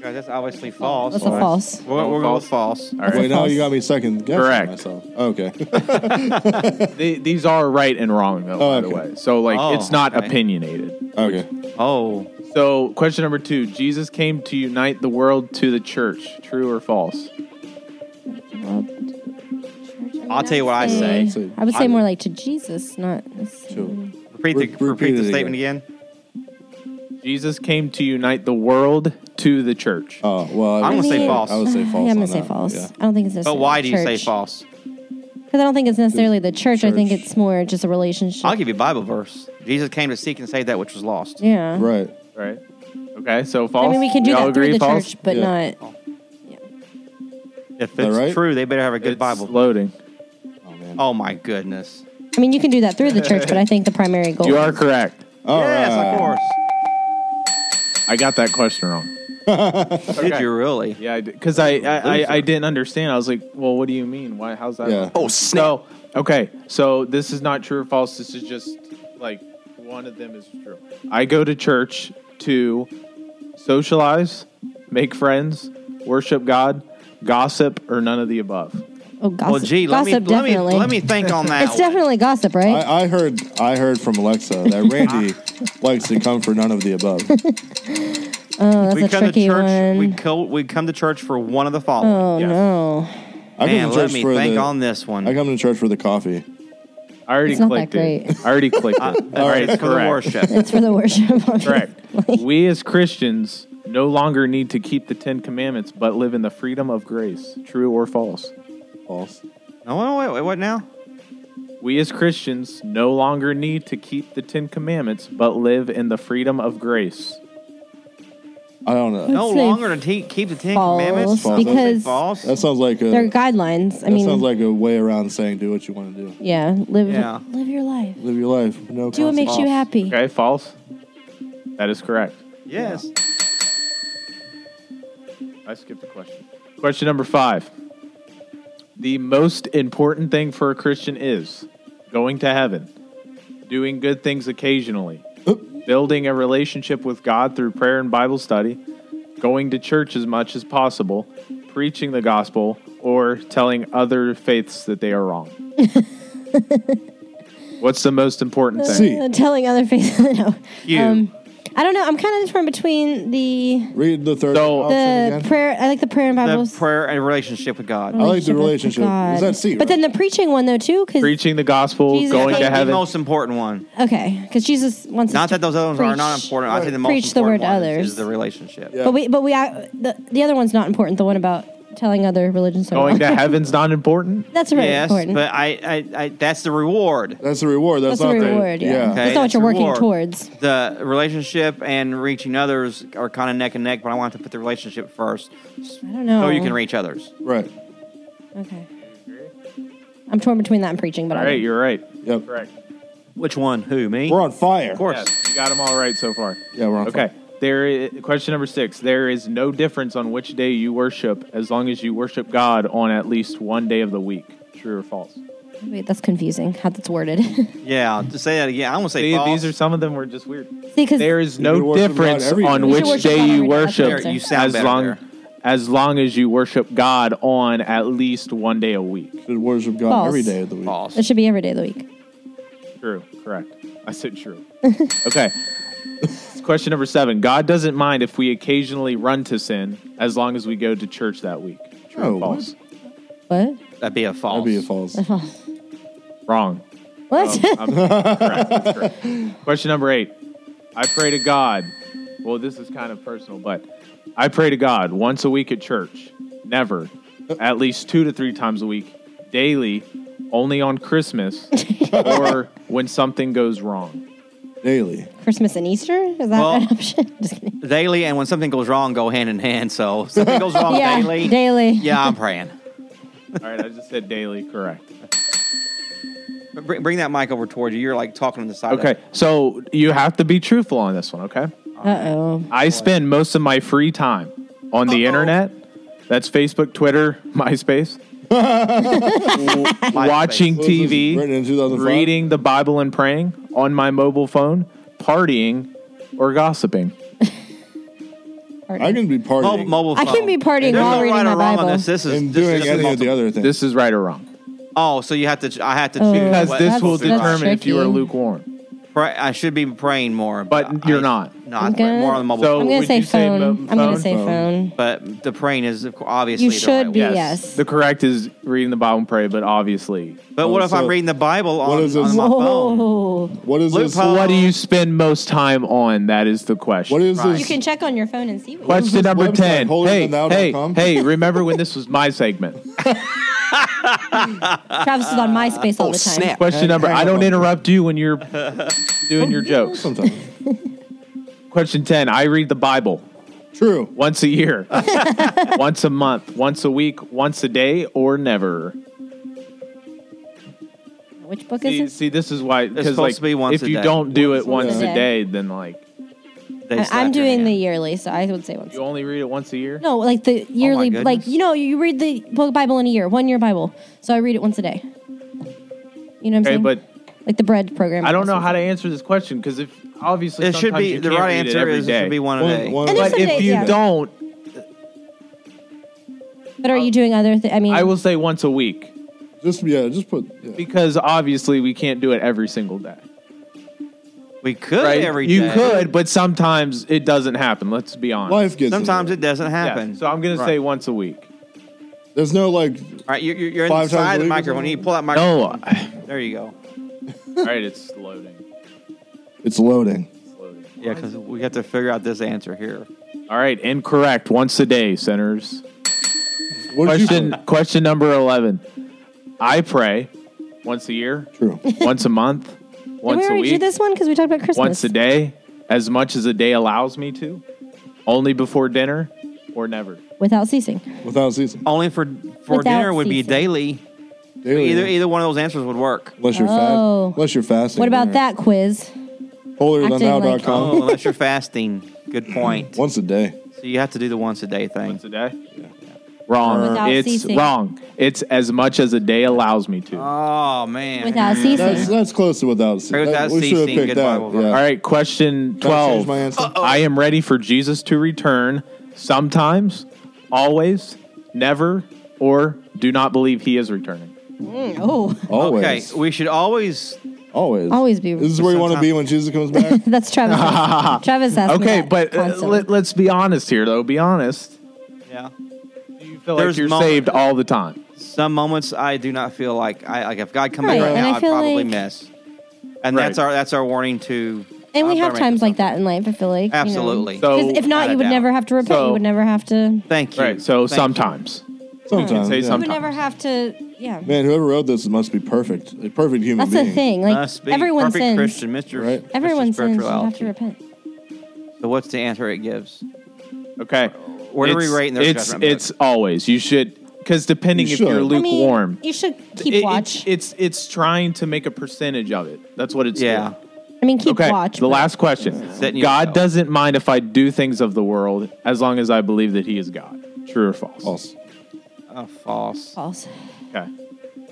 [SPEAKER 1] Guys, that's obviously false.
[SPEAKER 2] That's a false.
[SPEAKER 1] We're, we're going with false.
[SPEAKER 4] All right.
[SPEAKER 3] Wait, now you got me second guessing
[SPEAKER 4] Correct.
[SPEAKER 3] myself. Okay.
[SPEAKER 4] The- these are right and wrong though, by
[SPEAKER 3] Oh,
[SPEAKER 4] the
[SPEAKER 3] okay.
[SPEAKER 4] way. So like,
[SPEAKER 1] Oh,
[SPEAKER 4] it's not
[SPEAKER 1] okay.
[SPEAKER 4] opinionated.
[SPEAKER 3] okay.
[SPEAKER 1] Oh,
[SPEAKER 4] So question number two: Jesus came to unite the world to the church. True or false?
[SPEAKER 1] I'll tell you what I say.
[SPEAKER 3] say-
[SPEAKER 2] I would say
[SPEAKER 1] I'm-
[SPEAKER 2] more like to Jesus, not.
[SPEAKER 3] Two.
[SPEAKER 1] Repeat the
[SPEAKER 3] Re-
[SPEAKER 1] repeat,
[SPEAKER 3] repeat
[SPEAKER 1] the
[SPEAKER 3] it
[SPEAKER 1] statement again.
[SPEAKER 4] Jesus came to unite the world to the church.
[SPEAKER 3] Oh well, I
[SPEAKER 1] I'm
[SPEAKER 3] would
[SPEAKER 1] gonna say
[SPEAKER 3] say-
[SPEAKER 1] false.
[SPEAKER 3] I would say false.
[SPEAKER 2] Yeah, I'm
[SPEAKER 3] on
[SPEAKER 2] gonna say
[SPEAKER 3] that.
[SPEAKER 2] false.
[SPEAKER 3] Yeah.
[SPEAKER 2] I don't think it's
[SPEAKER 1] But
[SPEAKER 2] necessarily.
[SPEAKER 1] why do you say
[SPEAKER 2] church.
[SPEAKER 1] false?
[SPEAKER 2] Because I don't think it's necessarily the church. I think
[SPEAKER 3] Church.
[SPEAKER 2] it's more just a relationship.
[SPEAKER 1] I'll give you a Bible verse. Jesus came to seek and save that which was lost.
[SPEAKER 2] yeah.
[SPEAKER 3] Right.
[SPEAKER 4] Right. Okay. So false.
[SPEAKER 2] I mean, we can do
[SPEAKER 4] all
[SPEAKER 2] that through
[SPEAKER 4] agree
[SPEAKER 2] the
[SPEAKER 4] false?
[SPEAKER 2] church, but
[SPEAKER 3] Yeah.
[SPEAKER 2] not.
[SPEAKER 1] If
[SPEAKER 3] that
[SPEAKER 1] it's
[SPEAKER 3] right?
[SPEAKER 1] true, they better have a good
[SPEAKER 4] It's
[SPEAKER 1] Bible.
[SPEAKER 4] Loading.
[SPEAKER 3] Oh man.
[SPEAKER 1] oh my goodness.
[SPEAKER 2] I mean, you can do that through the church, but I think the primary goal.
[SPEAKER 4] You are correct.
[SPEAKER 3] All
[SPEAKER 1] yes,
[SPEAKER 3] right.
[SPEAKER 1] of course.
[SPEAKER 4] I got that question wrong.
[SPEAKER 1] Did
[SPEAKER 4] Okay.
[SPEAKER 1] you really?
[SPEAKER 4] Yeah, because I I, I I didn't understand. I was like, well, what do you mean? Why? How's that?
[SPEAKER 3] Yeah.
[SPEAKER 5] Oh, snap.
[SPEAKER 4] So okay, so this is not true or false. This is just like one of them is true. I go to church to socialize, make friends, worship God, gossip, or none of the above.
[SPEAKER 2] Oh, gossip.
[SPEAKER 1] Well, gee, let
[SPEAKER 2] gossip
[SPEAKER 1] me let me
[SPEAKER 2] definitely.
[SPEAKER 1] let me think on that.
[SPEAKER 2] It's definitely gossip, right?
[SPEAKER 3] I, I heard. I heard from Alexa that Randy likes to come for none of the above.
[SPEAKER 2] oh, that's
[SPEAKER 1] we
[SPEAKER 2] a
[SPEAKER 1] come to
[SPEAKER 2] tricky
[SPEAKER 1] church.
[SPEAKER 2] one.
[SPEAKER 1] We co- we come to church for one of the following.
[SPEAKER 2] oh
[SPEAKER 4] Yes.
[SPEAKER 2] no,
[SPEAKER 3] I
[SPEAKER 1] Man,
[SPEAKER 3] come to
[SPEAKER 1] let
[SPEAKER 3] church
[SPEAKER 1] me
[SPEAKER 3] for
[SPEAKER 1] think
[SPEAKER 3] the.
[SPEAKER 1] on this one.
[SPEAKER 3] I come to church for the coffee.
[SPEAKER 4] I already
[SPEAKER 2] It's not that
[SPEAKER 4] clicked it. I already clicked it. All right,
[SPEAKER 1] it's for the
[SPEAKER 4] correct.
[SPEAKER 1] worship.
[SPEAKER 2] it's for the worship. obviously.
[SPEAKER 4] Correct. we as Christians no longer need to keep the Ten Commandments, but live in the freedom of grace. True or false?
[SPEAKER 3] False.
[SPEAKER 1] No, wait, wait, wait, what now?
[SPEAKER 4] We as Christians no longer need to keep the Ten Commandments, but live in the freedom of grace.
[SPEAKER 3] I don't know.
[SPEAKER 1] No
[SPEAKER 2] say
[SPEAKER 1] longer to te- keep the Ten
[SPEAKER 2] false,
[SPEAKER 1] Commandments
[SPEAKER 3] False.
[SPEAKER 2] because-
[SPEAKER 1] false.
[SPEAKER 3] That sounds like a.
[SPEAKER 2] There are guidelines. I
[SPEAKER 3] that
[SPEAKER 2] mean,
[SPEAKER 3] sounds like a way around saying do what you want to do.
[SPEAKER 2] yeah, live
[SPEAKER 1] Yeah.
[SPEAKER 2] live your life.
[SPEAKER 3] Live your life. No.
[SPEAKER 2] Do what makes you
[SPEAKER 1] False.
[SPEAKER 2] happy.
[SPEAKER 4] Okay, false? That is correct.
[SPEAKER 1] yes.
[SPEAKER 4] I skipped a question. Question number five. The most important thing for a Christian is going to heaven, doing good things occasionally, building a relationship with God through prayer and Bible study, going to church as much as possible, preaching the gospel, or telling other faiths that they are wrong. What's the most important thing?
[SPEAKER 3] See.
[SPEAKER 2] Uh, telling other faces. no.
[SPEAKER 1] You.
[SPEAKER 2] I don't know. I'm kind of torn between the
[SPEAKER 3] Read the third
[SPEAKER 4] So-
[SPEAKER 3] option
[SPEAKER 2] the
[SPEAKER 3] again.
[SPEAKER 2] prayer. I like the prayer and Bible.
[SPEAKER 1] the prayer and relationship with God.
[SPEAKER 3] I like the relationship. Is that C?
[SPEAKER 2] But then the preaching one though too, because
[SPEAKER 4] Preaching the gospel,
[SPEAKER 2] Jesus
[SPEAKER 4] going
[SPEAKER 2] Christ.
[SPEAKER 4] to
[SPEAKER 1] the
[SPEAKER 4] heaven.
[SPEAKER 1] most important one.
[SPEAKER 2] okay, because Jesus wants. us
[SPEAKER 1] Not
[SPEAKER 2] to
[SPEAKER 1] that those other ones are
[SPEAKER 2] preach.
[SPEAKER 1] not important. I think the most
[SPEAKER 2] Preach the
[SPEAKER 1] important
[SPEAKER 2] word to
[SPEAKER 1] one is-
[SPEAKER 2] others.
[SPEAKER 1] is the relationship.
[SPEAKER 3] Yeah.
[SPEAKER 2] But we, but we, I, the, the other one's not important. The one about telling other religions. are wrong.
[SPEAKER 4] going to heaven's not important.
[SPEAKER 2] That's really
[SPEAKER 1] Yes,
[SPEAKER 2] important.
[SPEAKER 1] but I, I, I, that's the reward.
[SPEAKER 3] that's the reward. That's,
[SPEAKER 2] That's the
[SPEAKER 3] not the
[SPEAKER 2] reward, yeah.
[SPEAKER 3] yeah.
[SPEAKER 2] Okay. That's not what
[SPEAKER 1] it's
[SPEAKER 2] you're working
[SPEAKER 1] reward.
[SPEAKER 2] towards.
[SPEAKER 1] The relationship and reaching others are kind of neck and neck, but I want to put the relationship first,
[SPEAKER 2] I don't know.
[SPEAKER 1] so you can reach others.
[SPEAKER 3] Right.
[SPEAKER 2] Okay. I'm torn between that and preaching, but
[SPEAKER 4] All
[SPEAKER 2] I
[SPEAKER 4] right, you're right.
[SPEAKER 3] Yep.
[SPEAKER 4] Correct.
[SPEAKER 1] Which one? Who? Me?
[SPEAKER 3] We're on fire.
[SPEAKER 1] Of course.
[SPEAKER 4] Yes, you got them all right so far.
[SPEAKER 3] Yeah, we're on
[SPEAKER 4] Okay.
[SPEAKER 3] fire.
[SPEAKER 4] There is, question number six. There is no difference on which day you worship as long as you worship God on at least one day of the week. True or false?
[SPEAKER 2] wait, that's confusing how that's worded. See,
[SPEAKER 1] Yeah. To say that again, I want to say
[SPEAKER 4] See,
[SPEAKER 1] false.
[SPEAKER 4] these are some of them were just weird.
[SPEAKER 2] because
[SPEAKER 4] There is
[SPEAKER 3] You
[SPEAKER 4] no
[SPEAKER 3] worship God
[SPEAKER 4] difference
[SPEAKER 3] every day.
[SPEAKER 4] on
[SPEAKER 3] You
[SPEAKER 2] should
[SPEAKER 4] which
[SPEAKER 2] worship
[SPEAKER 4] day
[SPEAKER 2] God
[SPEAKER 4] you
[SPEAKER 2] every day. That's
[SPEAKER 4] worship
[SPEAKER 2] the answer.
[SPEAKER 1] You sound
[SPEAKER 4] as
[SPEAKER 1] better
[SPEAKER 4] long
[SPEAKER 1] there.
[SPEAKER 4] as long as you worship God on at least one day a week.
[SPEAKER 3] Should worship God
[SPEAKER 2] False.
[SPEAKER 3] every day of the week.
[SPEAKER 1] false.
[SPEAKER 2] it should be every day of the week.
[SPEAKER 4] True. Correct. I said true. okay. Question number seven. God doesn't mind if we occasionally run to sin as long as we go to church that week. True
[SPEAKER 3] Oh,
[SPEAKER 4] or
[SPEAKER 3] what?
[SPEAKER 4] false?
[SPEAKER 2] What?
[SPEAKER 1] That'd be a false.
[SPEAKER 3] That'd be a false.
[SPEAKER 4] Wrong.
[SPEAKER 2] What?
[SPEAKER 1] Oh, uh,
[SPEAKER 4] I'm- correct, that's correct. Question number eight. I pray to God. Well, this is kind of personal, but I pray to God once a week at church. Never. At least two to three times a week. Daily. Only on Christmas or when something goes wrong.
[SPEAKER 3] daily.
[SPEAKER 2] Christmas and Easter? Is that
[SPEAKER 1] Well-
[SPEAKER 2] an option? Just kidding.
[SPEAKER 1] Daily and when something goes wrong, go hand in hand. So something goes wrong
[SPEAKER 2] yeah,
[SPEAKER 1] daily.
[SPEAKER 2] Daily.
[SPEAKER 1] Yeah, I'm praying.
[SPEAKER 4] All right, I just said daily, correct.
[SPEAKER 1] Bring, bring that mic over towards you. You're like talking on the side. of
[SPEAKER 4] Okay, so you have to be truthful on this one, okay?
[SPEAKER 2] Uh oh.
[SPEAKER 4] I spend most of my free time on the internet. That's Facebook, Twitter, MySpace.
[SPEAKER 1] MySpace.
[SPEAKER 4] watching
[SPEAKER 3] What was this,
[SPEAKER 4] TV,
[SPEAKER 3] written in 2005?
[SPEAKER 4] reading the Bible and praying on my mobile phone, partying, or gossiping.
[SPEAKER 3] I can be partying
[SPEAKER 1] Mo- mobile
[SPEAKER 2] I
[SPEAKER 1] phone.
[SPEAKER 2] can be partying
[SPEAKER 1] There's
[SPEAKER 2] while
[SPEAKER 1] no
[SPEAKER 2] reading
[SPEAKER 1] right
[SPEAKER 2] my
[SPEAKER 1] or wrong
[SPEAKER 2] Bible.
[SPEAKER 1] on this. This is
[SPEAKER 3] and
[SPEAKER 1] this
[SPEAKER 3] doing
[SPEAKER 1] is
[SPEAKER 3] any of
[SPEAKER 1] multiple-
[SPEAKER 3] the other things.
[SPEAKER 4] This is right or wrong
[SPEAKER 1] Oh, so you have to. I have to choose
[SPEAKER 4] because
[SPEAKER 1] what-
[SPEAKER 4] this will
[SPEAKER 2] Oh, That's- that's
[SPEAKER 4] determine if you are
[SPEAKER 2] tricky.
[SPEAKER 4] lukewarm.
[SPEAKER 1] Pray, I should be praying more,
[SPEAKER 4] But
[SPEAKER 1] I-
[SPEAKER 4] you're not.
[SPEAKER 1] No, I
[SPEAKER 2] Okay.
[SPEAKER 1] pray more on the mobile.
[SPEAKER 4] So-
[SPEAKER 1] phone.
[SPEAKER 2] I'm gonna
[SPEAKER 4] would
[SPEAKER 2] say
[SPEAKER 4] you say
[SPEAKER 2] phone.
[SPEAKER 4] mo-
[SPEAKER 2] I'm gonna
[SPEAKER 4] phone?
[SPEAKER 2] say phone.
[SPEAKER 1] But the praying is of cour- obviously.
[SPEAKER 2] You
[SPEAKER 1] the
[SPEAKER 2] should
[SPEAKER 1] right
[SPEAKER 2] be.
[SPEAKER 1] way.
[SPEAKER 2] Yes.
[SPEAKER 4] the correct is reading the Bible and pray, but obviously,
[SPEAKER 1] But what if
[SPEAKER 3] So-
[SPEAKER 1] I'm reading the Bible on,
[SPEAKER 3] What is this-
[SPEAKER 1] on my phone?
[SPEAKER 2] Whoa.
[SPEAKER 3] what is this?
[SPEAKER 1] Loophole.
[SPEAKER 4] what do you spend most time on? That is the question.
[SPEAKER 3] What is
[SPEAKER 1] Right.
[SPEAKER 3] this?
[SPEAKER 2] You can check on your phone and see. What
[SPEAKER 3] is
[SPEAKER 4] Question
[SPEAKER 3] this
[SPEAKER 4] number
[SPEAKER 3] website,
[SPEAKER 4] 10. Hey, hey,
[SPEAKER 3] holderthanthou.com?
[SPEAKER 4] hey, remember when this was my segment?
[SPEAKER 2] Travis is on
[SPEAKER 4] Ah,
[SPEAKER 2] MySpace all
[SPEAKER 5] Oh,
[SPEAKER 2] the time.
[SPEAKER 5] snap.
[SPEAKER 4] Question
[SPEAKER 3] Hang-
[SPEAKER 4] number
[SPEAKER 3] hang
[SPEAKER 4] I
[SPEAKER 3] up
[SPEAKER 4] don't
[SPEAKER 3] on-
[SPEAKER 4] interrupt you when you're doing your jokes.
[SPEAKER 3] Sometimes
[SPEAKER 4] Question 10 I read the Bible
[SPEAKER 3] true.
[SPEAKER 4] once a year, once a month, once a week, once a day, or never.
[SPEAKER 2] Which book
[SPEAKER 4] See,
[SPEAKER 2] is it?
[SPEAKER 4] see this is why because
[SPEAKER 1] supposed
[SPEAKER 4] like
[SPEAKER 1] to be once
[SPEAKER 4] if
[SPEAKER 1] a
[SPEAKER 4] you
[SPEAKER 1] day.
[SPEAKER 4] don't do it
[SPEAKER 2] Once
[SPEAKER 4] once
[SPEAKER 2] a
[SPEAKER 4] a day, then like
[SPEAKER 1] They
[SPEAKER 2] I- I'm
[SPEAKER 1] slap your
[SPEAKER 2] doing
[SPEAKER 1] hand.
[SPEAKER 2] the yearly, so I would say once.
[SPEAKER 4] you Oh only read it once a year.
[SPEAKER 2] No, like the yearly, like
[SPEAKER 1] goodness.
[SPEAKER 2] you know, you read the book Bible in a year, one year Bible. So I read it once a day. You know what I'm
[SPEAKER 4] Okay,
[SPEAKER 2] saying?
[SPEAKER 4] but
[SPEAKER 2] like the bread program.
[SPEAKER 4] I don't know how to answer this question because if obviously
[SPEAKER 1] It should
[SPEAKER 4] sometimes
[SPEAKER 1] be
[SPEAKER 4] you
[SPEAKER 1] the
[SPEAKER 4] can't
[SPEAKER 1] right
[SPEAKER 4] read it
[SPEAKER 1] answer
[SPEAKER 4] every
[SPEAKER 1] is it
[SPEAKER 4] day.
[SPEAKER 1] should be one a
[SPEAKER 3] One-
[SPEAKER 1] day.
[SPEAKER 3] one-
[SPEAKER 2] And
[SPEAKER 3] But
[SPEAKER 2] there's
[SPEAKER 4] But
[SPEAKER 2] some
[SPEAKER 4] if
[SPEAKER 2] days,
[SPEAKER 4] you
[SPEAKER 2] yeah.
[SPEAKER 4] don't,
[SPEAKER 2] But are you doing other things? I mean,
[SPEAKER 4] I will say once a week
[SPEAKER 3] Just yeah, just put. yeah.
[SPEAKER 4] because obviously we can't do it every single day.
[SPEAKER 1] We could
[SPEAKER 4] Right?
[SPEAKER 1] every
[SPEAKER 4] you
[SPEAKER 1] day.
[SPEAKER 4] could, but sometimes it doesn't happen. Let's be honest.
[SPEAKER 3] Life gets in
[SPEAKER 1] Sometimes
[SPEAKER 3] the
[SPEAKER 1] it doesn't
[SPEAKER 4] Yeah,
[SPEAKER 1] happen.
[SPEAKER 4] So I'm gonna
[SPEAKER 1] Right.
[SPEAKER 4] say once a week.
[SPEAKER 3] way. There's no like.
[SPEAKER 1] All right, you're, you're you're
[SPEAKER 3] Five times
[SPEAKER 1] inside
[SPEAKER 3] a
[SPEAKER 1] the
[SPEAKER 3] week or
[SPEAKER 1] microphone.
[SPEAKER 3] something?
[SPEAKER 1] You pull that microphone.
[SPEAKER 4] No. I-
[SPEAKER 1] There you go.
[SPEAKER 4] All right, it's loading.
[SPEAKER 3] It's loading.
[SPEAKER 4] It's loading.
[SPEAKER 1] Yeah, because we have to figure out this answer here.
[SPEAKER 4] All right, incorrect. Once a day, centers.
[SPEAKER 3] What did you
[SPEAKER 4] Question
[SPEAKER 3] put?
[SPEAKER 4] question number eleven. I pray once a year,
[SPEAKER 3] True.
[SPEAKER 4] once a month,
[SPEAKER 2] did we
[SPEAKER 4] once a
[SPEAKER 2] already do
[SPEAKER 4] week,
[SPEAKER 2] this one because we talked about Christmas?
[SPEAKER 4] once a day, as much as a day allows me to, only before dinner or never.
[SPEAKER 2] without ceasing.
[SPEAKER 3] Without season.
[SPEAKER 1] Only for for
[SPEAKER 2] Without
[SPEAKER 1] dinner would be
[SPEAKER 2] ceasing.
[SPEAKER 1] daily.
[SPEAKER 3] Daily.
[SPEAKER 1] Either either one of those answers would work.
[SPEAKER 3] Unless you're
[SPEAKER 2] Oh.
[SPEAKER 3] fast. Unless you're fasting.
[SPEAKER 2] What about
[SPEAKER 3] or-
[SPEAKER 2] that quiz?
[SPEAKER 3] Holderthanthou.com.
[SPEAKER 1] Oh, unless you're fasting. Good point.
[SPEAKER 3] Once a day.
[SPEAKER 1] So you have to do the once a day thing.
[SPEAKER 4] Once a day. Wrong.
[SPEAKER 2] Without
[SPEAKER 4] it's
[SPEAKER 2] ceasing.
[SPEAKER 4] wrong. It's as much as a day allows me
[SPEAKER 3] Uh,
[SPEAKER 4] to.
[SPEAKER 1] Oh man.
[SPEAKER 2] Without ceasing.
[SPEAKER 3] That's that's close to without season.
[SPEAKER 1] Without
[SPEAKER 3] we should have
[SPEAKER 1] ceasing,
[SPEAKER 3] picked
[SPEAKER 1] good
[SPEAKER 3] that.
[SPEAKER 1] Bible verse.
[SPEAKER 3] Yeah.
[SPEAKER 4] All right, question
[SPEAKER 3] Can I change
[SPEAKER 4] 12.
[SPEAKER 3] my answer?
[SPEAKER 4] I am ready for Jesus to return sometimes, always, never, or do not believe he is returning.
[SPEAKER 2] Oh,
[SPEAKER 3] Always.
[SPEAKER 1] Okay, we should always.
[SPEAKER 3] Always.
[SPEAKER 2] Always be-
[SPEAKER 3] This is where you want to be when Jesus comes back.
[SPEAKER 2] that's Travis. Travis asked. me
[SPEAKER 4] Okay,
[SPEAKER 2] that
[SPEAKER 4] but uh,
[SPEAKER 2] constantly.
[SPEAKER 4] let, us be honest here, though. Be honest.
[SPEAKER 1] Yeah.
[SPEAKER 4] Do you feel
[SPEAKER 1] There's
[SPEAKER 4] like you're
[SPEAKER 1] moments-
[SPEAKER 4] saved all the time?
[SPEAKER 1] Some moments I do not feel like I like if God come
[SPEAKER 2] Right,
[SPEAKER 1] back right
[SPEAKER 2] and
[SPEAKER 1] now,
[SPEAKER 2] I
[SPEAKER 1] I'd
[SPEAKER 2] feel
[SPEAKER 1] probably
[SPEAKER 2] like-
[SPEAKER 1] miss. And
[SPEAKER 4] Right.
[SPEAKER 1] that's our that's our warning to.
[SPEAKER 2] and
[SPEAKER 1] I
[SPEAKER 2] we
[SPEAKER 1] better
[SPEAKER 2] have
[SPEAKER 1] make
[SPEAKER 2] times
[SPEAKER 1] this
[SPEAKER 2] like
[SPEAKER 1] up.
[SPEAKER 2] that in life. I feel like you know.
[SPEAKER 1] Absolutely.
[SPEAKER 2] 'Cause
[SPEAKER 4] So-
[SPEAKER 2] if not,
[SPEAKER 1] Without
[SPEAKER 2] you
[SPEAKER 1] a
[SPEAKER 2] would
[SPEAKER 1] doubt.
[SPEAKER 2] never have to repent.
[SPEAKER 4] So-
[SPEAKER 2] you would never have to.
[SPEAKER 1] Thank you.
[SPEAKER 4] Right. So
[SPEAKER 1] Thank you.
[SPEAKER 4] sometimes.
[SPEAKER 3] Sometimes.
[SPEAKER 4] say
[SPEAKER 3] yeah.
[SPEAKER 2] You would
[SPEAKER 4] sometimes.
[SPEAKER 2] never have to. Yeah.
[SPEAKER 3] Man, whoever wrote this must be perfect. A perfect human
[SPEAKER 2] That's
[SPEAKER 3] being.
[SPEAKER 2] the thing. Like
[SPEAKER 1] Must be
[SPEAKER 2] everyone
[SPEAKER 1] perfect
[SPEAKER 2] sins.
[SPEAKER 1] Christian, Mr.
[SPEAKER 3] Right.
[SPEAKER 1] Mr.
[SPEAKER 2] Everyone sins. You have
[SPEAKER 1] Spirituality.
[SPEAKER 2] to repent.
[SPEAKER 1] So what's the answer it gives?
[SPEAKER 4] Okay.
[SPEAKER 1] Where do we
[SPEAKER 4] It's-
[SPEAKER 1] rate in their
[SPEAKER 4] It's,
[SPEAKER 1] judgment book?
[SPEAKER 4] it's always. You should, because depending
[SPEAKER 3] You
[SPEAKER 4] if you're
[SPEAKER 3] should.
[SPEAKER 2] I mean,
[SPEAKER 4] lukewarm.
[SPEAKER 2] you should keep
[SPEAKER 4] it- it-
[SPEAKER 2] watch.
[SPEAKER 4] it's it's trying to make a percentage of it. That's what it's
[SPEAKER 1] Yeah.
[SPEAKER 4] doing.
[SPEAKER 2] I mean, keep
[SPEAKER 4] okay.
[SPEAKER 2] watch.
[SPEAKER 4] the
[SPEAKER 2] but-
[SPEAKER 4] last question.
[SPEAKER 1] Setting
[SPEAKER 4] God
[SPEAKER 1] yourself.
[SPEAKER 4] doesn't mind if I do things of the world as long as I believe that He is God. True or false?
[SPEAKER 3] False.
[SPEAKER 1] Oh, false.
[SPEAKER 2] false.
[SPEAKER 4] Okay.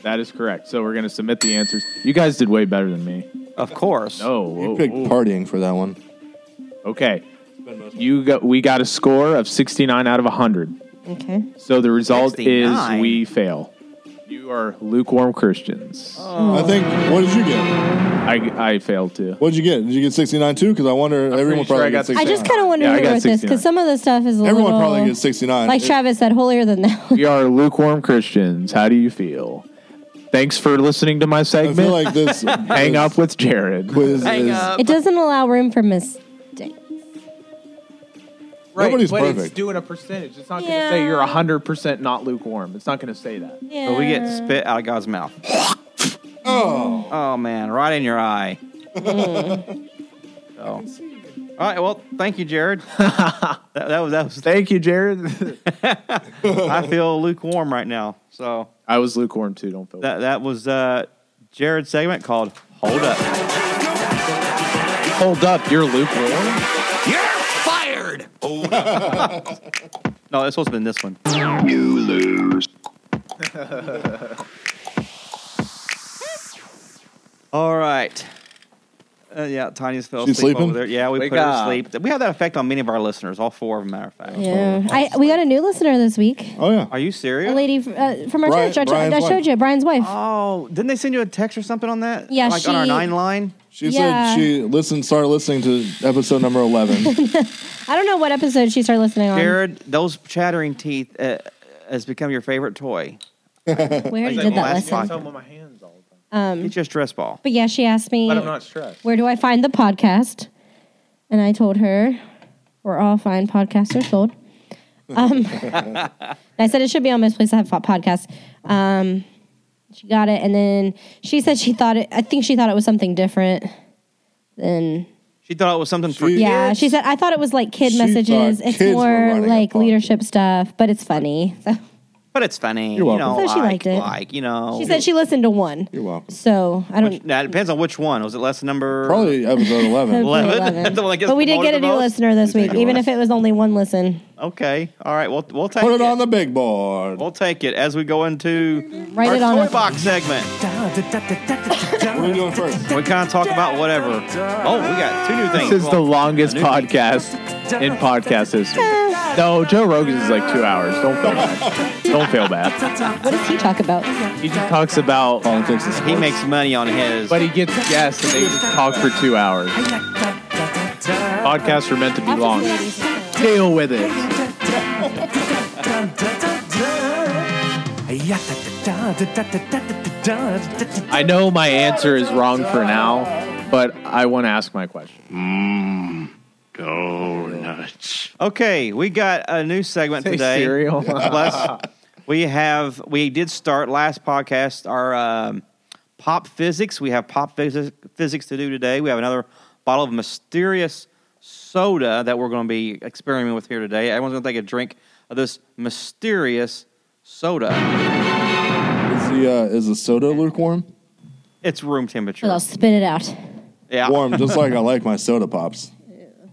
[SPEAKER 4] That is correct. So we're going to submit the answers. You guys did way better than me.
[SPEAKER 1] Of course.
[SPEAKER 4] Oh,
[SPEAKER 3] You
[SPEAKER 4] whoa,
[SPEAKER 3] picked
[SPEAKER 4] whoa.
[SPEAKER 3] partying for that one.
[SPEAKER 4] Okay. You got. We got a score of sixty-nine out of hundred.
[SPEAKER 2] Okay.
[SPEAKER 4] So the result
[SPEAKER 1] 69?
[SPEAKER 4] is we fail. You are lukewarm Christians.
[SPEAKER 3] I think. What did you get?
[SPEAKER 4] I I failed too.
[SPEAKER 3] What did you get? Did you get 69 too? Because I wonder. everyone
[SPEAKER 4] pretty sure
[SPEAKER 3] probably
[SPEAKER 4] I got
[SPEAKER 3] gets
[SPEAKER 2] I
[SPEAKER 3] 69.
[SPEAKER 2] just kind of wonder
[SPEAKER 4] Yeah, I
[SPEAKER 2] who
[SPEAKER 4] got
[SPEAKER 2] wrote this
[SPEAKER 4] 69.
[SPEAKER 2] because some of the stuff is a
[SPEAKER 3] Everyone
[SPEAKER 2] little.
[SPEAKER 3] probably gets 69.
[SPEAKER 2] Like
[SPEAKER 3] It-
[SPEAKER 2] Travis said, holier than thou.
[SPEAKER 4] We are lukewarm Christians. How do you feel? Thanks for listening to my
[SPEAKER 3] I
[SPEAKER 4] segment.
[SPEAKER 3] feel like this
[SPEAKER 4] Hang
[SPEAKER 3] this
[SPEAKER 4] up with Jared.
[SPEAKER 3] quiz is
[SPEAKER 2] It doesn't allow room for mistakes.
[SPEAKER 3] Nobody's
[SPEAKER 4] but
[SPEAKER 3] perfect.
[SPEAKER 4] it's doing a percentage. It's not going
[SPEAKER 2] Yeah.
[SPEAKER 4] to say you're 100% not lukewarm. It's not going to say that.
[SPEAKER 2] Yeah.
[SPEAKER 1] But we get spit out of God's mouth. Oh. Oh man, right in your eye. so. All right, well, thank you, Jared. that, that was that was.
[SPEAKER 4] Thank you, Jared.
[SPEAKER 1] I feel lukewarm right now. So
[SPEAKER 4] I was lukewarm too. Don't feel
[SPEAKER 1] that that was uh, Jared's segment called "Hold Up."
[SPEAKER 4] Hold up, you're lukewarm.
[SPEAKER 1] No, it's supposed to be this one. All right. Uh, yeah, Tanya's fell
[SPEAKER 3] She's
[SPEAKER 1] asleep
[SPEAKER 3] sleeping?
[SPEAKER 1] over there. Yeah, we
[SPEAKER 4] Wake
[SPEAKER 1] put her
[SPEAKER 4] up.
[SPEAKER 1] to sleep. We have that effect on many of our listeners, all four of them, matter of fact.
[SPEAKER 2] Yeah. I, we got a new listener this week.
[SPEAKER 3] Oh yeah.
[SPEAKER 1] Are you
[SPEAKER 2] A
[SPEAKER 1] serious?
[SPEAKER 2] lady uh, from our
[SPEAKER 3] Brian-
[SPEAKER 2] church. I,
[SPEAKER 3] Brian's
[SPEAKER 2] I showed
[SPEAKER 3] wife.
[SPEAKER 2] you Brian's wife.
[SPEAKER 1] Oh, didn't they send you a text or something on that?
[SPEAKER 2] Yeah,
[SPEAKER 1] like on our
[SPEAKER 2] she-
[SPEAKER 1] nine line.
[SPEAKER 3] She
[SPEAKER 2] Yeah.
[SPEAKER 3] said she listened started listening to episode number 11.
[SPEAKER 2] I don't know what episode she started listening on.
[SPEAKER 1] Jared, those chattering teeth uh, has become your favorite toy.
[SPEAKER 2] we already
[SPEAKER 1] like
[SPEAKER 2] did that
[SPEAKER 1] last
[SPEAKER 2] last time.
[SPEAKER 1] time.
[SPEAKER 4] my hands all the time.
[SPEAKER 1] It's your stress ball.
[SPEAKER 2] But yeah, she asked me,
[SPEAKER 4] But I'm not stressed.
[SPEAKER 2] where do I find the podcast? And I told her, where all fine podcasts are sold. Um, and I said it should be on most places that have fo- podcasts. Um, she got it, and then she said she thought it. I think she thought it was something different than.
[SPEAKER 1] She thought it was something for
[SPEAKER 3] She-
[SPEAKER 2] Yeah, she said I thought it was like kid
[SPEAKER 3] She
[SPEAKER 2] messages.
[SPEAKER 3] thought
[SPEAKER 2] It's
[SPEAKER 3] kids were
[SPEAKER 2] more
[SPEAKER 3] running a
[SPEAKER 2] like
[SPEAKER 3] podcast.
[SPEAKER 2] leadership stuff, but it's funny. So
[SPEAKER 1] but it's funny.
[SPEAKER 3] You're
[SPEAKER 1] you
[SPEAKER 3] welcome.
[SPEAKER 1] know,
[SPEAKER 2] So she
[SPEAKER 1] like,
[SPEAKER 2] liked it.
[SPEAKER 1] like you
[SPEAKER 3] Oh,
[SPEAKER 1] know.
[SPEAKER 2] she said she listened to one.
[SPEAKER 3] You're welcome.
[SPEAKER 2] So I don't
[SPEAKER 1] Now, it depends on which one. Was it less number?
[SPEAKER 3] Probably episode 11.
[SPEAKER 1] Eleven.
[SPEAKER 2] Eleven.
[SPEAKER 1] The one that gets
[SPEAKER 2] but we did
[SPEAKER 1] promoted
[SPEAKER 2] get a
[SPEAKER 1] the
[SPEAKER 2] new
[SPEAKER 1] most?
[SPEAKER 2] listener this week,
[SPEAKER 3] it
[SPEAKER 2] even
[SPEAKER 3] was?
[SPEAKER 2] if it was only one listen.
[SPEAKER 1] Okay. All right. We'll we'll take
[SPEAKER 3] Put it on the big board.
[SPEAKER 1] We'll take it as we go into
[SPEAKER 2] Write
[SPEAKER 1] our
[SPEAKER 2] it on
[SPEAKER 1] toy
[SPEAKER 2] a-
[SPEAKER 1] box segment.
[SPEAKER 3] What are you doing first?
[SPEAKER 1] We kind of talk about whatever. Oh, we got two new things.
[SPEAKER 4] This is the
[SPEAKER 1] Well,
[SPEAKER 4] longest podcast in podcast history. No, Joe Rogan's is like two hours. Don't feel bad. Don't feel bad.
[SPEAKER 2] What does he talk about?
[SPEAKER 4] He just talks about,
[SPEAKER 3] Politics and
[SPEAKER 1] he
[SPEAKER 3] sports.
[SPEAKER 1] makes money on his.
[SPEAKER 4] but he gets guests and they just talk for two hours. Podcasts are meant to be long. Deal with it. I know my answer is wrong for now, but I want to ask my question.
[SPEAKER 1] Okay, we got a new segment today.
[SPEAKER 4] cereal.
[SPEAKER 1] Plus, we have we did start last podcast our um, pop physics. We have pop physics, physics to do today. We have another bottle of mysterious soda that we're going to be experimenting with here today. Everyone's going to take a drink of this mysterious soda.
[SPEAKER 3] Is the uh, is the soda lukewarm?
[SPEAKER 1] It's room
[SPEAKER 2] Well,
[SPEAKER 1] temperature.
[SPEAKER 2] I'll spit it out.
[SPEAKER 1] Yeah,
[SPEAKER 3] Warm, just like I like my soda pops.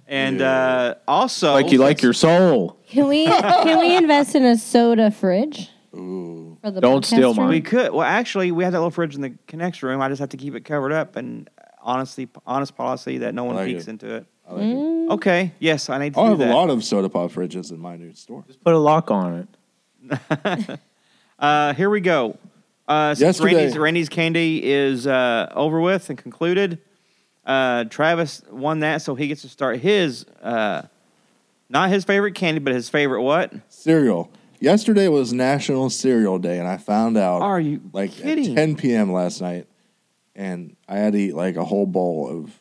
[SPEAKER 1] and uh, also
[SPEAKER 4] Like you like your soul.
[SPEAKER 2] Can we can we invest in a soda fridge? Ooh. For the
[SPEAKER 4] Don't
[SPEAKER 2] podcast
[SPEAKER 4] steal
[SPEAKER 2] room?
[SPEAKER 4] mine.
[SPEAKER 1] We could. Well, actually, we had that little fridge in the connects room. I just have to keep it covered up and honestly, honest policy that no one
[SPEAKER 3] like
[SPEAKER 1] peeks
[SPEAKER 3] it.
[SPEAKER 1] into it.
[SPEAKER 3] I like it. Oh,
[SPEAKER 1] Okay. Yes, I need to
[SPEAKER 3] I
[SPEAKER 1] do
[SPEAKER 3] have
[SPEAKER 1] that.
[SPEAKER 3] a lot of soda pop fridges in my new store.
[SPEAKER 4] Put a lock on it.
[SPEAKER 1] uh, here we go. Uh, since
[SPEAKER 3] Yesterday-
[SPEAKER 1] Randy's, Randy's candy is uh, over with and concluded. Uh, Travis won that, so he gets to start his uh, not his favorite candy, but his favorite what?
[SPEAKER 3] Cereal. Yesterday was National Cereal Day, and I found out
[SPEAKER 1] Are you
[SPEAKER 3] like
[SPEAKER 1] kidding?
[SPEAKER 3] at 10 p.m. last night, and I had to eat like a whole bowl of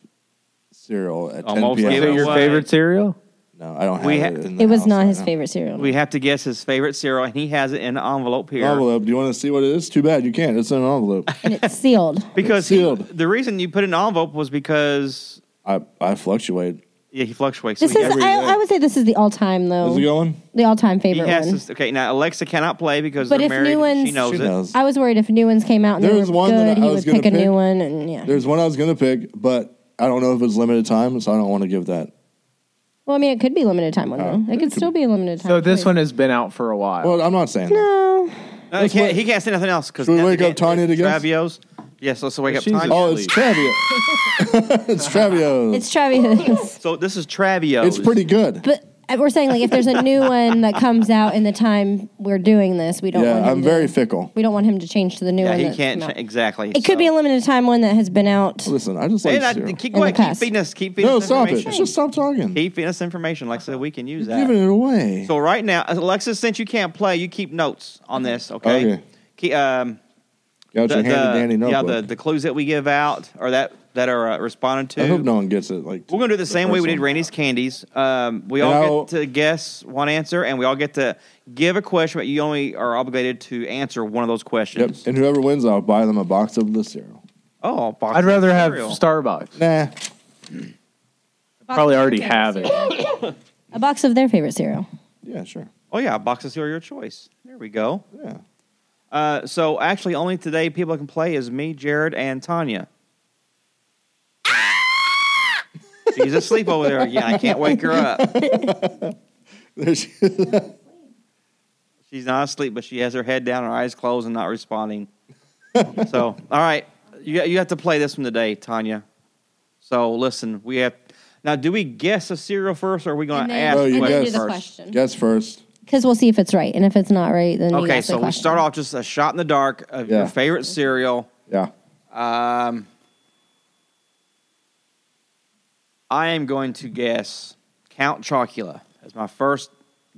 [SPEAKER 3] cereal at
[SPEAKER 1] Almost
[SPEAKER 3] 10
[SPEAKER 1] gave
[SPEAKER 4] Is
[SPEAKER 3] p.m.
[SPEAKER 4] it your
[SPEAKER 1] away.
[SPEAKER 4] favorite cereal?
[SPEAKER 3] No, I don't have
[SPEAKER 1] We
[SPEAKER 3] it.
[SPEAKER 1] ha-
[SPEAKER 3] in the
[SPEAKER 2] It was
[SPEAKER 3] house
[SPEAKER 2] not
[SPEAKER 3] right
[SPEAKER 2] his
[SPEAKER 3] now.
[SPEAKER 2] favorite cereal.
[SPEAKER 1] We have to guess his favorite cereal, and he has it in an envelope here.
[SPEAKER 3] Envelope. Do you want to see what it is? Too bad you can't. It's in an envelope.
[SPEAKER 2] and it's sealed.
[SPEAKER 1] Because
[SPEAKER 3] It's
[SPEAKER 1] he-
[SPEAKER 3] sealed.
[SPEAKER 1] the reason you put it in an envelope was because
[SPEAKER 3] I, I fluctuate.
[SPEAKER 1] yeah, he fluctuates.
[SPEAKER 2] This
[SPEAKER 1] So
[SPEAKER 2] is
[SPEAKER 1] he-
[SPEAKER 3] every
[SPEAKER 2] I,
[SPEAKER 3] day.
[SPEAKER 2] I would say this is the all time
[SPEAKER 3] Is
[SPEAKER 2] though.
[SPEAKER 3] it going?
[SPEAKER 2] The all time
[SPEAKER 1] He
[SPEAKER 2] favorite
[SPEAKER 1] has
[SPEAKER 2] one.
[SPEAKER 1] this, okay, now Alexa cannot play because
[SPEAKER 2] But
[SPEAKER 1] they're
[SPEAKER 2] if
[SPEAKER 1] married.
[SPEAKER 2] new ones-
[SPEAKER 1] she knows
[SPEAKER 3] She
[SPEAKER 1] it.
[SPEAKER 3] knows.
[SPEAKER 2] I was worried if new ones came out and
[SPEAKER 3] There
[SPEAKER 2] they
[SPEAKER 3] was
[SPEAKER 2] were
[SPEAKER 3] one that
[SPEAKER 2] good,
[SPEAKER 3] I
[SPEAKER 2] he
[SPEAKER 3] was
[SPEAKER 2] would
[SPEAKER 3] gonna
[SPEAKER 2] pick a
[SPEAKER 3] pick.
[SPEAKER 2] new one and yeah.
[SPEAKER 3] There's one I was going to pick, but I don't know if it's limited time, so I don't want to give that.
[SPEAKER 2] well, I mean, it could be limited time one
[SPEAKER 3] Uh,
[SPEAKER 2] though. It, could still be a limited time.
[SPEAKER 4] So this
[SPEAKER 2] choice.
[SPEAKER 4] one has been out for a while.
[SPEAKER 3] Well, I'm not saying that.
[SPEAKER 2] No,
[SPEAKER 1] No, he, Uh, can't, he can't say nothing else because
[SPEAKER 3] Should we wake up Tanya to guess?
[SPEAKER 1] Travios. Yes, let's wake up
[SPEAKER 4] Jesus.
[SPEAKER 1] Tanya.
[SPEAKER 3] Oh, it's Travio. it's Travio.
[SPEAKER 2] it's Travis.
[SPEAKER 1] So this is Travios.
[SPEAKER 3] It's pretty good.
[SPEAKER 2] But we're saying like if there's a new one that comes out in the time we're doing this, we don't.
[SPEAKER 3] Yeah,
[SPEAKER 2] want him
[SPEAKER 3] I'm
[SPEAKER 2] to,
[SPEAKER 3] very fickle.
[SPEAKER 2] We don't want him to change to the new
[SPEAKER 1] Yeah,
[SPEAKER 2] one.
[SPEAKER 1] he
[SPEAKER 2] that's
[SPEAKER 1] can't
[SPEAKER 2] come
[SPEAKER 1] cha-
[SPEAKER 2] out.
[SPEAKER 1] exactly.
[SPEAKER 2] It could be a limited time one that has been out.
[SPEAKER 3] Listen, I just like
[SPEAKER 1] And I,
[SPEAKER 3] cereal.
[SPEAKER 1] keep
[SPEAKER 2] In
[SPEAKER 1] going.
[SPEAKER 2] the
[SPEAKER 1] Keep
[SPEAKER 2] past.
[SPEAKER 1] feeding us. Keep feeding
[SPEAKER 3] No,
[SPEAKER 1] us
[SPEAKER 3] stop it.
[SPEAKER 1] information.
[SPEAKER 3] Just stop talking.
[SPEAKER 1] Keep feeding us information, Alexa. We can use
[SPEAKER 3] You're giving
[SPEAKER 1] that.
[SPEAKER 3] it away.
[SPEAKER 1] So right now, Alexa, since you can't play, you keep notes on this. Okay.
[SPEAKER 3] Okay.
[SPEAKER 1] Keep, um,
[SPEAKER 3] Got your handy dandy
[SPEAKER 1] yeah,
[SPEAKER 3] notebook.
[SPEAKER 1] the, the clues that we give out or that that are uh, responded to.
[SPEAKER 3] I hope no one gets it. Like
[SPEAKER 1] We're gonna do the same way
[SPEAKER 3] first
[SPEAKER 1] we did
[SPEAKER 3] one.
[SPEAKER 1] Randy's candies. Um, we
[SPEAKER 3] And
[SPEAKER 1] all
[SPEAKER 3] I'll-
[SPEAKER 1] get to guess one answer, and we all get to give a question, but you only are obligated to answer one of those
[SPEAKER 3] Yep.
[SPEAKER 1] questions.
[SPEAKER 3] And whoever wins, I'll buy them a box of the cereal.
[SPEAKER 1] Oh, box
[SPEAKER 4] I'd rather have
[SPEAKER 1] cereal.
[SPEAKER 4] Starbucks.
[SPEAKER 3] Nah,
[SPEAKER 4] Probably already have it.
[SPEAKER 2] A box of their favorite cereal.
[SPEAKER 3] yeah, sure,
[SPEAKER 1] Oh yeah, a box of cereal your choice. There we go.
[SPEAKER 3] yeah.
[SPEAKER 1] Uh, so actually, only today people can play is me, Jared, and Tanya.
[SPEAKER 4] Ah!
[SPEAKER 1] She's asleep over there again. I can't wake her up.
[SPEAKER 3] There she is.
[SPEAKER 1] She's not asleep, but she has her head down, her eyes closed, and not responding. so, all right, you you have to play this one today, Tanya. So listen, we have now. Do we guess a cereal first, or are we going
[SPEAKER 2] And
[SPEAKER 1] to
[SPEAKER 2] then-
[SPEAKER 1] ask
[SPEAKER 3] Oh, you
[SPEAKER 2] and then
[SPEAKER 3] guess.
[SPEAKER 2] do the
[SPEAKER 1] first?
[SPEAKER 2] question.
[SPEAKER 3] Guess first.
[SPEAKER 2] Because we'll see if it's right. And if it's not right, then you
[SPEAKER 1] Okay,
[SPEAKER 2] ask the
[SPEAKER 1] so we
[SPEAKER 2] question.
[SPEAKER 1] start off just a shot in the dark of
[SPEAKER 3] Yeah.
[SPEAKER 1] your favorite cereal.
[SPEAKER 3] Yeah.
[SPEAKER 1] Um, I am going to guess Count Chocula as my first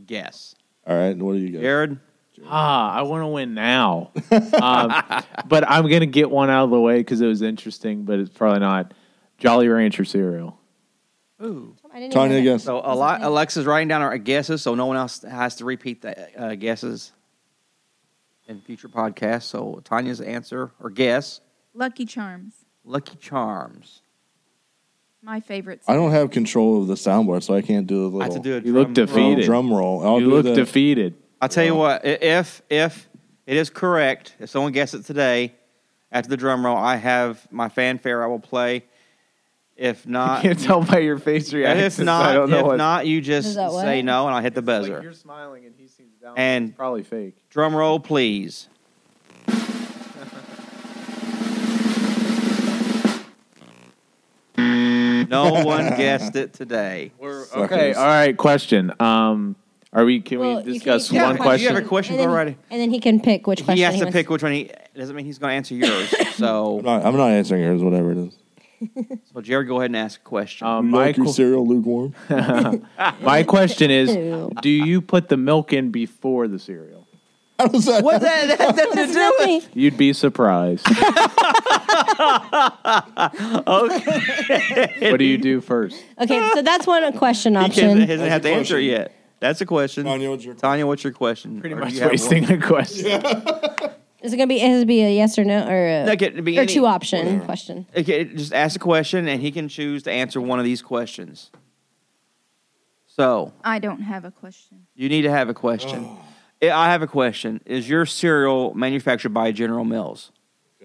[SPEAKER 1] guess.
[SPEAKER 3] All right. What do you guess?
[SPEAKER 1] Jared,
[SPEAKER 4] Ah, I want to win now. um, but I'm going to get one out of the way because it was interesting, but it's probably not. Jolly Rancher cereal.
[SPEAKER 1] ooh.
[SPEAKER 2] I didn't
[SPEAKER 3] Tanya,
[SPEAKER 2] even-
[SPEAKER 3] guess.
[SPEAKER 1] So a lot, Alexa's writing down our guesses, so no one else has to repeat the uh, guesses in future podcasts. So Tanya's answer or guess,
[SPEAKER 7] Lucky Charms,
[SPEAKER 1] Lucky Charms.
[SPEAKER 7] my favorite.
[SPEAKER 3] I don't have control of the soundboard, so I can't do the
[SPEAKER 1] I have
[SPEAKER 3] little
[SPEAKER 1] to do a
[SPEAKER 4] You look
[SPEAKER 1] drum roll.
[SPEAKER 3] drum,
[SPEAKER 4] defeated.
[SPEAKER 3] drum roll. I'll
[SPEAKER 4] you
[SPEAKER 3] do
[SPEAKER 4] look
[SPEAKER 3] the,
[SPEAKER 4] defeated.
[SPEAKER 1] I'll tell you what. i- If if it is correct, if someone gets it today, after the drum roll, I have my fanfare. I will play. If
[SPEAKER 4] I
[SPEAKER 1] not,
[SPEAKER 4] can't tell by your face reaction.
[SPEAKER 1] if
[SPEAKER 4] I
[SPEAKER 1] not,
[SPEAKER 4] don't know
[SPEAKER 1] if
[SPEAKER 4] what.
[SPEAKER 1] not, you just
[SPEAKER 2] Is that what?
[SPEAKER 1] say no, and I hit the buzzer.
[SPEAKER 4] you're smiling and he seems down.
[SPEAKER 1] And-
[SPEAKER 4] It's probably fake.
[SPEAKER 1] drum roll, please. no one guessed it today.
[SPEAKER 4] okay.
[SPEAKER 3] Suckers.
[SPEAKER 4] All right. Question. Um, are we? Can
[SPEAKER 2] Well, you
[SPEAKER 4] we discuss
[SPEAKER 2] can-
[SPEAKER 4] one
[SPEAKER 1] Yeah,
[SPEAKER 4] question?
[SPEAKER 1] you have a question
[SPEAKER 2] And then,
[SPEAKER 1] already?
[SPEAKER 2] And then he can pick which question.
[SPEAKER 1] He has to
[SPEAKER 2] wants-
[SPEAKER 1] pick which one. He doesn't mean he's going to answer yours.
[SPEAKER 3] I'm
[SPEAKER 1] So,
[SPEAKER 3] not, I'm not answering yours. Whatever it is.
[SPEAKER 1] so Jared, go ahead and ask a question.
[SPEAKER 4] Um,
[SPEAKER 3] You like your
[SPEAKER 4] Michael-
[SPEAKER 3] cereal lukewarm?
[SPEAKER 4] My question is:
[SPEAKER 2] Ew.
[SPEAKER 4] Do you put the milk in before the cereal?
[SPEAKER 3] How does that?
[SPEAKER 1] what that, that, that,
[SPEAKER 2] That's nothing.
[SPEAKER 4] You'd be surprised. What do you do first?
[SPEAKER 2] Okay, so that's one question
[SPEAKER 1] He can't,
[SPEAKER 2] option.
[SPEAKER 1] hasn't
[SPEAKER 3] That's
[SPEAKER 1] had
[SPEAKER 3] a
[SPEAKER 1] to answer
[SPEAKER 3] question.
[SPEAKER 1] yet. That's a question.
[SPEAKER 3] Tanya, what's your-
[SPEAKER 1] Tanya, what's your question?
[SPEAKER 4] Pretty
[SPEAKER 1] Or do
[SPEAKER 4] much
[SPEAKER 1] you have
[SPEAKER 4] wasting
[SPEAKER 1] one?
[SPEAKER 4] a question.
[SPEAKER 2] Is it gonna be? It has to be a yes or no or a,
[SPEAKER 1] That could be
[SPEAKER 2] or
[SPEAKER 1] any-
[SPEAKER 2] two option question.
[SPEAKER 1] Okay, just ask a question, and he can choose to answer one of these questions. So
[SPEAKER 7] I don't have a question.
[SPEAKER 1] you need to have a question.
[SPEAKER 3] Oh.
[SPEAKER 1] I I have a question. Is your cereal manufactured by General Mills?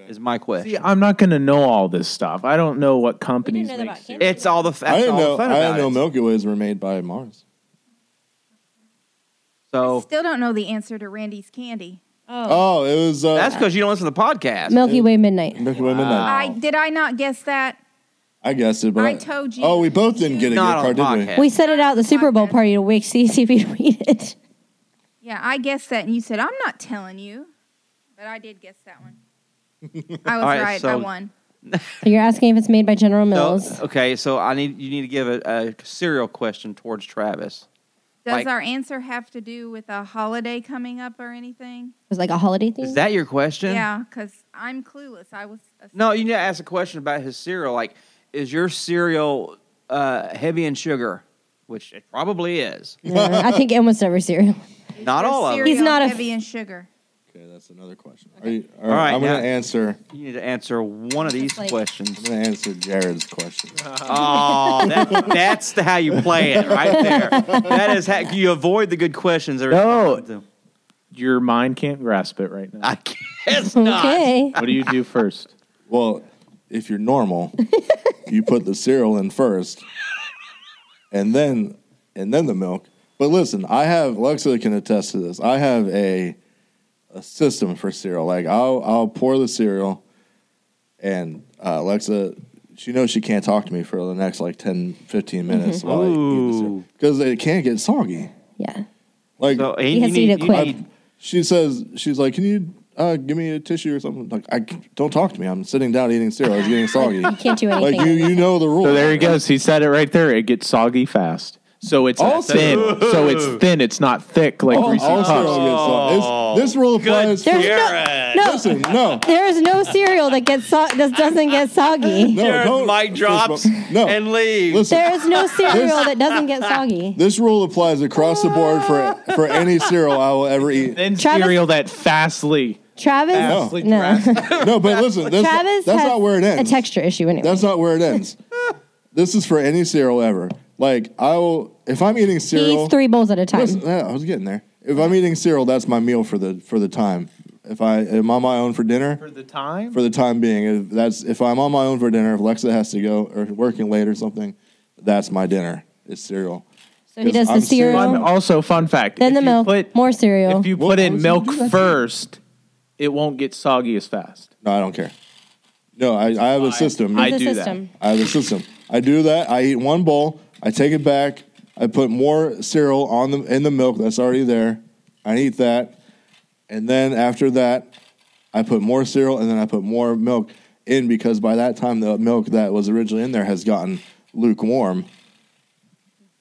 [SPEAKER 1] Is my question.
[SPEAKER 4] See, I'm not going to know all this stuff. I don't know what companies
[SPEAKER 2] know that
[SPEAKER 4] make.
[SPEAKER 2] about
[SPEAKER 4] cereal.
[SPEAKER 2] candy.
[SPEAKER 1] it's all the. That's
[SPEAKER 3] I didn't
[SPEAKER 1] all
[SPEAKER 3] know.
[SPEAKER 1] The fun
[SPEAKER 3] I didn't
[SPEAKER 1] about
[SPEAKER 3] know
[SPEAKER 1] it.
[SPEAKER 3] Milky Ways were made by Mars.
[SPEAKER 1] So
[SPEAKER 7] Still don't know the answer to Randy's candy.
[SPEAKER 2] Oh,
[SPEAKER 3] Oh, it was uh,
[SPEAKER 1] that's because you don't listen to the podcast.
[SPEAKER 2] Milky Way Midnight.
[SPEAKER 3] Milky Way Midnight.
[SPEAKER 7] I did I not guess that?
[SPEAKER 3] I guess it. Oh. But
[SPEAKER 7] I told you.
[SPEAKER 3] Oh, we both didn't get a gift
[SPEAKER 1] Not on
[SPEAKER 3] card, did we?
[SPEAKER 1] podcast.
[SPEAKER 2] We set it out at the Super Bowl party to wake see if he'd read it.
[SPEAKER 7] Yeah, I guessed that, and you said I'm not telling you, but I did guess that one. I was
[SPEAKER 1] All right,
[SPEAKER 7] right. I
[SPEAKER 1] so-
[SPEAKER 7] won.
[SPEAKER 2] So you're asking if it's made by General
[SPEAKER 1] So-
[SPEAKER 2] Mills.
[SPEAKER 1] okay, so I need you need to give a, a cereal question towards Travis.
[SPEAKER 7] Does
[SPEAKER 1] like-
[SPEAKER 7] our answer have to do with a holiday coming up or anything?
[SPEAKER 2] it was like a holiday theme.
[SPEAKER 1] Is that your question?
[SPEAKER 7] Yeah, because I'm clueless. I was. a-
[SPEAKER 1] No, you need to ask a question about his cereal. Like, is your cereal uh, heavy in sugar? Which it probably is.
[SPEAKER 2] No, I think almost every cereal.
[SPEAKER 1] Not all of
[SPEAKER 7] cereal
[SPEAKER 1] it.
[SPEAKER 2] He's not a-
[SPEAKER 7] heavy in sugar.
[SPEAKER 3] Okay, that's another question. Are you, all
[SPEAKER 1] All right,
[SPEAKER 3] right, I'm
[SPEAKER 1] now-
[SPEAKER 3] gonna answer.
[SPEAKER 1] You need to answer one of these
[SPEAKER 2] Just like-
[SPEAKER 3] I'm
[SPEAKER 1] questions.
[SPEAKER 3] gonna answer Jared's question.
[SPEAKER 1] Oh, that, that's the, how you play it right there. That is how you avoid the good questions. every
[SPEAKER 4] No.
[SPEAKER 1] time.
[SPEAKER 4] Your mind can't grasp it right now.
[SPEAKER 1] I guess not.
[SPEAKER 2] Okay.
[SPEAKER 4] What do you do first?
[SPEAKER 3] Well, if you're normal, you put the cereal in first, and then and then the milk. But listen, I have Lexa can attest to this. I have a a system for cereal. Like I'll I'll pour the cereal, and uh, Lexa, she knows she can't talk to me for the next like 10, 15 minutes while
[SPEAKER 1] Ooh.
[SPEAKER 3] because it can't get soggy.
[SPEAKER 2] Yeah.
[SPEAKER 3] Like
[SPEAKER 1] So he,
[SPEAKER 2] He has
[SPEAKER 1] you
[SPEAKER 2] to eat
[SPEAKER 1] need-
[SPEAKER 2] it
[SPEAKER 1] you
[SPEAKER 2] quick.
[SPEAKER 1] need-
[SPEAKER 3] she says, she's like, can you uh, give me a tissue or something? Like I c- don't talk to me. I'm sitting down eating cereal. It's getting soggy.
[SPEAKER 2] You can't do anything.
[SPEAKER 3] Like you, you know the rule.
[SPEAKER 4] So there he goes. He said it right there. It gets soggy fast. So it's
[SPEAKER 3] Also-
[SPEAKER 4] thin. So it's thin. It's not thick like
[SPEAKER 3] All,
[SPEAKER 4] Reese's
[SPEAKER 3] all cereal
[SPEAKER 4] Puffs.
[SPEAKER 3] gets soggy. It's-
[SPEAKER 1] Oh,
[SPEAKER 3] This rule applies.
[SPEAKER 2] There's
[SPEAKER 3] for-
[SPEAKER 1] Jared.
[SPEAKER 2] no, no,
[SPEAKER 3] Listen, no,
[SPEAKER 2] there is no cereal that gets so- that doesn't get soggy.
[SPEAKER 3] no,
[SPEAKER 1] Jared
[SPEAKER 3] don't.
[SPEAKER 1] mic drops
[SPEAKER 3] First of all, no.
[SPEAKER 1] and leaves.
[SPEAKER 3] Listen,
[SPEAKER 2] There is no cereal that doesn't get soggy.
[SPEAKER 3] this rule applies across the board for for any cereal I will ever eat.
[SPEAKER 4] Then
[SPEAKER 2] Travis-
[SPEAKER 4] cereal that fastly.
[SPEAKER 2] Travis,
[SPEAKER 3] No.
[SPEAKER 2] no.
[SPEAKER 3] No, but listen, that's,
[SPEAKER 2] Travis
[SPEAKER 3] that's
[SPEAKER 2] has
[SPEAKER 3] not where it
[SPEAKER 2] a
[SPEAKER 3] ends.
[SPEAKER 2] texture issue anyway.
[SPEAKER 3] That's not where it ends. this is for any cereal ever. Like I will, if I'm eating
[SPEAKER 2] he
[SPEAKER 3] cereal,
[SPEAKER 2] eats three bowls at a time.
[SPEAKER 3] Listen, yeah, I was getting there. If I'm eating cereal, that's my meal for the for the time. If I am on my own for dinner,
[SPEAKER 4] For the time?
[SPEAKER 3] for the time being, if that's if I'm on my own for dinner. If Lexa has to go or working late or something, that's my dinner. It's cereal.
[SPEAKER 2] so he does the
[SPEAKER 3] I'm
[SPEAKER 2] cereal,
[SPEAKER 3] cereal.
[SPEAKER 4] Fun- also, fun fact.
[SPEAKER 2] then the
[SPEAKER 4] if you
[SPEAKER 2] milk,
[SPEAKER 4] put-
[SPEAKER 2] more cereal.
[SPEAKER 4] If you
[SPEAKER 3] Well,
[SPEAKER 4] put
[SPEAKER 3] how
[SPEAKER 4] in
[SPEAKER 3] does he
[SPEAKER 4] milk
[SPEAKER 3] do that?
[SPEAKER 4] first, it won't get soggy as fast.
[SPEAKER 3] No, I don't care. No, I, I have a system.
[SPEAKER 4] I
[SPEAKER 3] I,
[SPEAKER 2] It's a
[SPEAKER 4] do that.
[SPEAKER 2] system.
[SPEAKER 3] have a system. I do that. I eat one bowl. I take it back. I put more cereal on the in the milk that's already there. I eat that, and then after that, I put more cereal and then I put more milk in because by that time the milk that was originally in there has gotten lukewarm,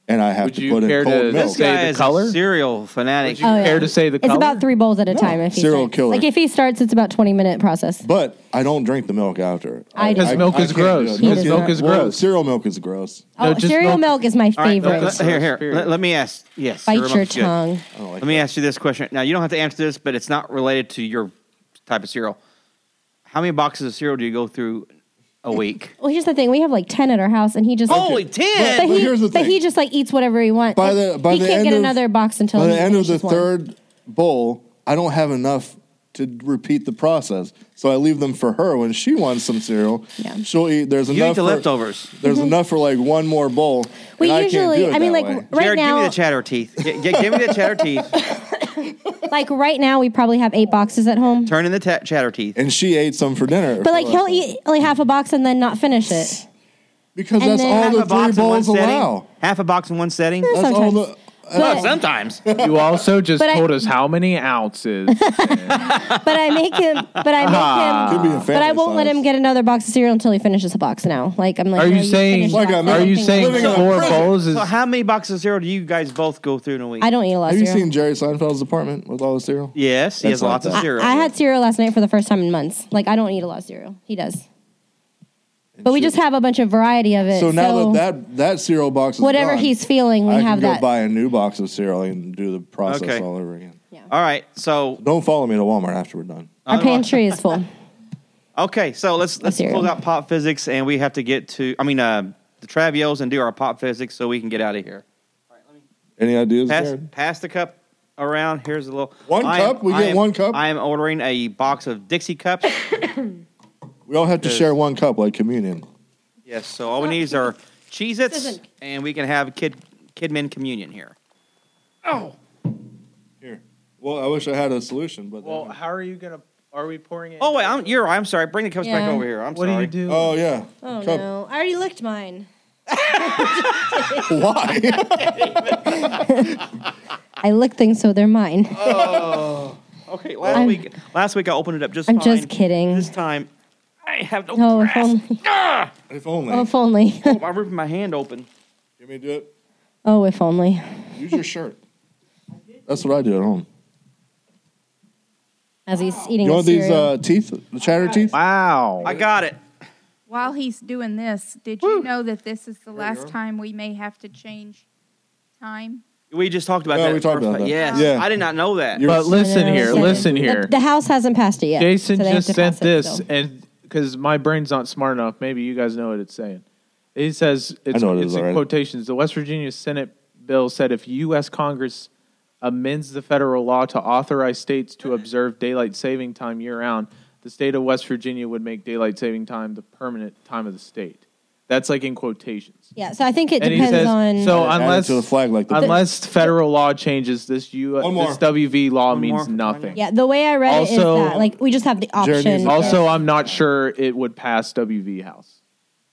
[SPEAKER 3] and I have
[SPEAKER 4] Would
[SPEAKER 3] to
[SPEAKER 4] you
[SPEAKER 3] put
[SPEAKER 4] care
[SPEAKER 3] in cold
[SPEAKER 4] to
[SPEAKER 3] milk.
[SPEAKER 1] this guy
[SPEAKER 4] Say the
[SPEAKER 1] is
[SPEAKER 4] color?
[SPEAKER 1] a cereal fanatic.
[SPEAKER 2] Oh, yeah.
[SPEAKER 4] Care to say the
[SPEAKER 2] it's
[SPEAKER 4] color?
[SPEAKER 2] about three bowls at a time. If he
[SPEAKER 3] cereal
[SPEAKER 2] starts.
[SPEAKER 3] killer.
[SPEAKER 2] Like if he starts, it's about twenty minute process.
[SPEAKER 3] But I don't drink the milk after.
[SPEAKER 2] I do.
[SPEAKER 4] Because milk is
[SPEAKER 3] can't do
[SPEAKER 4] gross.
[SPEAKER 3] it.
[SPEAKER 2] He
[SPEAKER 4] Because
[SPEAKER 2] does
[SPEAKER 4] milk
[SPEAKER 2] not.
[SPEAKER 4] is
[SPEAKER 3] Well,
[SPEAKER 4] gross.
[SPEAKER 3] Cereal milk is gross.
[SPEAKER 4] No,
[SPEAKER 2] oh,
[SPEAKER 4] just
[SPEAKER 2] cereal
[SPEAKER 4] milk.
[SPEAKER 2] milk. is my
[SPEAKER 1] All right,
[SPEAKER 2] favorite.
[SPEAKER 1] let- here, here.
[SPEAKER 4] Period.
[SPEAKER 1] Let, let me ask. Yes,
[SPEAKER 2] Bite
[SPEAKER 1] cereal
[SPEAKER 2] your
[SPEAKER 1] milk is good.
[SPEAKER 2] tongue.
[SPEAKER 3] I don't like
[SPEAKER 1] Let me ask you this question. Now you don't have to answer this, but it's not related to your type of cereal. How many boxes of cereal do you go through a week?
[SPEAKER 2] Well, here's the thing: we have like ten at our house, and he just
[SPEAKER 1] Holy
[SPEAKER 2] But,
[SPEAKER 1] ten!
[SPEAKER 3] But
[SPEAKER 2] he,
[SPEAKER 3] here's the
[SPEAKER 2] but
[SPEAKER 3] thing.
[SPEAKER 2] he just like eats whatever he wants.
[SPEAKER 3] By
[SPEAKER 2] Like,
[SPEAKER 3] the- by
[SPEAKER 2] he
[SPEAKER 3] the
[SPEAKER 2] can't
[SPEAKER 3] end
[SPEAKER 2] get
[SPEAKER 3] of-
[SPEAKER 2] another box until
[SPEAKER 3] By
[SPEAKER 2] he
[SPEAKER 3] the end of the
[SPEAKER 2] finishes one.
[SPEAKER 3] third bowl, I don't have enough to repeat the process. So I leave them for her when she wants some cereal.
[SPEAKER 2] Yeah. Mm-hmm.
[SPEAKER 3] She'll eat. There's
[SPEAKER 1] You
[SPEAKER 3] enough
[SPEAKER 1] eat
[SPEAKER 3] for,
[SPEAKER 1] the leftovers.
[SPEAKER 3] There's enough for like one more bowl.
[SPEAKER 2] We
[SPEAKER 3] and I, can't
[SPEAKER 2] usually,
[SPEAKER 3] do it
[SPEAKER 2] I mean,
[SPEAKER 3] that
[SPEAKER 2] like
[SPEAKER 3] way.
[SPEAKER 2] right
[SPEAKER 1] Jared, give me
[SPEAKER 2] now,
[SPEAKER 1] the chatter teeth. G- g- give me the chatter teeth.
[SPEAKER 2] like right now, we probably have eight boxes at home.
[SPEAKER 1] Turn in the ta- chatter teeth.
[SPEAKER 3] and she ate some for dinner.
[SPEAKER 2] But like he'll eat like half a box and then not finish it.
[SPEAKER 3] because
[SPEAKER 2] and
[SPEAKER 3] that's
[SPEAKER 2] then-
[SPEAKER 3] all
[SPEAKER 2] Half
[SPEAKER 3] the
[SPEAKER 1] a box
[SPEAKER 3] three
[SPEAKER 1] in one
[SPEAKER 3] bowls allow.
[SPEAKER 1] setting. Half a box in one setting.
[SPEAKER 3] That's
[SPEAKER 2] Sometimes.
[SPEAKER 3] all the.
[SPEAKER 2] But,
[SPEAKER 1] Sometimes.
[SPEAKER 4] You also just
[SPEAKER 2] But I-
[SPEAKER 4] told us how many ounces.
[SPEAKER 2] but I make him. But I make
[SPEAKER 1] Ah.
[SPEAKER 2] him.
[SPEAKER 3] Could be a family
[SPEAKER 2] But I won't let
[SPEAKER 3] size.
[SPEAKER 2] him get another box of cereal until he finishes a box. Now, like I'm like, no,
[SPEAKER 4] Are you
[SPEAKER 2] finish
[SPEAKER 4] saying?
[SPEAKER 2] the
[SPEAKER 3] Like
[SPEAKER 2] box.
[SPEAKER 3] I'm
[SPEAKER 2] I
[SPEAKER 4] Are
[SPEAKER 2] don't
[SPEAKER 4] you
[SPEAKER 2] think
[SPEAKER 4] saying
[SPEAKER 3] living in a
[SPEAKER 4] four
[SPEAKER 3] prison.
[SPEAKER 4] bowls is?
[SPEAKER 1] So how many boxes of cereal do you guys both go through in a week?
[SPEAKER 2] I don't eat a lot.
[SPEAKER 3] Have
[SPEAKER 2] Of
[SPEAKER 3] you
[SPEAKER 2] cereal.
[SPEAKER 3] seen Jerry Seinfeld's apartment with all the cereal?
[SPEAKER 1] Yes, he
[SPEAKER 3] That's
[SPEAKER 1] has lots
[SPEAKER 3] not
[SPEAKER 1] of
[SPEAKER 3] bad.
[SPEAKER 1] cereal.
[SPEAKER 2] I had cereal last night for the first time in months. Like I don't eat a lot of cereal. He does. But we just have a bunch of variety of it.
[SPEAKER 3] So now that that that cereal box is
[SPEAKER 2] whatever
[SPEAKER 3] gone,
[SPEAKER 2] he's feeling, we
[SPEAKER 3] I
[SPEAKER 2] have
[SPEAKER 3] can go
[SPEAKER 2] that.
[SPEAKER 3] buy a new box of cereal and do the process
[SPEAKER 1] Okay.
[SPEAKER 3] all over again.
[SPEAKER 1] All right, so
[SPEAKER 3] Don't follow me to Walmart after we're done.
[SPEAKER 2] Our pantry is full.
[SPEAKER 1] okay, so let's let's
[SPEAKER 2] cereal.
[SPEAKER 1] close out pop physics, and we have to get to I mean uh, the Travios and do our pop physics so we can get out of here.
[SPEAKER 3] Any ideas?
[SPEAKER 1] Pass,
[SPEAKER 3] Jared?
[SPEAKER 1] pass the cup around. Here's a little
[SPEAKER 3] One
[SPEAKER 1] I
[SPEAKER 3] cup? We
[SPEAKER 1] I
[SPEAKER 3] get one cup?
[SPEAKER 1] I am ordering a box of Dixie cups.
[SPEAKER 3] We all have to
[SPEAKER 1] Because-
[SPEAKER 3] share one cup like communion.
[SPEAKER 1] yes, so all we need is our Cheez Its,
[SPEAKER 2] isn't-
[SPEAKER 1] and we can have kid Kidman communion here.
[SPEAKER 3] Here. Well, I wish I had a solution, but
[SPEAKER 4] Well, how are you gonna? Are we pouring it?
[SPEAKER 1] Oh wait, I'm, you're. I'm sorry. Bring the cups back
[SPEAKER 2] Yeah.
[SPEAKER 1] over here. I'm
[SPEAKER 4] What
[SPEAKER 1] sorry.
[SPEAKER 4] do you do?
[SPEAKER 3] oh yeah.
[SPEAKER 2] Oh
[SPEAKER 3] Cup.
[SPEAKER 2] no! I already licked mine.
[SPEAKER 3] Why?
[SPEAKER 2] I lick things so they're mine.
[SPEAKER 3] Oh,
[SPEAKER 1] Okay, last
[SPEAKER 2] I'm-
[SPEAKER 1] week. Last week I opened it up just.
[SPEAKER 2] I'm
[SPEAKER 1] fine.
[SPEAKER 2] just kidding.
[SPEAKER 1] This time, I have no.
[SPEAKER 2] oh, if
[SPEAKER 1] grasp.
[SPEAKER 2] only.
[SPEAKER 3] if only.
[SPEAKER 2] Oh, if only.
[SPEAKER 1] Oh, I'm ripping my hand open.
[SPEAKER 3] You want me to do it?
[SPEAKER 2] oh, if only.
[SPEAKER 3] Use your shirt. That's what I do at home.
[SPEAKER 2] As he's eating
[SPEAKER 3] You
[SPEAKER 2] his
[SPEAKER 3] want these
[SPEAKER 2] cereal.
[SPEAKER 3] uh, teeth? The chatter teeth?
[SPEAKER 4] Wow.
[SPEAKER 1] I got it.
[SPEAKER 7] While he's doing this, did you know that this is the last time we may have to change time?
[SPEAKER 1] We just talked about
[SPEAKER 3] Yeah,
[SPEAKER 1] that.
[SPEAKER 3] we talked
[SPEAKER 1] first,
[SPEAKER 3] about
[SPEAKER 1] but
[SPEAKER 3] that.
[SPEAKER 1] Yes.
[SPEAKER 3] Yeah.
[SPEAKER 1] I did not know that.
[SPEAKER 3] You're-
[SPEAKER 4] But listen here.
[SPEAKER 2] Yeah.
[SPEAKER 4] Listen
[SPEAKER 2] The-
[SPEAKER 4] here.
[SPEAKER 2] The, house hasn't passed it yet.
[SPEAKER 4] Jason
[SPEAKER 2] so they have
[SPEAKER 4] just
[SPEAKER 2] to
[SPEAKER 4] sent
[SPEAKER 2] pass it,
[SPEAKER 4] this,
[SPEAKER 2] so.
[SPEAKER 4] and because my brain's not smart enough, maybe you guys know what it's saying. It says it's,
[SPEAKER 3] know what it
[SPEAKER 4] it's
[SPEAKER 3] is
[SPEAKER 4] in
[SPEAKER 3] already.
[SPEAKER 4] quotations. The West Virginia Senate bill said if U.S. Congress amends the federal law to authorize states to observe daylight saving time year round, the state of West Virginia would make daylight saving time the permanent time of the state. That's like in quotations.
[SPEAKER 2] Yeah, so I think it
[SPEAKER 4] And he
[SPEAKER 2] depends
[SPEAKER 4] says
[SPEAKER 2] on.
[SPEAKER 4] so
[SPEAKER 3] Add it
[SPEAKER 4] unless
[SPEAKER 3] to the flag like the
[SPEAKER 4] unless federal law changes this U
[SPEAKER 3] One more.
[SPEAKER 4] this WV law
[SPEAKER 1] One more.
[SPEAKER 4] means nothing.
[SPEAKER 2] yeah, the way I read it
[SPEAKER 4] Also-
[SPEAKER 2] is that like we just have the
[SPEAKER 3] Jared needs
[SPEAKER 2] option.
[SPEAKER 3] to-
[SPEAKER 4] Also, I'm not sure it would pass WV House.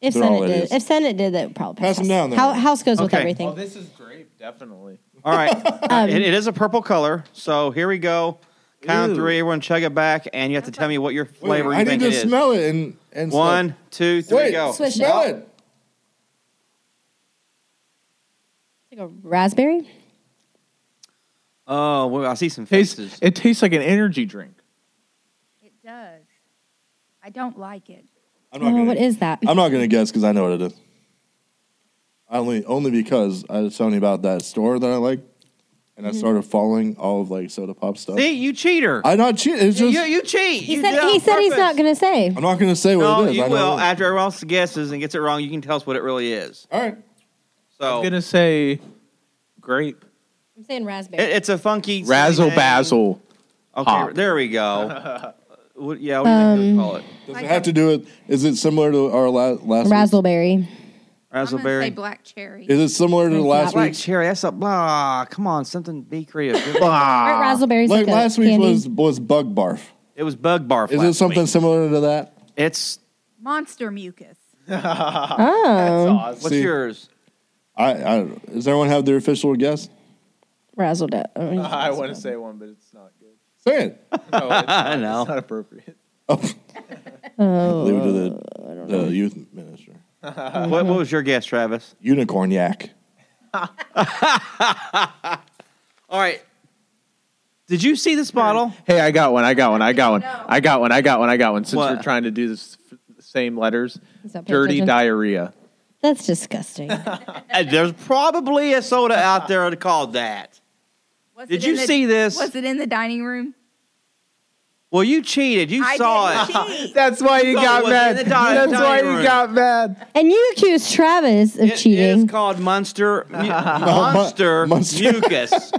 [SPEAKER 2] if
[SPEAKER 3] they're all
[SPEAKER 2] Senate did,
[SPEAKER 3] idiots.
[SPEAKER 2] if Senate did, that would probably
[SPEAKER 3] Pass
[SPEAKER 2] pass.
[SPEAKER 3] them down then.
[SPEAKER 2] How, house goes with
[SPEAKER 1] Okay.
[SPEAKER 2] everything.
[SPEAKER 4] this is great, definitely.
[SPEAKER 1] All right.
[SPEAKER 3] Um,
[SPEAKER 1] it, it is a purple color. So here we go. Count
[SPEAKER 4] Ooh.
[SPEAKER 1] three. Everyone chug it back, and you have to tell me what your flavor
[SPEAKER 3] I
[SPEAKER 1] you
[SPEAKER 3] need
[SPEAKER 1] think
[SPEAKER 3] to
[SPEAKER 1] it is.
[SPEAKER 3] smell it and and smell it.
[SPEAKER 1] One, two, three,
[SPEAKER 3] Wait,
[SPEAKER 1] go.
[SPEAKER 2] Swish
[SPEAKER 3] smell
[SPEAKER 2] it.
[SPEAKER 3] it.
[SPEAKER 2] It's like a raspberry.
[SPEAKER 1] Oh, well, I see some faces.
[SPEAKER 4] Tastes, it tastes like an energy drink.
[SPEAKER 7] It does. I don't like it.
[SPEAKER 3] I'm
[SPEAKER 2] Oh, what is that?
[SPEAKER 3] I'm not gonna guess because I know what it is. I only only because I was telling you about that store that I like, and I started following all of like soda pop stuff.
[SPEAKER 1] see, you cheater.
[SPEAKER 3] I not cheat. It's
[SPEAKER 1] you,
[SPEAKER 3] just
[SPEAKER 1] you, you cheat.
[SPEAKER 2] he
[SPEAKER 1] You
[SPEAKER 2] said,
[SPEAKER 1] did it on
[SPEAKER 2] he said he's
[SPEAKER 1] purpose.
[SPEAKER 2] not going to say.
[SPEAKER 3] I'm not gonna say what
[SPEAKER 1] No,
[SPEAKER 3] it is.
[SPEAKER 1] you
[SPEAKER 3] I know
[SPEAKER 1] will.
[SPEAKER 3] what it is.
[SPEAKER 1] After everyone else guesses and gets it wrong, you can tell us what it really is.
[SPEAKER 3] all right.
[SPEAKER 1] So Oh.
[SPEAKER 4] I'm gonna say grape.
[SPEAKER 2] I'm saying raspberry.
[SPEAKER 1] it- it's a funky silly
[SPEAKER 4] Razzle
[SPEAKER 1] name.
[SPEAKER 4] basil.
[SPEAKER 1] Okay,
[SPEAKER 4] Hop.
[SPEAKER 1] there we go. What- yeah, what do you
[SPEAKER 7] Um,
[SPEAKER 1] think they call it?
[SPEAKER 3] Does
[SPEAKER 7] Like
[SPEAKER 3] it have to do with? Is it similar to our la- last? week's-
[SPEAKER 2] Razzleberry.
[SPEAKER 7] I'm gonna say
[SPEAKER 1] Razzleberry.
[SPEAKER 7] black cherry.
[SPEAKER 3] Is it similar to the
[SPEAKER 2] It's
[SPEAKER 3] last
[SPEAKER 2] not
[SPEAKER 1] Black
[SPEAKER 3] week's?
[SPEAKER 1] cherry. That's a blah. Come on, something. Be creative.
[SPEAKER 4] Ah.
[SPEAKER 2] Aren't razzleberries
[SPEAKER 3] Like
[SPEAKER 2] like, a
[SPEAKER 3] last week's
[SPEAKER 2] candy?
[SPEAKER 3] was was bug barf.
[SPEAKER 1] it was bug barf.
[SPEAKER 3] Is it
[SPEAKER 1] last
[SPEAKER 3] something
[SPEAKER 1] week.
[SPEAKER 3] similar to that?
[SPEAKER 1] It's
[SPEAKER 7] Monster mucus.
[SPEAKER 2] oh,
[SPEAKER 1] what's
[SPEAKER 3] See.
[SPEAKER 1] yours?
[SPEAKER 3] I, I does everyone have their official guess?
[SPEAKER 2] razzle da- oh,
[SPEAKER 4] I want to say one, but it's not good.
[SPEAKER 3] Say it.
[SPEAKER 4] No, it's not,
[SPEAKER 1] I know.
[SPEAKER 4] It's not appropriate.
[SPEAKER 2] Oh,
[SPEAKER 3] Leave it to the, the youth minister.
[SPEAKER 1] What, what was your guess, Travis?
[SPEAKER 3] Unicorn yak.
[SPEAKER 1] All right. Did you see this bottle?
[SPEAKER 4] Hey, I got one. I got one. I got one. I got one. I got one. I got one. Since
[SPEAKER 1] What?
[SPEAKER 4] we're trying to do this f- same letters,
[SPEAKER 2] Is that pink
[SPEAKER 4] dirty
[SPEAKER 2] pigeon?
[SPEAKER 4] diarrhea.
[SPEAKER 2] that's disgusting.
[SPEAKER 1] Uh, There's probably a soda out there called that.
[SPEAKER 7] Was
[SPEAKER 1] Did
[SPEAKER 7] it in
[SPEAKER 1] you
[SPEAKER 7] the-
[SPEAKER 1] see this?
[SPEAKER 7] Was it in the dining room?
[SPEAKER 1] Well, you cheated. You
[SPEAKER 7] I
[SPEAKER 1] saw it.
[SPEAKER 7] didn't cheat.
[SPEAKER 4] That's why you
[SPEAKER 1] No, it
[SPEAKER 4] got
[SPEAKER 1] was in
[SPEAKER 4] mad.
[SPEAKER 1] the di-
[SPEAKER 4] That's
[SPEAKER 1] dining
[SPEAKER 4] why you
[SPEAKER 1] room.
[SPEAKER 4] got mad.
[SPEAKER 2] and you accused Travis of
[SPEAKER 1] It is
[SPEAKER 2] cheating.
[SPEAKER 1] called Monster mu- Monster,
[SPEAKER 3] Monster.
[SPEAKER 1] Mucus.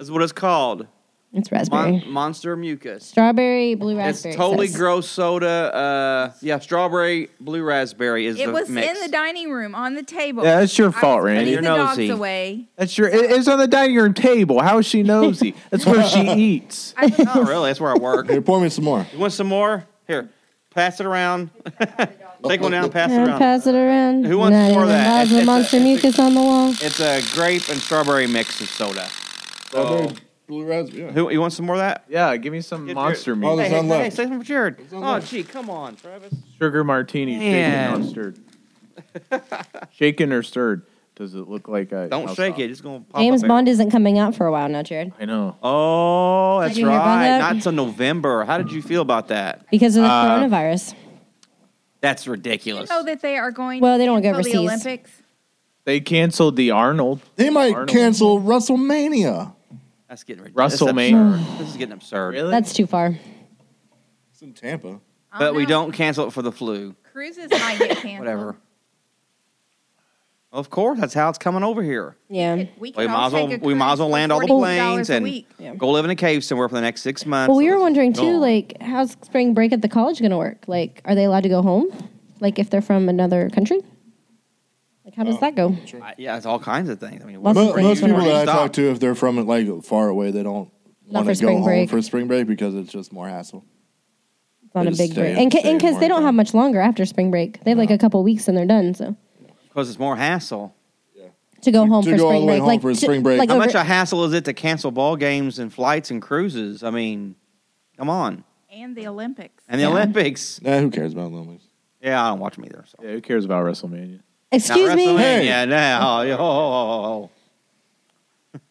[SPEAKER 1] Is what it's called.
[SPEAKER 2] it's
[SPEAKER 1] Mon-
[SPEAKER 2] raspberry.
[SPEAKER 1] monster Mucus.
[SPEAKER 2] Strawberry, blue raspberry.
[SPEAKER 1] It's totally
[SPEAKER 2] gross.
[SPEAKER 1] gross soda. Uh, yeah, strawberry, blue raspberry is
[SPEAKER 7] It
[SPEAKER 1] the
[SPEAKER 7] was
[SPEAKER 1] mix.
[SPEAKER 7] in the dining room on the table.
[SPEAKER 4] Yeah, that's your
[SPEAKER 7] I was
[SPEAKER 4] fault,
[SPEAKER 7] putting
[SPEAKER 4] Randy.
[SPEAKER 1] You're
[SPEAKER 7] the dogs
[SPEAKER 1] nosy.
[SPEAKER 7] away.
[SPEAKER 4] That's your. It, it's on the dining room table. How is she nosy? That's where she eats.
[SPEAKER 7] I was
[SPEAKER 1] Not Oh, really. That's where I work.
[SPEAKER 3] Here, pour me some more.
[SPEAKER 1] You want some more? Here, pass it around. Take one down, pass it
[SPEAKER 2] Yeah,
[SPEAKER 1] around.
[SPEAKER 2] pass it around.
[SPEAKER 1] Who wants
[SPEAKER 2] Not
[SPEAKER 1] more of
[SPEAKER 2] even
[SPEAKER 1] that? It's-
[SPEAKER 2] bothers with
[SPEAKER 1] it's a-
[SPEAKER 2] monster
[SPEAKER 1] it's a-
[SPEAKER 2] mucus on the wall.
[SPEAKER 1] It's a grape and strawberry mix of soda.
[SPEAKER 3] Strawberry, blue raspberry. yeah.
[SPEAKER 1] Oh. Who you want some more of that?
[SPEAKER 4] Yeah, give me some
[SPEAKER 1] Get
[SPEAKER 4] monster
[SPEAKER 1] your-
[SPEAKER 4] meat.
[SPEAKER 3] All
[SPEAKER 1] Hey,
[SPEAKER 3] There's none
[SPEAKER 1] hey,
[SPEAKER 3] left.
[SPEAKER 1] hey, say something for Jared.
[SPEAKER 3] none
[SPEAKER 1] Oh,
[SPEAKER 3] left.
[SPEAKER 1] gee, come on, Travis.
[SPEAKER 4] Sugar martini,
[SPEAKER 1] Man.
[SPEAKER 4] shaken or stirred. shaken or stirred. Does it look like a?
[SPEAKER 1] Don't
[SPEAKER 4] house
[SPEAKER 1] shake
[SPEAKER 4] dog?
[SPEAKER 1] it. It's gonna pop
[SPEAKER 2] James
[SPEAKER 1] up
[SPEAKER 2] Bond isn't coming out for a while now, Jared,
[SPEAKER 4] I know.
[SPEAKER 1] Oh, that's
[SPEAKER 2] you hear about
[SPEAKER 1] right.
[SPEAKER 2] that?
[SPEAKER 1] Not till November. How did you feel about that?
[SPEAKER 2] because of the
[SPEAKER 1] Uh,
[SPEAKER 2] coronavirus.
[SPEAKER 1] That's
[SPEAKER 7] You
[SPEAKER 1] ridiculous.
[SPEAKER 7] know that they are going.
[SPEAKER 2] Well, they don't go
[SPEAKER 7] cancel The
[SPEAKER 2] overseas.
[SPEAKER 7] Olympics.
[SPEAKER 4] They canceled the Arnold.
[SPEAKER 3] They might
[SPEAKER 4] Arnold.
[SPEAKER 3] cancel WrestleMania.
[SPEAKER 1] That's getting ridiculous. This is
[SPEAKER 4] WrestleMania.
[SPEAKER 1] absurd. This is getting absurd.
[SPEAKER 4] Really?
[SPEAKER 2] That's too far.
[SPEAKER 3] It's in Tampa.
[SPEAKER 7] I
[SPEAKER 1] But we
[SPEAKER 7] know.
[SPEAKER 1] don't cancel it for the flu.
[SPEAKER 7] Cruises might get canceled.
[SPEAKER 1] Whatever. Of course, that's how it's coming over here.
[SPEAKER 2] Yeah.
[SPEAKER 7] We, could
[SPEAKER 1] We
[SPEAKER 7] all
[SPEAKER 1] might as well,
[SPEAKER 7] take a
[SPEAKER 1] we might as well
[SPEAKER 7] cruise
[SPEAKER 1] land
[SPEAKER 7] for
[SPEAKER 1] all the
[SPEAKER 7] $40
[SPEAKER 1] planes
[SPEAKER 7] a
[SPEAKER 1] and
[SPEAKER 7] week.
[SPEAKER 2] Yeah.
[SPEAKER 1] go live in a cave somewhere for the next six months.
[SPEAKER 2] Well, we were
[SPEAKER 1] This is
[SPEAKER 2] wondering too,
[SPEAKER 1] gone.
[SPEAKER 2] like, how's spring break at the college going to work? Like, are they allowed to go home? Like, if they're from another country? Like, how
[SPEAKER 1] Oh,
[SPEAKER 2] does that go?
[SPEAKER 1] I- yeah, it's all kinds of things. I mean,
[SPEAKER 2] Lots
[SPEAKER 1] what-
[SPEAKER 2] of
[SPEAKER 3] Mo-
[SPEAKER 2] spring
[SPEAKER 3] most
[SPEAKER 2] break.
[SPEAKER 3] people that I
[SPEAKER 1] Stop.
[SPEAKER 3] talk to, if they're from like far away, they don't want
[SPEAKER 2] Not
[SPEAKER 3] to
[SPEAKER 2] for
[SPEAKER 3] go
[SPEAKER 2] spring
[SPEAKER 3] home
[SPEAKER 2] break.
[SPEAKER 3] for spring break because it's just more hassle.
[SPEAKER 2] It's not a
[SPEAKER 3] just
[SPEAKER 2] big
[SPEAKER 3] stay-
[SPEAKER 2] break, and
[SPEAKER 3] stay in
[SPEAKER 2] because they don't
[SPEAKER 3] Oregon.
[SPEAKER 2] have much longer after spring break, they have like a couple weeks and they're done. So
[SPEAKER 1] because it's more hassle.
[SPEAKER 2] to go home
[SPEAKER 3] to
[SPEAKER 2] for
[SPEAKER 3] go all
[SPEAKER 2] spring
[SPEAKER 3] the way
[SPEAKER 2] break,
[SPEAKER 3] home
[SPEAKER 2] like
[SPEAKER 3] for
[SPEAKER 2] to-
[SPEAKER 3] spring break.
[SPEAKER 2] like
[SPEAKER 1] How
[SPEAKER 2] over-
[SPEAKER 1] much a hassle is it to cancel ball games and flights and cruises? I mean, come on.
[SPEAKER 7] and the Olympics.
[SPEAKER 1] And the Olympics.
[SPEAKER 3] Nah, who cares about Olympics?
[SPEAKER 1] Yeah, I don't watch them either. So.
[SPEAKER 4] Yeah, who cares about WrestleMania?
[SPEAKER 2] excuse
[SPEAKER 1] Not
[SPEAKER 2] me,
[SPEAKER 1] WrestleMania
[SPEAKER 3] Hey.
[SPEAKER 1] now. Oh, oh,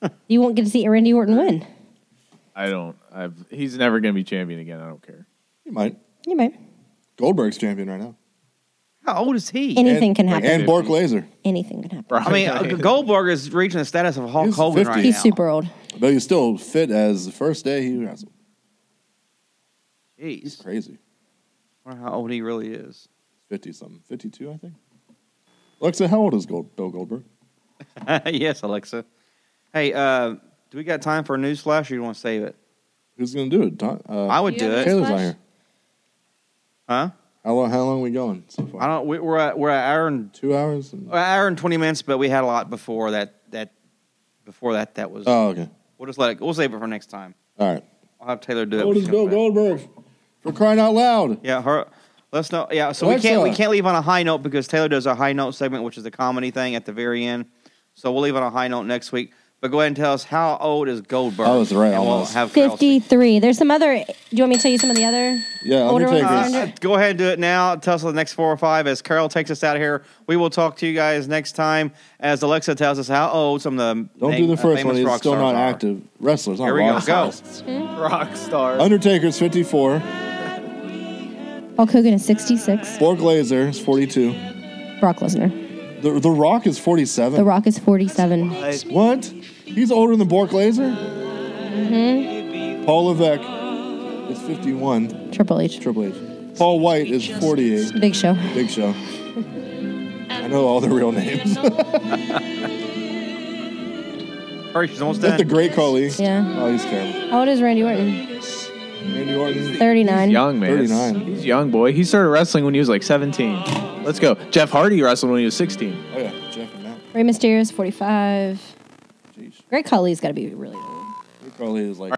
[SPEAKER 1] oh,
[SPEAKER 2] you won't get to see Randy Orton win.
[SPEAKER 4] I don't. I've. He's never gonna be champion again. I don't care.
[SPEAKER 3] You might.
[SPEAKER 2] You might.
[SPEAKER 3] Goldberg's champion right now.
[SPEAKER 1] oh. How old is he?
[SPEAKER 3] And-
[SPEAKER 2] Any- Anything can happen.
[SPEAKER 3] And Bork Laser,
[SPEAKER 2] Anything can happen.
[SPEAKER 1] I mean, uh, Goldberg is reaching the status of Hulk
[SPEAKER 3] He's
[SPEAKER 1] Hogan
[SPEAKER 3] 50.
[SPEAKER 1] right
[SPEAKER 2] He's
[SPEAKER 1] now.
[SPEAKER 2] super old.
[SPEAKER 3] but he's still fit as the first day he wrestled. He's
[SPEAKER 1] Jeez.
[SPEAKER 3] crazy.
[SPEAKER 1] I wonder how old he really is.
[SPEAKER 3] Fifty something, fifty-two, I think. Alexa, how old is Gold- Bill Goldberg?
[SPEAKER 1] yes, Alexa. Hey, uh, do we got time for a news flash or you want to save it?
[SPEAKER 3] Who's gonna do it? Don- uh,
[SPEAKER 1] I would
[SPEAKER 7] You
[SPEAKER 1] do
[SPEAKER 7] have
[SPEAKER 1] it.
[SPEAKER 3] Taylor's not
[SPEAKER 7] Flash?
[SPEAKER 3] here.
[SPEAKER 1] Huh?
[SPEAKER 3] How long? How long we going so
[SPEAKER 1] I
[SPEAKER 3] far?
[SPEAKER 1] don't. We, we're at, we're at hour and
[SPEAKER 3] Two hours. And-
[SPEAKER 1] an hour and twenty minutes, but we had a lot before that. That before that, that was.
[SPEAKER 3] oh, okay.
[SPEAKER 1] we'll just let it. We'll save it for next time.
[SPEAKER 3] All right.
[SPEAKER 1] I'll have Taylor do
[SPEAKER 3] How
[SPEAKER 1] it.
[SPEAKER 3] old
[SPEAKER 1] when
[SPEAKER 3] is
[SPEAKER 1] she
[SPEAKER 3] Bill
[SPEAKER 1] comes back.
[SPEAKER 3] Goldberg? For crying out loud!
[SPEAKER 1] Yeah, her. Let's know. Yeah, so we
[SPEAKER 3] Alexa.
[SPEAKER 1] can't we can't leave on a high note because Taylor does a high note segment, which is a comedy thing at the very end. So we'll leave on a high note next week. But go ahead and tell us how old is Goldberg?
[SPEAKER 3] I was right,
[SPEAKER 1] And we'll
[SPEAKER 3] almost.
[SPEAKER 1] have Kyle see.
[SPEAKER 2] 53. There's some other. Do you want me to tell you some of the other?
[SPEAKER 3] Yeah,
[SPEAKER 2] Older
[SPEAKER 3] Undertaker's.
[SPEAKER 2] ones?
[SPEAKER 1] Uh, go ahead and do it now. Tell us the next four or five as Carol takes us out of here. We will talk to you guys next time as Alexa tells us how old some of the
[SPEAKER 3] Don't
[SPEAKER 1] name-
[SPEAKER 3] do the
[SPEAKER 1] uh,
[SPEAKER 3] first
[SPEAKER 1] famous
[SPEAKER 3] one. He's
[SPEAKER 1] rock
[SPEAKER 3] still
[SPEAKER 1] stars
[SPEAKER 3] not
[SPEAKER 1] are.
[SPEAKER 3] active. Wrestlers, not
[SPEAKER 1] Here we go.
[SPEAKER 3] rock
[SPEAKER 1] Go.
[SPEAKER 3] stars.
[SPEAKER 4] Rock star.
[SPEAKER 3] Undertaker's 54.
[SPEAKER 2] Hulk Hogan is 66.
[SPEAKER 3] Borg Laser is 42.
[SPEAKER 2] Brock Lesnar.
[SPEAKER 3] The, the Rock is 47.
[SPEAKER 2] The Rock is 47.
[SPEAKER 3] What? He's older than Bork Laser? Mm-hmm.
[SPEAKER 2] Mm-hmm.
[SPEAKER 3] Paul Levesque is 51.
[SPEAKER 2] Triple H.
[SPEAKER 3] Triple H. Paul White is 48.
[SPEAKER 2] Big Show.
[SPEAKER 3] Big Show. I know all the real names.
[SPEAKER 1] All right, she's almost
[SPEAKER 3] That's
[SPEAKER 1] done.
[SPEAKER 3] the Great Khali.
[SPEAKER 2] Yeah.
[SPEAKER 3] Oh, he's terrible.
[SPEAKER 2] How old is Randy Orton?
[SPEAKER 3] Randy Orton.
[SPEAKER 2] 39.
[SPEAKER 4] Young man.
[SPEAKER 3] 39.
[SPEAKER 4] He's a young boy. He started wrestling when he was like 17. Let's go. Jeff Hardy wrestled when he was 16.
[SPEAKER 3] Oh yeah, Jeff and Matt.
[SPEAKER 2] Rey Mysterio is 45.
[SPEAKER 3] Jeez.
[SPEAKER 2] Great Khali's got to be really old.
[SPEAKER 3] Great Khali is like